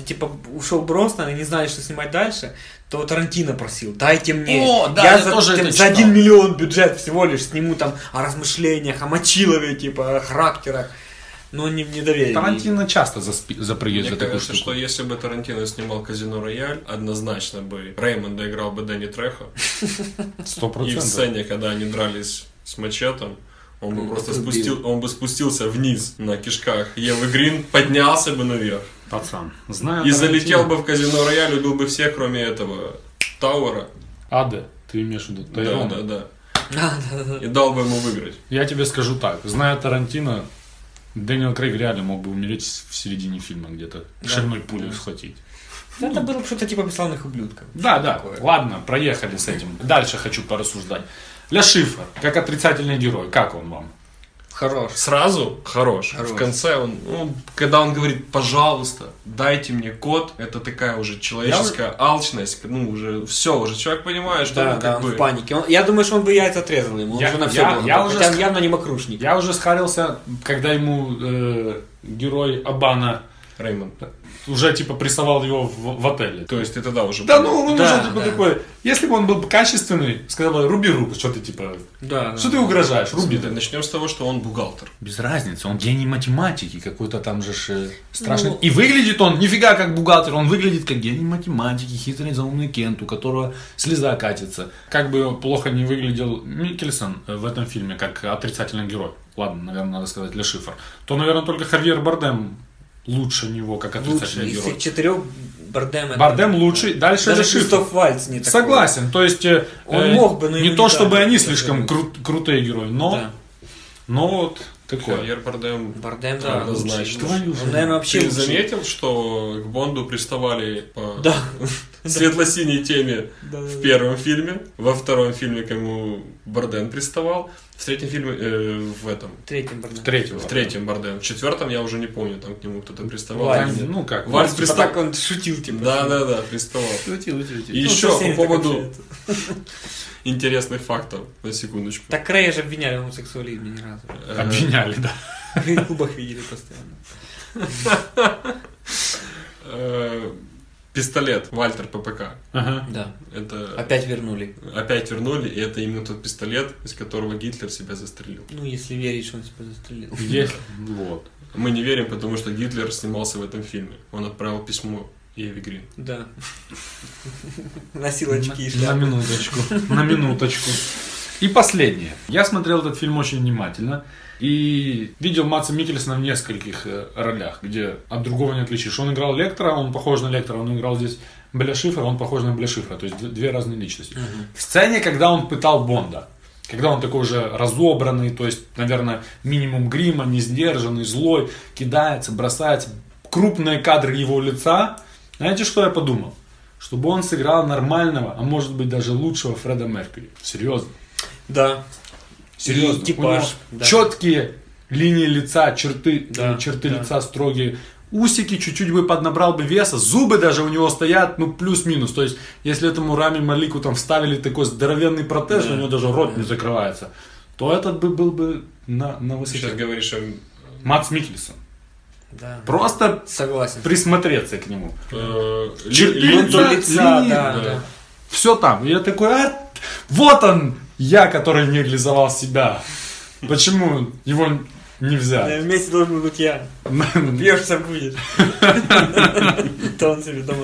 Speaker 6: типа ушел Броснан и не знали, что снимать дальше, то Тарантино просил, дайте мне,
Speaker 9: О, да, я
Speaker 6: за,
Speaker 9: тоже это
Speaker 6: за
Speaker 9: читал.
Speaker 6: 1 миллион бюджет всего лишь сниму там о размышлениях, о мочилове, типа, о характерах, но не, не доверие.
Speaker 4: Тарантино часто заспи- запрыгивает
Speaker 7: Мне
Speaker 4: за такую
Speaker 7: кажется, что
Speaker 4: штуку.
Speaker 7: если бы Тарантино снимал «Казино Рояль», однозначно бы Реймонда играл бы Дэнни Трехо.
Speaker 4: Сто
Speaker 7: И в
Speaker 4: процентов.
Speaker 7: сцене, когда они дрались с мачетом, он бы
Speaker 6: Он
Speaker 7: Ну, просто
Speaker 6: отрубил.
Speaker 7: спустил, он бы спустился вниз на кишках Евы Грин, поднялся бы
Speaker 6: А,
Speaker 7: наверх
Speaker 4: Пацан, знаю
Speaker 7: и
Speaker 4: Тарантино.
Speaker 7: залетел бы в казино Рояль, убил бы всех, кроме этого Тауэра.
Speaker 4: Ада, ты имеешь в виду
Speaker 7: Да,
Speaker 4: Тайрона?
Speaker 7: да, да.
Speaker 6: Да, да, да.
Speaker 7: И дал бы ему выиграть.
Speaker 4: Я тебе скажу так. Зная Тарантино, Дэниел Крейг реально мог бы умереть в середине фильма где-то. Шальной пулей схватить.
Speaker 6: Да, Это было бы что-то типа «Бесславных ублюдков».
Speaker 4: Да, да.
Speaker 6: Такое.
Speaker 4: Ладно, проехали с этим. Дальше хочу порассуждать. Ля Шифр, как отрицательный герой, как он вам?
Speaker 6: Хорош.
Speaker 7: Сразу хорош.
Speaker 6: Хорош.
Speaker 7: В конце он, ну, когда он говорит, пожалуйста, дайте мне код, это такая уже человеческая алчность. Ну, уже все, уже человек понимает, что
Speaker 6: Да,
Speaker 7: он
Speaker 6: да,
Speaker 7: как
Speaker 6: он
Speaker 7: бы...
Speaker 6: в панике. Он- я думаю, что он бы яйца отрезал ему. Он
Speaker 4: Я-
Speaker 6: уже на все
Speaker 4: я-
Speaker 6: был.
Speaker 4: я
Speaker 6: Хотя
Speaker 4: уже
Speaker 6: он
Speaker 4: с-
Speaker 6: явно не мокрушник.
Speaker 4: Я уже схарился, когда ему э, герой Абана
Speaker 7: Реймонд.
Speaker 4: уже типа прессовал его в, в отеле.
Speaker 7: То есть ты тогда уже...
Speaker 4: Да ну, он
Speaker 6: Да,
Speaker 4: уже типа
Speaker 6: да.
Speaker 4: такой. Если бы он был бы качественный, сказал бы, руби руку, что ты типа,
Speaker 6: Да, да.
Speaker 4: что ты угрожаешь, руби. ты».
Speaker 7: Начнем с того, что он бухгалтер.
Speaker 9: Без разницы, он гений математики какой-то там же ж, э, страшный.
Speaker 6: Ну.
Speaker 9: И выглядит он нифига как бухгалтер, он выглядит как гений математики, хитрый заумный Кент, у которого слеза катится.
Speaker 4: Как бы плохо не выглядел Микельсон в этом фильме как отрицательный герой. Ладно, наверное, надо сказать для шифр. То, наверное, только Хавьер Бардем лучше него как
Speaker 6: Лучший
Speaker 4: отрицательный
Speaker 6: из
Speaker 4: герой.
Speaker 6: всех четырех Бардем. это-
Speaker 4: Бардем лучший, дальше
Speaker 6: Даже
Speaker 4: Ля Шифр.
Speaker 6: Кристоф Вальц не такой.
Speaker 4: Согласен. То есть э,
Speaker 6: Он
Speaker 4: э,
Speaker 6: мог бы, но
Speaker 4: не
Speaker 6: ему
Speaker 4: то,
Speaker 6: не
Speaker 4: чтобы
Speaker 6: дали.
Speaker 4: они слишком крут- крутые герои, но,
Speaker 6: Да.
Speaker 4: но вот такое.
Speaker 7: Хавьер Бардем
Speaker 6: Бардем, да.
Speaker 7: Да, однозначно.
Speaker 6: лучший. Он, наверное, вообще
Speaker 7: Ты
Speaker 6: лучший.
Speaker 7: заметил, что к Бонду приставали по
Speaker 6: Да.
Speaker 7: светло-синей теме
Speaker 6: Да, да,
Speaker 7: в
Speaker 6: да.
Speaker 7: первом фильме, во втором фильме к нему Барден приставал, в третьем фильме, э, в этом,
Speaker 6: Третьим Бардем.
Speaker 4: Третьего.
Speaker 7: в третьем Барден, в четвертом я уже не помню, там к нему кто-то приставал.
Speaker 6: Вальс.
Speaker 7: Там-
Speaker 4: Ну как?
Speaker 7: Вальс
Speaker 6: Типа
Speaker 7: пристав...
Speaker 6: так он шутил, типа.
Speaker 7: Да, да, да, приставал. И
Speaker 6: Ну,
Speaker 7: еще
Speaker 6: совсем
Speaker 7: по
Speaker 6: такой
Speaker 7: поводу
Speaker 6: человек.
Speaker 7: интересных фактов, на секундочку.
Speaker 6: Так Крея же обвиняли в гомосексуализме не разу.
Speaker 7: Э,
Speaker 4: Обвиняли, да.
Speaker 6: В клубах видели постоянно.
Speaker 7: э, Пистолет Вальтер ППК.
Speaker 4: Ага.
Speaker 6: Да.
Speaker 7: Это
Speaker 6: Опять вернули.
Speaker 7: опять вернули, и это именно тот пистолет, из которого Гитлер себя застрелил.
Speaker 6: Ну, если верить, что он себя застрелил.
Speaker 4: Где? Вот.
Speaker 7: Мы не верим, потому что Гитлер снимался в этом фильме. Он отправил письмо Еве Грин.
Speaker 6: Да. Носил очки и шляпу.
Speaker 4: минуточку. На минуточку.
Speaker 9: И последнее.
Speaker 4: Я смотрел этот фильм очень внимательно и видел Матса Микельсона в нескольких э, ролях, где от другого не отличишь. Он играл Лектора, он похож на Лектора, он играл здесь Бля Шифра, он похож на Бля Шифра, то есть д- две разные личности. В сцене, когда он пытал Бонда, когда он такой уже разобранный, то есть, наверное, минимум грима, не сдержанный, злой, кидается, бросается, крупные кадры его лица, знаете, что я подумал? Чтобы он сыграл нормального, а может быть даже лучшего Фреда Меркьюри. Серьезно.
Speaker 6: Да.
Speaker 4: Серьезно.
Speaker 6: И
Speaker 4: У
Speaker 6: типаж,
Speaker 4: него
Speaker 6: да.
Speaker 4: Четкие линии лица, черты,
Speaker 6: Да,
Speaker 4: э, черты
Speaker 6: да.
Speaker 4: лица строгие. Усики чуть-чуть бы поднабрал бы веса, зубы даже у него стоят, ну, плюс-минус. То есть, если этому Рами Малику там вставили такой здоровенный протез, у него даже рот не закрывается, то этот бы был бы на, на
Speaker 7: Ты сейчас
Speaker 4: высоте.
Speaker 7: говоришь о... э,
Speaker 4: Мац Микельсон.
Speaker 6: Да.
Speaker 4: Просто
Speaker 6: Согласен.
Speaker 4: присмотреться к нему.
Speaker 7: э, ли-
Speaker 4: Черты
Speaker 7: ли-
Speaker 4: лица,
Speaker 7: ли-
Speaker 6: лица,
Speaker 4: линии,
Speaker 6: да,
Speaker 7: да.
Speaker 6: да.
Speaker 4: Все там. И я такой, а, вот он, я, который не реализовал себя. Почему его не взяли?
Speaker 6: Э, Вместе должен быть я. Бьешься будешь. То он себе дома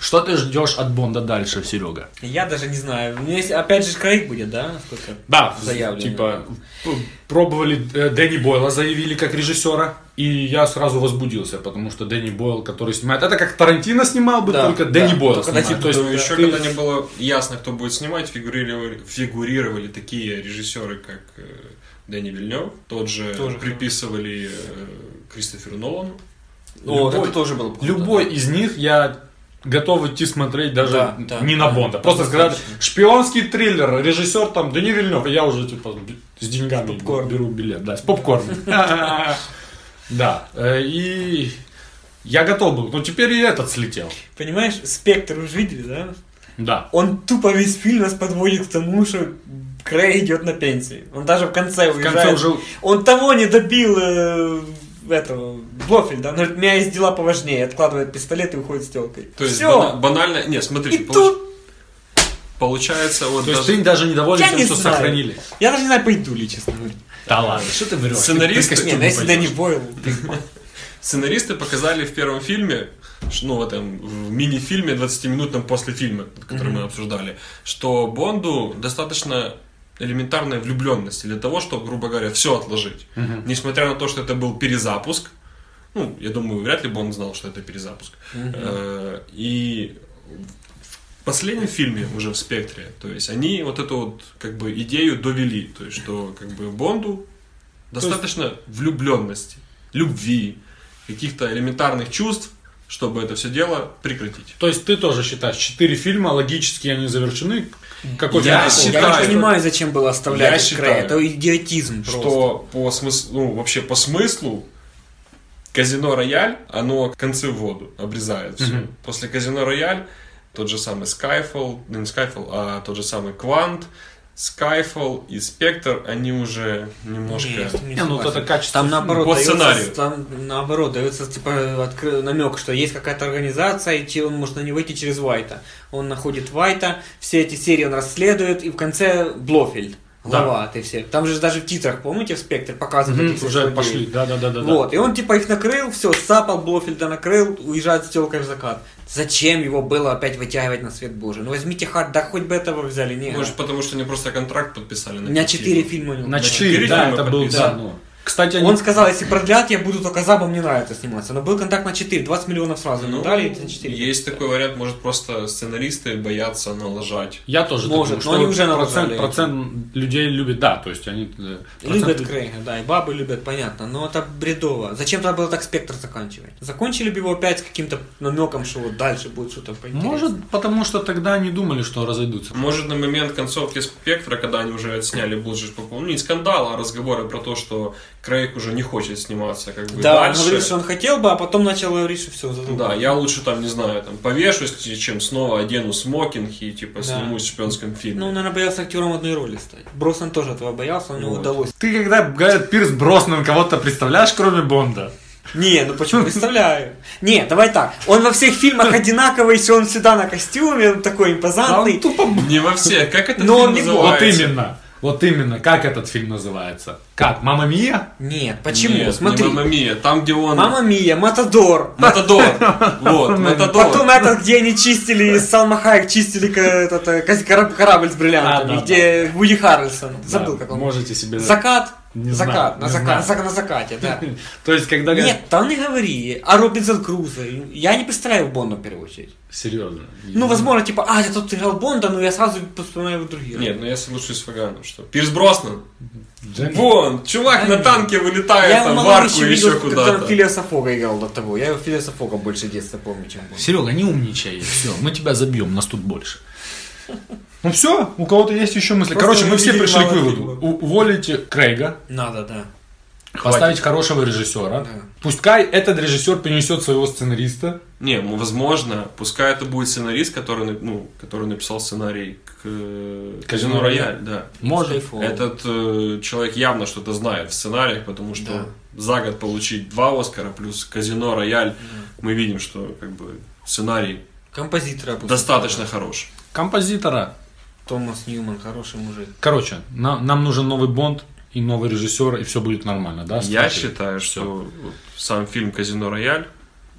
Speaker 9: Что ты ждешь от Бонда дальше, Серега?
Speaker 6: Я даже не знаю. У меня есть- опять же Крейг будет, да? Сколько?
Speaker 4: Да,
Speaker 6: Заявлено.
Speaker 4: типа, п- пробовали, э, Дэнни Бойла заявили как режиссера, и я сразу возбудился, потому что Дэнни Бойл, который снимает, это как Тарантино снимал бы,
Speaker 6: Да,
Speaker 4: только
Speaker 6: да.
Speaker 4: Дэнни Бойл
Speaker 6: Только на
Speaker 4: снимает.
Speaker 6: типа
Speaker 4: А, То есть
Speaker 7: Ну, еще
Speaker 4: ты-
Speaker 7: когда не было ясно, кто будет снимать, фигурировали, фигурировали такие режиссеры, как э, Дэнни Вильнев, тот же
Speaker 6: Тоже
Speaker 7: приписывали э, Кристоферу Нолану.
Speaker 6: О,
Speaker 4: Любой.
Speaker 6: это тоже было бы круто.
Speaker 4: Типа, Любой из них я готов идти смотреть даже
Speaker 6: Да, да,
Speaker 4: не на
Speaker 6: да.
Speaker 4: Бонда. Просто
Speaker 6: Однозначно.
Speaker 4: сказать, шпионский триллер, режиссер там, да не Вильнев, я уже типа с деньгами
Speaker 6: попкорном.
Speaker 4: беру билет, да, с попкорном. Да, э, и я готов был, но теперь и этот слетел.
Speaker 6: Понимаешь, спектр уже видели, да?
Speaker 4: Да.
Speaker 6: Он тупо весь фильм нас подводит к тому, что Крей идет на пенсию. Он даже в конце
Speaker 4: В
Speaker 6: уезжает.
Speaker 4: конце уже
Speaker 6: Он того не добил э, этого Блофельда. Он говорит, у меня есть дела поважнее. Откладывает пистолет и уходит с телкой.
Speaker 7: То есть
Speaker 6: Всё.
Speaker 7: бана- банально... Нет,
Speaker 6: И
Speaker 7: смотрите, получ-
Speaker 6: тут
Speaker 7: получается вот
Speaker 4: То есть
Speaker 7: даже
Speaker 4: ты даже недоволен
Speaker 6: я
Speaker 4: тем,
Speaker 6: не
Speaker 4: что
Speaker 6: знаю.
Speaker 4: сохранили.
Speaker 6: Я даже не знаю, пойду ли, честно говоря.
Speaker 9: Да ладно, что ты врешь?
Speaker 7: сценаристы...
Speaker 6: Не, ну, если да не Бойл.
Speaker 7: Сценаристы показали в первом фильме, ш- ну, в этом в мини-фильме 20-минутном после фильма, который мы обсуждали, что Бонду достаточно элементарная влюбленность для того, чтобы, грубо говоря, все отложить. Несмотря на то, что это был перезапуск, ну, я думаю, вряд ли бы он знал, что это перезапуск. Э, И в последнем фильме, уже в «Спектре», то есть они вот эту вот, как бы, идею довели, то есть что, как бы, Бонду достаточно влюбленности, любви, каких-то элементарных чувств, чтобы это все дело прекратить.
Speaker 4: То есть ты тоже считаешь, четыре фильма логически они завершены? Какой
Speaker 7: Я
Speaker 4: финал?
Speaker 7: считаю,
Speaker 6: Я не понимаю, зачем было
Speaker 7: Я
Speaker 6: оставлять этот
Speaker 7: считаю,
Speaker 6: Крей. Это идиотизм просто.
Speaker 7: что по смыслу, ну, вообще по смыслу казино Рояль, оно концы в воду обрезает все. После казино Рояль тот же самый Skyfall, ну не Skyfall, а тот же самый Квант, Skyfall и Спектр, они уже немножко...
Speaker 4: Не, ну вот это качество.
Speaker 6: Там наоборот,
Speaker 7: По
Speaker 6: дается-
Speaker 7: сценарию.
Speaker 6: там наоборот дается типа намек, что есть какая-то организация, и че- он может на нее выйти через Вайта. Он находит Вайта, все эти серии он расследует, и в конце Блофельд. Глава, ты все. Там же даже в titrах, помните, в спектре показывают
Speaker 4: Мгм,
Speaker 6: этих всех
Speaker 4: уже
Speaker 6: людей?
Speaker 4: пошли, да-да-да.
Speaker 6: Вот, и он типа их накрыл, все, сапал Блофельда накрыл, уезжает с телкой в закат. Зачем его было опять вытягивать на свет божий? Ну возьмите хат, да хоть бы этого взяли, не.
Speaker 7: Может, потому что они просто контракт подписали на
Speaker 6: У меня
Speaker 7: пять
Speaker 6: четыре
Speaker 7: фильмов.
Speaker 6: фильма. у него.
Speaker 4: На четыре,
Speaker 7: четыре
Speaker 4: да,
Speaker 7: фильма
Speaker 4: это был,
Speaker 7: подписано.
Speaker 4: да. ну. Кстати, они
Speaker 6: Он сказал, если продлят, я буду только забом, мне нравится сниматься. Но был контакт на 4, 20 миллионов сразу. Ну,
Speaker 7: Ну,
Speaker 6: дали эти на 4.
Speaker 7: есть такой вариант, может, просто сценаристы боятся налажать.
Speaker 4: Я тоже
Speaker 6: Может,
Speaker 4: так думаю,
Speaker 6: но
Speaker 4: что
Speaker 6: они уже
Speaker 4: процент,
Speaker 6: налажали.
Speaker 4: процент людей любит, да, то есть они... э, процент
Speaker 6: Любят
Speaker 4: людей-
Speaker 6: Крейга, да, и бабы любят, понятно. Но это бредово. Зачем тогда было так спектр заканчивать? Закончили бы его опять с каким-то намеком, что вот дальше будет что-то поинтереснее.
Speaker 4: Может, потому что тогда они думали, что разойдутся.
Speaker 7: Может, на момент концовки спектра, когда они уже отсняли, был же какой- ну, не скандал, а разговоры про то, что Крейг уже не хочет сниматься как бы
Speaker 6: Да, ну,
Speaker 7: дальше.
Speaker 6: он говорил, что он хотел бы, а потом начал говорить, что все, задумал.
Speaker 7: Да, я лучше там, не знаю, там повешусь, чем снова одену смокинг и типа
Speaker 6: Да.
Speaker 7: снимусь в шпионском фильме.
Speaker 6: Ну, он, наверное, боялся актером одной роли стать. Бросон тоже этого боялся, но ему
Speaker 7: Вот.
Speaker 6: удалось.
Speaker 4: Ты когда говорят Пирс Броснан, кого-то представляешь, кроме Бонда?
Speaker 6: Не, ну почему представляю? Не, давай так. Он во всех фильмах одинаковый, если он всегда на костюме, он такой
Speaker 4: А он
Speaker 6: импозантный.
Speaker 4: тупо...
Speaker 7: Не во все. Как это
Speaker 6: Но
Speaker 7: фильм
Speaker 6: Ну, он не
Speaker 7: называется?
Speaker 4: Вот именно. Вот именно. Как этот фильм называется?
Speaker 9: Как, мама Мия?
Speaker 6: Нет, почему?
Speaker 7: ну,
Speaker 6: Смотри.
Speaker 7: Мама Мия, там, где он...
Speaker 6: Мама Мия, Матадор.
Speaker 7: Матадор. Вот, Матадор.
Speaker 6: Потом этот, где они чистили, из Салмахаек чистили к- этот, э, каз- кораб- корабль с бриллиантами,
Speaker 9: А, да,
Speaker 6: где Вуди Харрельсон. Забыл, как он.
Speaker 4: Можете себе...
Speaker 6: Закат.
Speaker 4: Не
Speaker 6: закат,
Speaker 4: знаю,
Speaker 6: на
Speaker 4: не
Speaker 6: закат,
Speaker 4: знаю.
Speaker 6: зак- на закате, да.
Speaker 4: То есть, когда...
Speaker 6: Нет, там не говори. А Робинсон Крузо. Я не представляю Бонда в первую очередь.
Speaker 4: Серьезно.
Speaker 6: Ну, возможно, типа, а, я тут играл Бонда, но я сразу вспоминаю другие.
Speaker 7: Нет, ну я соглашусь с Фаганом, что Пирс Броснан.
Speaker 4: Джен-
Speaker 7: Вон, чувак на танке вылетает
Speaker 6: я его
Speaker 7: там в
Speaker 6: мало
Speaker 7: арку
Speaker 6: еще
Speaker 7: еще
Speaker 6: видел, когда
Speaker 7: куда-то.
Speaker 6: Филиаса Фога играл до того. Я Филиаса Фога больше детства помню, чем Бонда.
Speaker 9: Серега, не умничай. Все, мы тебя забьем, нас тут больше. Ну все, у кого-то есть еще мысли.
Speaker 6: Просто
Speaker 9: Короче, мы
Speaker 6: мы
Speaker 9: все
Speaker 6: видели
Speaker 9: пришли к
Speaker 6: мало
Speaker 9: выводу. У- Уволите Крейга,
Speaker 6: Надо, да.
Speaker 9: поставить хорошего режиссера.
Speaker 6: Да.
Speaker 9: Пусть Кай этот режиссер перенесет своего сценариста.
Speaker 7: Не, ну, возможно, пускай это будет сценарист, который, на- ну, который написал сценарий к э,
Speaker 9: Казино
Speaker 7: Казино
Speaker 9: Рояль.
Speaker 7: Рояль, да.
Speaker 9: Может.
Speaker 6: Skyfall.
Speaker 7: Этот э, человек явно что-то знает в сценариях, потому что
Speaker 6: Да.
Speaker 7: за год получить два Оскара плюс Казино Рояль, мы видим, что как бы
Speaker 6: Ну,
Speaker 7: сценарий
Speaker 6: Композитора опустим.
Speaker 7: достаточно хорош.
Speaker 9: Композитора.
Speaker 6: Томас Ньюман, хороший мужик.
Speaker 9: Короче, на- нам нужен новый Бонд и новый режиссер, и все будет нормально, да?
Speaker 7: Я
Speaker 9: Смотри.
Speaker 7: считаю,
Speaker 9: Всё.
Speaker 7: что вот сам фильм «Казино Рояль»,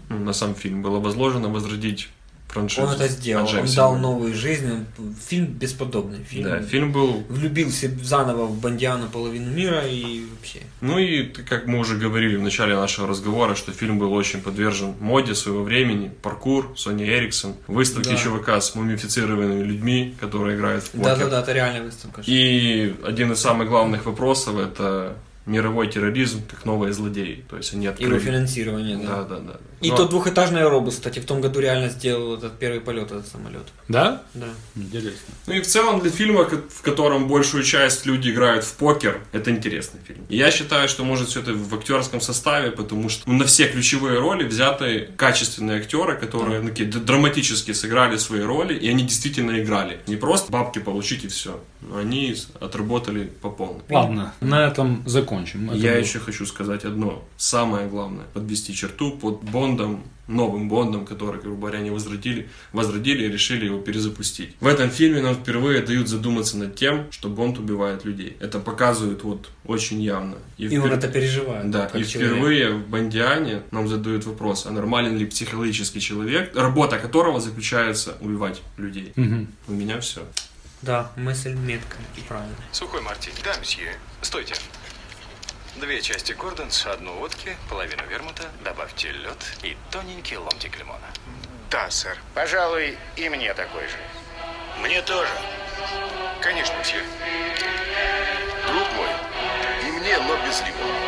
Speaker 7: ну, на сам фильм, было возложено возродить франшизу.
Speaker 6: Он это сделал,
Speaker 7: от
Speaker 6: он
Speaker 7: Джеймса
Speaker 6: дал
Speaker 7: Бонда.
Speaker 6: новую жизнь, он- фильм бесподобный. Фильм.
Speaker 7: Да, фильм был...
Speaker 6: Влюбился заново в Бондиана половину мира и вообще.
Speaker 7: Ну и, ты- как мы уже говорили в начале нашего разговора, что фильм был очень подвержен моде своего времени, паркур, Сони Эриксон, выставки
Speaker 6: Да.
Speaker 7: чувака с мумифицированными людьми, которые играют в покер.
Speaker 6: Да-да-да, это реальная выставка.
Speaker 7: И один из самых главных вопросов – это мировой терроризм как новые злодеи. То есть они
Speaker 6: Его
Speaker 7: открыли...
Speaker 6: финансирование, да.
Speaker 7: Да, да, да.
Speaker 6: И
Speaker 7: Но-
Speaker 6: тот двухэтажный аэробус, кстати, в том году реально сделал этот первый полет этот самолет.
Speaker 9: Да?
Speaker 6: Да.
Speaker 4: Интересно.
Speaker 7: Ну и в целом для фильма, ко- в котором большую часть люди играют в покер, это интересный фильм. И я считаю, что может все это в актерском составе, потому что ну, на все ключевые роли взяты качественные актеры, которые ну, такие д- драматически сыграли свои роли, и они действительно играли. Не просто бабки получить и все. Они с- отработали по полной.
Speaker 9: Ладно, на этом закончим. Это
Speaker 7: Я
Speaker 9: был-
Speaker 7: еще хочу сказать одно. Самое главное, подвести черту под Бондом, новым Бондом, который, грубо говоря, они возродили, возродили и решили его перезапустить. В этом фильме нам впервые дают задуматься над тем, что Бонд убивает людей. Это показывают вот очень явно.
Speaker 6: И он
Speaker 7: впер-
Speaker 6: это переживает.
Speaker 7: да,
Speaker 6: как
Speaker 7: и
Speaker 6: человек.
Speaker 7: впервые в Бондиане нам задают вопрос, а нормален ли психологический человек, работа которого заключается убивать людей.
Speaker 9: Мгм.
Speaker 7: У меня все.
Speaker 6: Да, мысль меткая и правильная.
Speaker 10: Сухой мартини. Да, месье. Стойте. Две части Гордонс, одну водки, половину вермута, добавьте лед и тоненький ломтик лимона.
Speaker 11: Да, сэр. Пожалуй, и мне такой же.
Speaker 1: Мне тоже.
Speaker 11: Конечно, все. Друг мой, и мне, но без лимона.